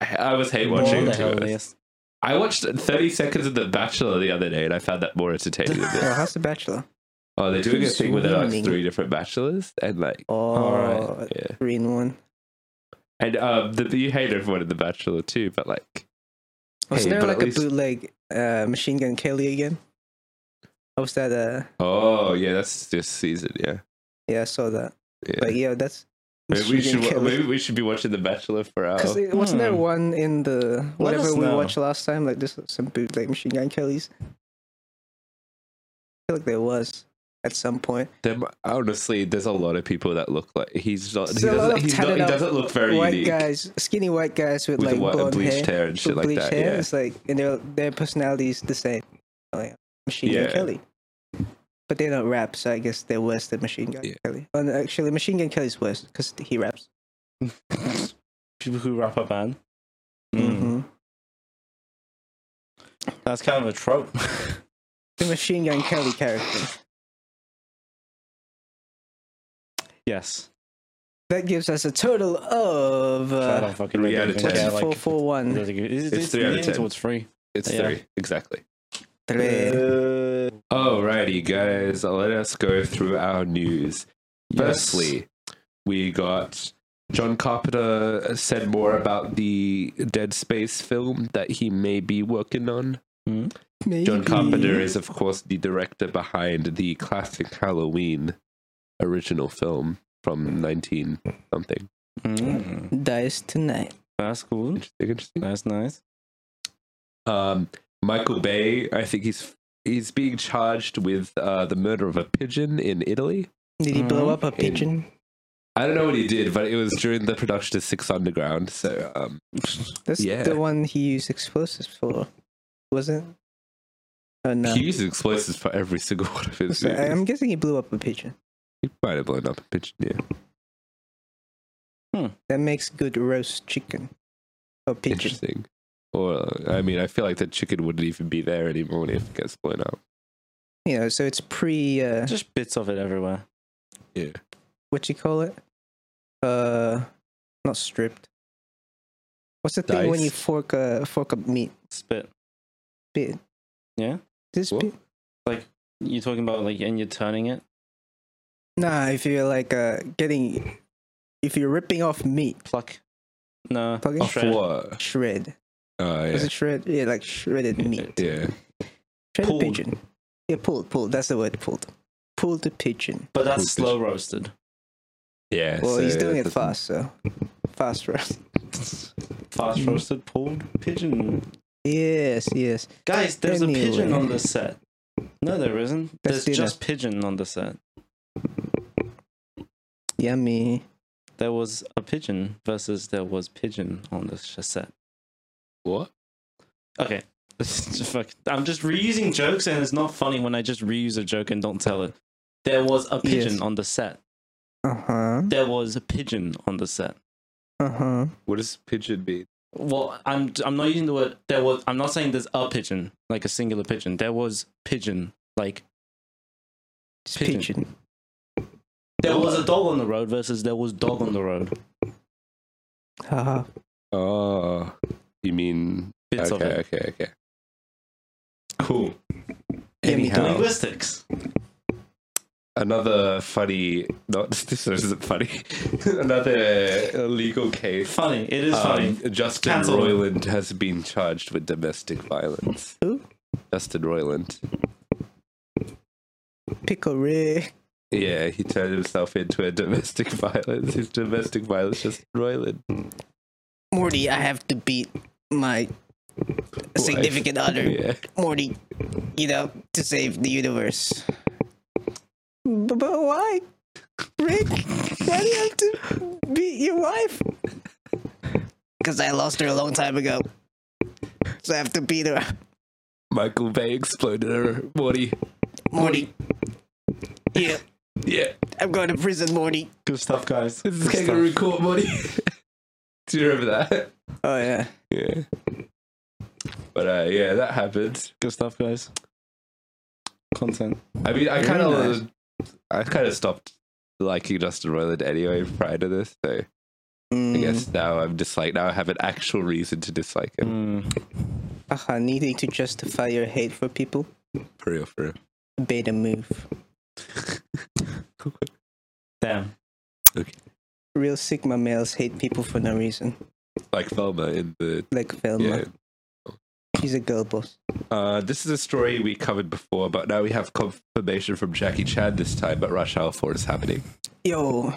Speaker 1: I I was hate
Speaker 4: More
Speaker 1: watching
Speaker 4: the
Speaker 1: it. to be honest.
Speaker 4: hell
Speaker 1: I watched 30 seconds of The Bachelor the other day, and I found that more entertaining than
Speaker 3: Oh,
Speaker 1: this.
Speaker 3: how's the Bachelor?
Speaker 1: Oh, they're doing a thing where there are like
Speaker 3: Swimming.
Speaker 1: three different bachelors, and like,
Speaker 3: Oh,
Speaker 4: All
Speaker 1: yeah,
Speaker 3: green one.
Speaker 1: and um, the, you hate everyone in The Bachelor too, but like,
Speaker 3: Was
Speaker 1: Hey,
Speaker 3: there
Speaker 1: but
Speaker 3: like
Speaker 1: at
Speaker 3: a
Speaker 1: least-
Speaker 3: bootleg uh, Machine Gun Kelly again? Or was that? Uh,
Speaker 1: oh yeah, that's this season, yeah.
Speaker 3: yeah, I saw that.
Speaker 1: yeah.
Speaker 3: But yeah, that's.
Speaker 1: maybe we
Speaker 3: Machine
Speaker 1: should,
Speaker 3: Gun
Speaker 1: wa-
Speaker 3: Kelly.
Speaker 1: maybe we should be watching The Bachelor for our.
Speaker 3: Because wasn't
Speaker 1: Hmm.
Speaker 3: there one in the
Speaker 4: Let
Speaker 3: whatever
Speaker 4: us
Speaker 3: we
Speaker 4: know.
Speaker 3: watched last time? Like this, some bootleg Machine Gun Kelly's. I feel like there was at some point.
Speaker 1: Them, honestly, there's a lot of people that look like he's not. He
Speaker 3: There's a lot
Speaker 1: doesn't,
Speaker 3: of
Speaker 1: he's not, he
Speaker 3: tatted up
Speaker 1: doesn't look very
Speaker 3: white
Speaker 1: unique
Speaker 3: guys, skinny white guys with,
Speaker 1: with
Speaker 3: like
Speaker 1: the white,
Speaker 3: blonde
Speaker 1: bleached
Speaker 3: hair,
Speaker 1: hair and shit
Speaker 3: with
Speaker 1: like
Speaker 3: bleached
Speaker 1: that.
Speaker 3: hair.
Speaker 1: Yeah.
Speaker 3: It's like and their their personality is the same. Oh, yeah. Machine
Speaker 1: Yeah.
Speaker 3: Gun Kelly. But they don't rap, so I guess they're worse than Machine Gun
Speaker 1: Yeah.
Speaker 3: Kelly. Oh, no, actually, Machine Gun Kelly's worse because he raps.
Speaker 4: yes. People who rap a band.
Speaker 1: Mm-hmm.
Speaker 4: Mm.
Speaker 3: hmm
Speaker 4: That's kind of a trope.
Speaker 3: The Machine Gun Kelly character.
Speaker 4: yes.
Speaker 3: That gives us a total of
Speaker 4: I
Speaker 3: uh,
Speaker 4: don't fucking
Speaker 1: three
Speaker 4: know.
Speaker 1: out of ten.
Speaker 4: Yeah,
Speaker 1: I
Speaker 3: four four one.
Speaker 4: like, really good. It's, it's
Speaker 1: three out of
Speaker 4: leaning
Speaker 1: ten.
Speaker 4: towards free.
Speaker 1: It's
Speaker 4: Yeah.
Speaker 1: three exactly.
Speaker 3: Three.
Speaker 4: Mm.
Speaker 1: Uh, Alrighty, guys, let us go through our news. Firstly, we got John Carpenter said more about the Dead Space film that he may be working on.
Speaker 4: Mm.
Speaker 1: John Carpenter is, of course, the director behind the classic Halloween original film from 19 something.
Speaker 4: Mm.
Speaker 3: dies tonight.
Speaker 4: That's cool.
Speaker 1: Interesting, interesting.
Speaker 4: That's nice.
Speaker 1: Um, Michael Bay, I think he's he's being charged with uh, the murder of a pigeon in Italy.
Speaker 3: Did he blow
Speaker 4: Mhm.
Speaker 3: up a pigeon?
Speaker 1: I don't know what he did, but it was during the production of Six Underground. So um,
Speaker 3: That's
Speaker 1: Yeah.
Speaker 3: the one he used explosives for, wasn't? it? Oh no.
Speaker 1: he uses explosives for every single one of his
Speaker 3: So I-
Speaker 1: movies.
Speaker 3: I'm guessing he blew up a pigeon.
Speaker 1: He might have blown up a pigeon. Yeah.
Speaker 3: That makes good roast chicken. Or pigeon.
Speaker 1: Interesting. Or I mean, I feel like the chicken wouldn't even be there anymore if it gets blown up.
Speaker 3: You know, so it's pre uh
Speaker 4: Just bits of it everywhere.
Speaker 3: what you call it? Uh not stripped. What's the thing when you
Speaker 1: Diced?
Speaker 3: fork a fork a meat?
Speaker 4: Spit.
Speaker 3: Bit.
Speaker 4: Yeah?
Speaker 3: This
Speaker 1: What?
Speaker 3: bit?
Speaker 4: You're talking about like, and you're turning it.
Speaker 3: Nah, if you're like uh getting if you're ripping off meat,
Speaker 4: Pluck. No. Oh,
Speaker 3: Plucking?
Speaker 1: Off
Speaker 4: Shred.
Speaker 1: what?
Speaker 3: shred.
Speaker 1: Oh
Speaker 3: Is
Speaker 1: yeah.
Speaker 3: it shred? Yeah, like shredded meat.
Speaker 1: Yeah.
Speaker 3: Shredded
Speaker 4: pulled.
Speaker 3: pigeon. Yeah, pulled, pulled. That's the word pulled. Pulled the pigeon.
Speaker 4: But that's
Speaker 1: Cooked.
Speaker 4: slow roasted.
Speaker 1: Yeah.
Speaker 3: Well, he's
Speaker 1: so
Speaker 3: doing it
Speaker 1: that's-
Speaker 3: fast, so fast roast.
Speaker 4: Fast roasted pulled pigeon.
Speaker 3: Yes, yes.
Speaker 4: Guys, there's a pigeon
Speaker 3: Anyway.
Speaker 4: on the set. No, there isn't. There's
Speaker 3: That's dinner.
Speaker 4: just pigeon on the set.
Speaker 3: Yummy.
Speaker 4: There was a pigeon versus there was pigeon on the sh- set.
Speaker 1: What?
Speaker 4: Okay. Fuck. I'm just reusing jokes, and it's not funny when I just reuse a joke and don't tell it. There was a pigeon
Speaker 3: Yes.
Speaker 4: on the set.
Speaker 3: Uh huh.
Speaker 4: There was a pigeon on the set.
Speaker 3: Uh huh.
Speaker 1: What does pigeon mean?
Speaker 4: Well, I'm I'm not using the word there was. I'm not saying there's a pigeon like a singular pigeon. There was pigeon like
Speaker 3: It's
Speaker 4: Pigeon.
Speaker 3: pigeon.
Speaker 2: There was a dog on the road versus there was dog on the road.
Speaker 3: Haha.
Speaker 1: Oh, you mean
Speaker 2: Bits
Speaker 1: okay,
Speaker 2: of it.
Speaker 1: okay, okay.
Speaker 2: Cool.
Speaker 3: Yeah, me
Speaker 1: Anyhow,
Speaker 2: Linguistics.
Speaker 1: another funny. Not this isn't funny. another legal case.
Speaker 2: Funny. It is
Speaker 1: Um,
Speaker 2: funny.
Speaker 1: Justin
Speaker 2: Cancel.
Speaker 1: Roiland has been charged with domestic violence.
Speaker 3: Who?
Speaker 1: Justin Roiland.
Speaker 3: Pickle Rick.
Speaker 1: Yeah, he turned himself into a domestic violence. He's domestic violence Justin Roiland.
Speaker 3: Morty, I have to beat my significant other.
Speaker 1: Yeah.
Speaker 3: Morty, you know, to save the universe. But, but why? Rick, why do you have to beat your wife? Because I lost her a long time ago. So I have to beat her.
Speaker 1: Michael Bay exploded her. Morty.
Speaker 3: Morty. Yeah,
Speaker 1: Yeah.
Speaker 3: I'm going to prison, Morty.
Speaker 2: Good stuff, guys.
Speaker 1: This is kangaroo court, Morty. Do you remember that?
Speaker 3: Oh, yeah.
Speaker 1: Yeah. But uh, yeah, that happened.
Speaker 2: Good stuff, guys. Content.
Speaker 1: I mean, I kind
Speaker 3: Very
Speaker 1: of, I kind of stopped liking Justin Roiland anyway prior to this. So I
Speaker 3: Mm,
Speaker 1: guess now I'm just like now I have an actual reason to dislike
Speaker 3: Mm.
Speaker 1: him.
Speaker 2: Hmm.
Speaker 3: Aha, needing to justify your hate for people.
Speaker 1: For real, for real.
Speaker 3: Beta move.
Speaker 2: Damn.
Speaker 3: Real Sigma males hate people for no reason.
Speaker 1: Like Velma in the
Speaker 3: Like
Speaker 1: yeah.
Speaker 3: Velma. She's a girl boss.
Speaker 1: Uh, this is a story we covered before, but now we have confirmation from Jackie Chan this time. But Rush Hour Four is happening.
Speaker 3: Yo,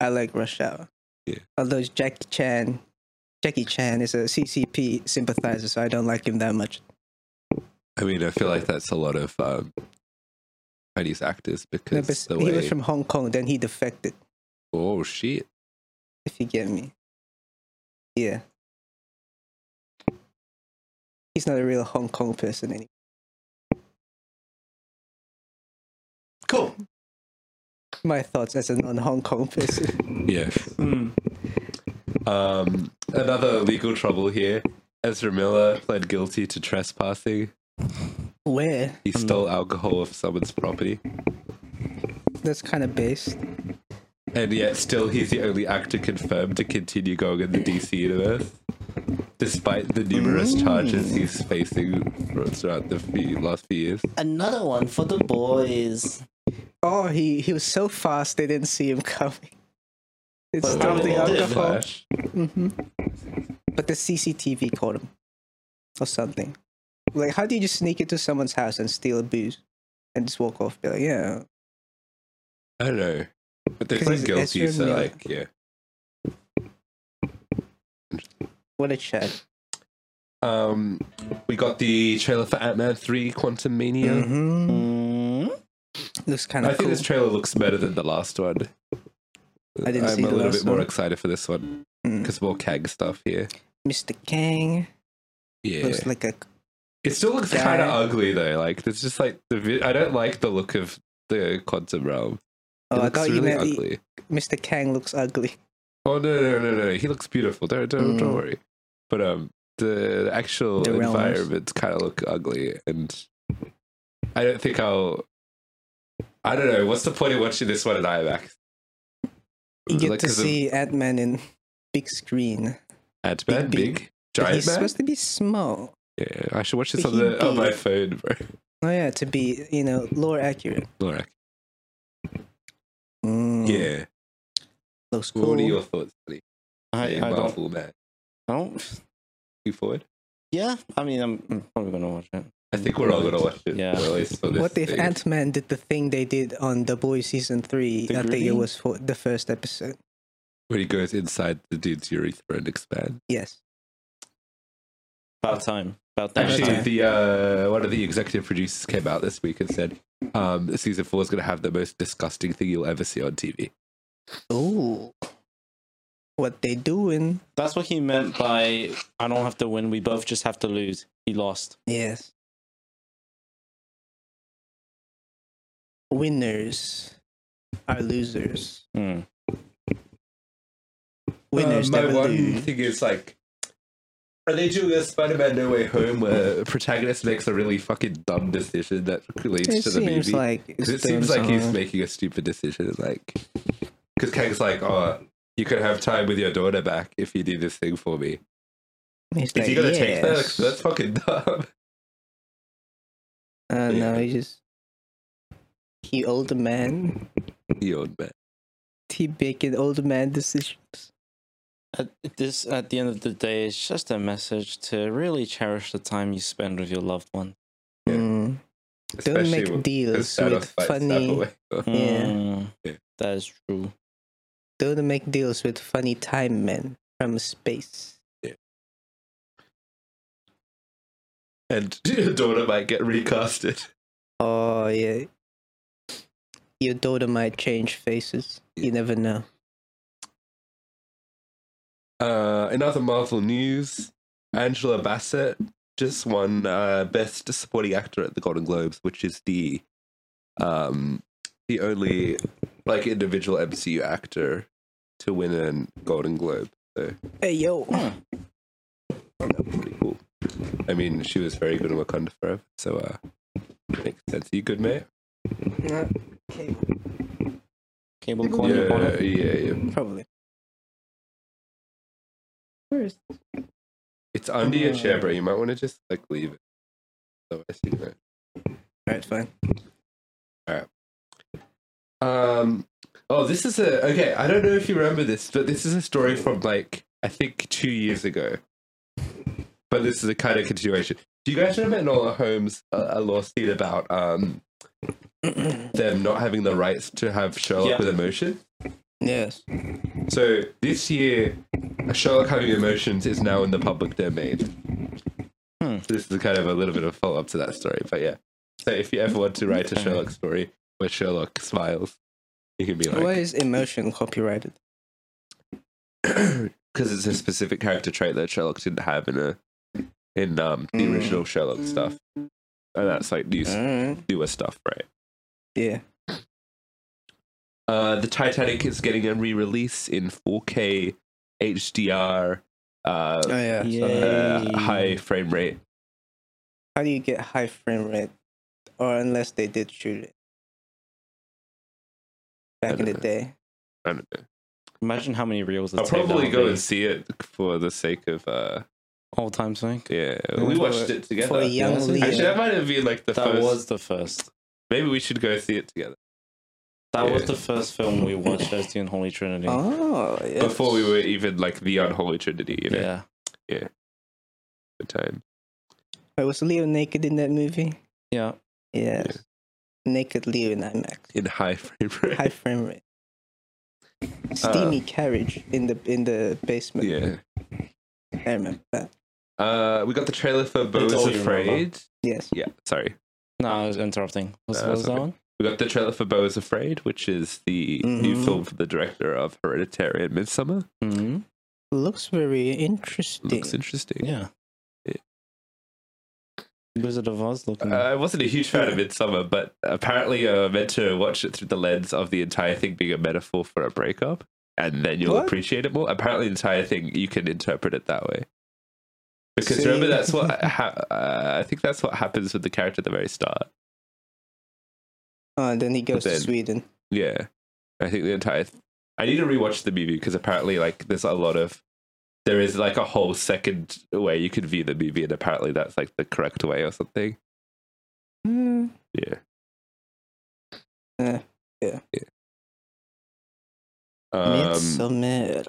Speaker 3: I like Rush Hour.
Speaker 1: Yeah.
Speaker 3: Although Jackie Chan, Jackie Chan is a CCP sympathizer, so I don't like him that much.
Speaker 1: I mean, I feel like that's a lot of um, Chinese actors
Speaker 3: No,
Speaker 1: because
Speaker 3: but
Speaker 1: the
Speaker 3: he
Speaker 1: way.
Speaker 3: was from Hong Kong, then he defected.
Speaker 1: oh shit!
Speaker 3: If you get me. Yeah. He's not a real Hong Kong person anymore.
Speaker 2: Cool.
Speaker 3: My thoughts as a non-Hong Kong person.
Speaker 1: Yeah.
Speaker 3: Hmm.
Speaker 1: Um, another legal trouble here. Ezra Miller pled guilty to trespassing.
Speaker 3: Where?
Speaker 1: He stole alcohol off someone's property,
Speaker 3: That's kind of based.
Speaker 1: and yet still he's the only actor confirmed to continue going in the DC universe, despite the numerous
Speaker 3: Mm.
Speaker 1: charges he's facing throughout the few, last few years.
Speaker 4: Another one for the boys.
Speaker 3: Oh, he he was so fast they didn't see him coming. It's
Speaker 4: But
Speaker 3: still the
Speaker 4: they did.
Speaker 3: alcohol.
Speaker 1: Flash.
Speaker 3: hmm But the CCTV caught him or something. Like, how do you just sneak into someone's house and steal a booze and just walk off? Be like, yeah,
Speaker 1: I don't know, but they
Speaker 3: 'Cause
Speaker 1: pled
Speaker 3: he's
Speaker 1: guilty,
Speaker 3: Ezra
Speaker 1: so
Speaker 3: Miller.
Speaker 1: like, yeah.
Speaker 3: what a chat.
Speaker 1: Um, we got the trailer for Ant Man Three: Quantum Mania.
Speaker 3: Mm-hmm.
Speaker 4: Mm,
Speaker 3: Looks kind
Speaker 1: I
Speaker 3: of
Speaker 1: think
Speaker 3: cool.
Speaker 1: this trailer looks better than the last one.
Speaker 3: I didn't
Speaker 1: am
Speaker 3: see
Speaker 1: a
Speaker 3: the
Speaker 1: little
Speaker 3: last
Speaker 1: bit more
Speaker 3: one.
Speaker 1: excited for this one
Speaker 3: Mm.
Speaker 1: because more Kang stuff here.
Speaker 3: Mr. Kang
Speaker 1: Yeah,
Speaker 3: looks like a
Speaker 1: it still looks
Speaker 3: Yeah.
Speaker 1: kind of ugly though. Like there's just like the vi- I don't like the look of the quantum realm. It
Speaker 3: Oh, I
Speaker 1: looks
Speaker 3: thought you
Speaker 1: really
Speaker 3: meant he-
Speaker 1: ugly.
Speaker 3: Mr. Kang looks ugly.
Speaker 1: Oh no no no no! He looks beautiful. Don't don't, don't
Speaker 3: Mm.
Speaker 1: worry. But um, the actual
Speaker 3: The realms.
Speaker 1: environments kind of look ugly, and I don't think I'll. I don't know. What's the point of watching this one in IMAX?
Speaker 3: You get
Speaker 1: Like,
Speaker 3: to
Speaker 1: 'cause of
Speaker 3: see Ant Man in big screen.
Speaker 1: Ant-Man,
Speaker 3: big-
Speaker 1: big,
Speaker 3: But
Speaker 1: giant
Speaker 3: he's
Speaker 1: man.
Speaker 3: supposed to be small.
Speaker 1: Yeah, I should watch this
Speaker 3: But
Speaker 1: on
Speaker 3: he
Speaker 1: the on my
Speaker 3: big.
Speaker 1: phone, bro.
Speaker 3: Oh yeah, to be you know lore accurate.
Speaker 1: Alright.
Speaker 3: Mm,
Speaker 1: Yeah.
Speaker 3: looks
Speaker 1: What
Speaker 3: cool.
Speaker 1: are your thoughts, buddy?
Speaker 2: I,
Speaker 1: Yeah,
Speaker 2: I, don't,
Speaker 1: Marvel man.
Speaker 2: I don't.
Speaker 1: You forward?
Speaker 2: Yeah. I mean, I'm, I'm probably going to watch it.
Speaker 1: I think we're all gonna watch it.
Speaker 2: Yeah.
Speaker 1: or at least for this
Speaker 3: What if
Speaker 1: thing.
Speaker 3: Ant Man did the thing they did on The Boys season three?
Speaker 2: The
Speaker 3: I think it
Speaker 2: grooving?
Speaker 3: was for the first episode.
Speaker 1: when he goes inside the dude's urethra and expands?
Speaker 3: Yes.
Speaker 2: About time. About time.
Speaker 1: Actually,
Speaker 3: Okay.
Speaker 1: the uh, one of the executive producers came out this week and said, um, "Season four is going to have the most disgusting thing you'll ever see on TV."
Speaker 3: Oh. What they doing?
Speaker 2: That's what he meant by I don't have to win. We both just have to lose. He lost.
Speaker 3: Yes. Winners are losers.
Speaker 1: Uh,
Speaker 2: Mm.
Speaker 3: Winners
Speaker 1: my
Speaker 3: never
Speaker 1: Uh, one
Speaker 3: lose.
Speaker 1: thing is like, Are they doing a Spider-Man No Way Home where the protagonist makes a really fucking dumb decision that relates
Speaker 3: It
Speaker 1: to the
Speaker 3: seems
Speaker 1: movie?
Speaker 3: like it's
Speaker 1: 'Cause it
Speaker 3: going
Speaker 1: seems like he's
Speaker 3: somewhere.
Speaker 1: making a stupid decision. It's like, because Kang's like, oh, you could have time with your daughter back if you do this thing for me.
Speaker 3: He's
Speaker 1: If
Speaker 3: like,
Speaker 1: you're gonna take that,
Speaker 3: "Yes."
Speaker 1: that's fucking dumb.
Speaker 3: Uh,
Speaker 1: Yeah.
Speaker 3: no, he just he older man,
Speaker 1: The old man.
Speaker 3: he making older man decisions.
Speaker 2: At this, at the end of the day, it's just a message to really cherish the time you spend with your loved one.
Speaker 1: Yeah.
Speaker 3: Mm. Don't
Speaker 1: Especially
Speaker 3: make
Speaker 1: with-
Speaker 3: deals
Speaker 1: instead of
Speaker 3: with
Speaker 1: fight stuff
Speaker 3: funny.
Speaker 1: away. But
Speaker 3: Yeah.
Speaker 2: Mm,
Speaker 1: Yeah.
Speaker 2: that is true.
Speaker 3: Don't make deals with funny time men from space.
Speaker 1: and your daughter might get recasted.
Speaker 3: Oh yeah, your daughter might change faces. You never know.
Speaker 1: Uh, in other Marvel news, Angela Bassett just won uh, Best Supporting Actor at the Golden Globes, which is the um, the only like individual MCU actor to win a Golden Globe. So
Speaker 3: Hey yo,
Speaker 1: pretty cool. I mean, she was very good in Wakanda Forever, so uh, makes sense. you good, mate?
Speaker 3: Uh, okay,
Speaker 2: Cable
Speaker 1: Yeah,
Speaker 2: corner bonnet.
Speaker 1: yeah, yeah.
Speaker 3: probably. Where's
Speaker 1: It's under your chair, bro. You might want to just like leave it. So I see that.
Speaker 3: Alright, fine.
Speaker 1: Um, oh, this is a okay. I don't know if you remember this, but this is a story from like I think two years ago. But this is a kind of continuation. Do you guys remember Nola Holmes uh, a lawsuit about um them not having the rights to have Sherlock
Speaker 2: Yeah.
Speaker 1: with emotion?
Speaker 3: Yes.
Speaker 1: So this year, Sherlock having emotions is now in the public domain.
Speaker 2: Hmm.
Speaker 1: This is kind of a little bit of follow up to that story, but yeah. So if you ever want to write a
Speaker 2: Okay.
Speaker 1: Sherlock story where Sherlock smiles, you can be
Speaker 3: Why
Speaker 1: like,
Speaker 3: is emotion copyrighted?
Speaker 1: because it's a specific character trait that Sherlock didn't have in a in um, the
Speaker 3: Mm. Uh-huh.
Speaker 1: original Sherlock stuff, and that's like new
Speaker 3: Alright.
Speaker 1: newer stuff, right?
Speaker 3: Yeah.
Speaker 1: Uh, the Titanic is getting a re-release in 4K HDR. Uh,
Speaker 3: Oh yeah.
Speaker 2: Yeah.
Speaker 1: uh, high frame rate.
Speaker 3: How do you get high frame rate? Or unless they did shoot it. Back in the
Speaker 1: Uh,
Speaker 3: day.
Speaker 1: I don't know.
Speaker 2: Imagine how many reels.
Speaker 1: I'll probably go and see it for the sake of uh
Speaker 2: all time thing.
Speaker 1: yeah.
Speaker 3: Yeah,
Speaker 1: we
Speaker 3: for-
Speaker 1: watched it together.
Speaker 3: For a young
Speaker 2: Yeah.
Speaker 3: Leo.
Speaker 1: Actually, that might have been like the
Speaker 2: That
Speaker 1: first.
Speaker 2: was the first.
Speaker 1: Maybe we should go see it together
Speaker 2: That was
Speaker 1: Yeah.
Speaker 2: the first film we watched as the Unholy Trinity.
Speaker 3: Oh yeah.
Speaker 1: before we were even like the unholy trinity. You know, yeah.
Speaker 2: Yeah,
Speaker 1: the time.
Speaker 3: Wait, was Leo naked in that movie?
Speaker 2: yeah.
Speaker 3: Yes. Naked Leo in IMAX.
Speaker 1: in high frame rate.
Speaker 3: High frame rate. Steamy carriage in the in the basement.
Speaker 1: Uh. yeah.
Speaker 3: I remember that.
Speaker 1: Uh, we got the trailer for Bo
Speaker 2: It's
Speaker 1: is
Speaker 2: all you remember.
Speaker 1: Afraid.
Speaker 3: Yes.
Speaker 1: Yeah, sorry.
Speaker 2: No, I was interrupting. What's,
Speaker 1: No,
Speaker 2: what
Speaker 1: it's
Speaker 2: was that
Speaker 1: okay.
Speaker 2: one?
Speaker 1: We got the trailer for Bo is Afraid, which is the new
Speaker 2: Mm-hmm.
Speaker 3: Mhm.
Speaker 1: film from the director of Hereditary and Midsummer.
Speaker 2: hmm
Speaker 3: Looks very interesting.
Speaker 1: Looks interesting.
Speaker 2: Yeah.
Speaker 1: Yeah.
Speaker 2: Wizard of Oz looking.
Speaker 1: Uh, I wasn't a huge fan of Midsummer, but apparently you're meant to watch it through the lens of the entire thing being a metaphor for a breakup, and then you'll
Speaker 3: What?
Speaker 1: appreciate it more. Apparently, the entire thing you can interpret it that way. Because
Speaker 3: So
Speaker 1: remember,
Speaker 3: you-
Speaker 1: that's what ha- uh, I think that's what happens with the character at the very start.
Speaker 3: Oh, and then he goes
Speaker 1: then-
Speaker 3: to Sweden.
Speaker 1: Yeah, I think the entire. Th- I need to rewatch the movie because apparently, like, there's a lot of. There is like a whole second way you could view the movie, and apparently that's like the correct way or something.
Speaker 3: Hmm.
Speaker 1: Yeah.
Speaker 3: Uh, yeah.
Speaker 1: Um,
Speaker 3: Midsummer.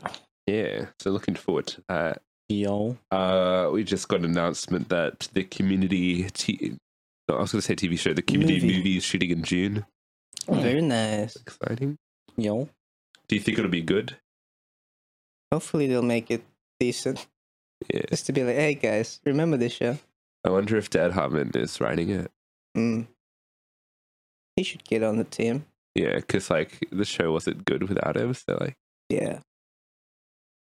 Speaker 1: yeah. So looking forward to that.
Speaker 2: Yo.
Speaker 1: Uh, we just got an announcement that the community. T- no, I was going to say TV show. The community movie.
Speaker 3: Movie.
Speaker 1: is shooting in June.
Speaker 3: Very nice.
Speaker 1: Exciting.
Speaker 2: Yo.
Speaker 1: Do you think it'll be good?
Speaker 3: Hopefully they'll make it decent.
Speaker 1: Yeah.
Speaker 3: Just to be like, hey guys, remember this show?
Speaker 1: I wonder if Dad Harmon is writing it.
Speaker 3: Mm. He should get on the team.
Speaker 1: Yeah, because like the show wasn't good without him. So like,
Speaker 3: Yeah.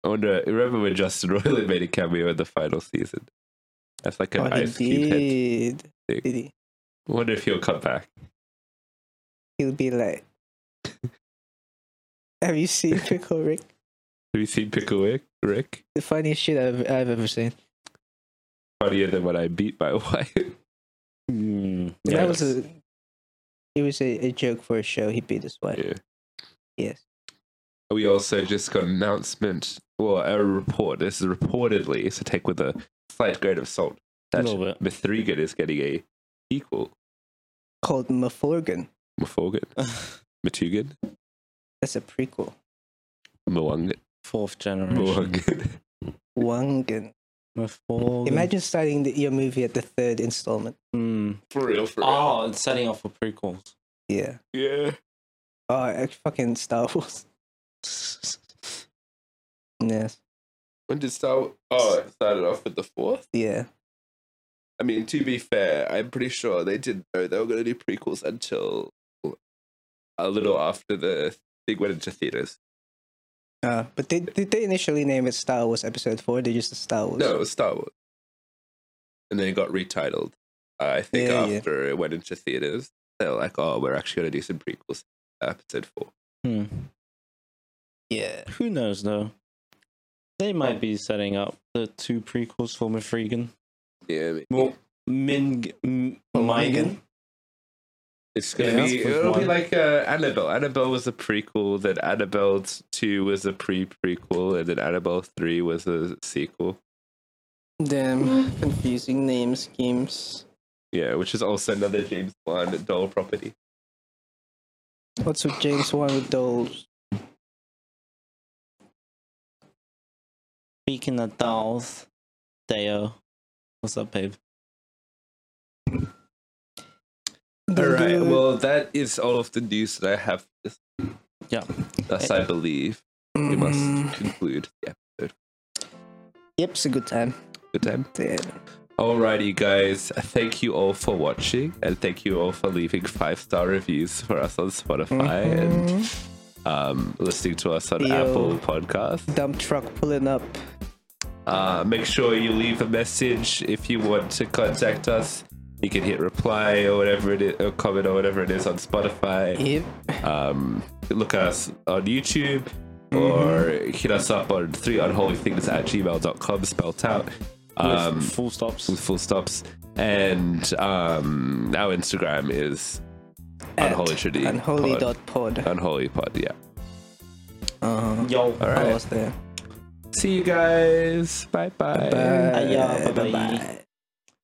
Speaker 1: I wonder. Remember when Justin Roiland made a cameo in the final season? That's like an
Speaker 3: Oh,
Speaker 1: ice
Speaker 3: he
Speaker 1: cube head.
Speaker 3: did.
Speaker 1: thing.
Speaker 3: Did he?
Speaker 1: I wonder if he'll come back.
Speaker 3: He'll be like, have you seen Pickle Rick?
Speaker 1: Have you seen Pickle Rick? Rick?
Speaker 3: The funniest shit I've, I've ever seen.
Speaker 1: funnier than when I beat my wife.
Speaker 2: Mm,
Speaker 3: That was a. It was a, a joke for a show. He beat his wife.
Speaker 1: Yeah.
Speaker 3: Yes.
Speaker 1: We also just got an announcement, well, a report. This is reportedly, so take with a slight grain of salt, that
Speaker 2: Little bit.
Speaker 1: Mithrigan is getting a equal.
Speaker 3: Called Maforgan.
Speaker 1: Maforgan, Matugan,
Speaker 3: That's a prequel.
Speaker 1: Mwangan,
Speaker 2: fourth generation.
Speaker 1: Mwangan.
Speaker 3: Wangan.
Speaker 2: Before
Speaker 3: Imagine starting the, your movie at the third installment.
Speaker 2: Mm.
Speaker 1: For real, for real.
Speaker 4: Ah.
Speaker 2: Oh, it's setting up for prequels.
Speaker 3: Yeah.
Speaker 1: Yeah.
Speaker 3: Oh, I- fucking Star Wars. Yes.
Speaker 1: When did Star Wars? Oh, it started off with the fourth.
Speaker 3: Yeah.
Speaker 1: I mean, to be fair, I'm pretty sure they didn't know they were going to do prequels until a little after the thing went into theaters.
Speaker 3: Uh, but they, did they initially name it Star Wars Episode 4? They just Star Wars.
Speaker 1: No, it was Star Wars. And then it got retitled. Uh, I think
Speaker 3: Yeah, yeah.
Speaker 1: after it went into theaters, they were like, oh, we're actually going to do some prequels. uh, Episode 4.
Speaker 2: Hmm.
Speaker 3: Yeah.
Speaker 2: Who knows though? They might be setting up the two prequels for Mifrigan.
Speaker 1: Yeah, I mean,
Speaker 2: Well, Min M- Migan.
Speaker 1: it's gonna
Speaker 2: Yeah,
Speaker 1: be
Speaker 2: that's
Speaker 1: it'll be
Speaker 2: one.
Speaker 1: like uh, Annabelle. Annabelle was a prequel, then Annabelle two was a pre prequel, and then Annabelle three was a sequel.
Speaker 3: Damn. Confusing name schemes.
Speaker 1: Yeah, which is also another James Bond doll property.
Speaker 3: What's with James Wan with those?
Speaker 2: Speaking of dolls, Deo, what's up, babe?
Speaker 1: All right. Well, that is all of the news that I have. This
Speaker 2: Yeah.
Speaker 1: Thus, I believe
Speaker 3: Mm-hmm.
Speaker 1: we must conclude. Yeah.
Speaker 3: Yep, it's a good time.
Speaker 1: Good time.
Speaker 3: Yeah.
Speaker 1: Alrighty, guys. Thank you all for watching, and thank you all for leaving five star reviews for us on Spotify and um, listening to us on
Speaker 3: Yo.
Speaker 1: Apple Podcasts.
Speaker 3: Dump truck pulling up.
Speaker 1: Uh, make sure you leave a message if you want to contact us. You can hit reply or whatever it is, or comment or whatever it is on Spotify.
Speaker 3: Yep.
Speaker 1: Um, look us on YouTube or hit us up on three unholy things at gmail.com spelled out um,
Speaker 2: With full stops.
Speaker 1: with full stops. And um, our Instagram is unholy trinity.
Speaker 3: Unholy
Speaker 1: pod. Uh,
Speaker 3: dot pod.
Speaker 1: Unholy pod, yeah.
Speaker 3: Uh-huh.
Speaker 2: Yo.
Speaker 1: All
Speaker 3: I
Speaker 1: right.
Speaker 3: was there.
Speaker 1: See you guys. Bye bye.
Speaker 2: Ayo, bye-bye.
Speaker 3: Bye-bye.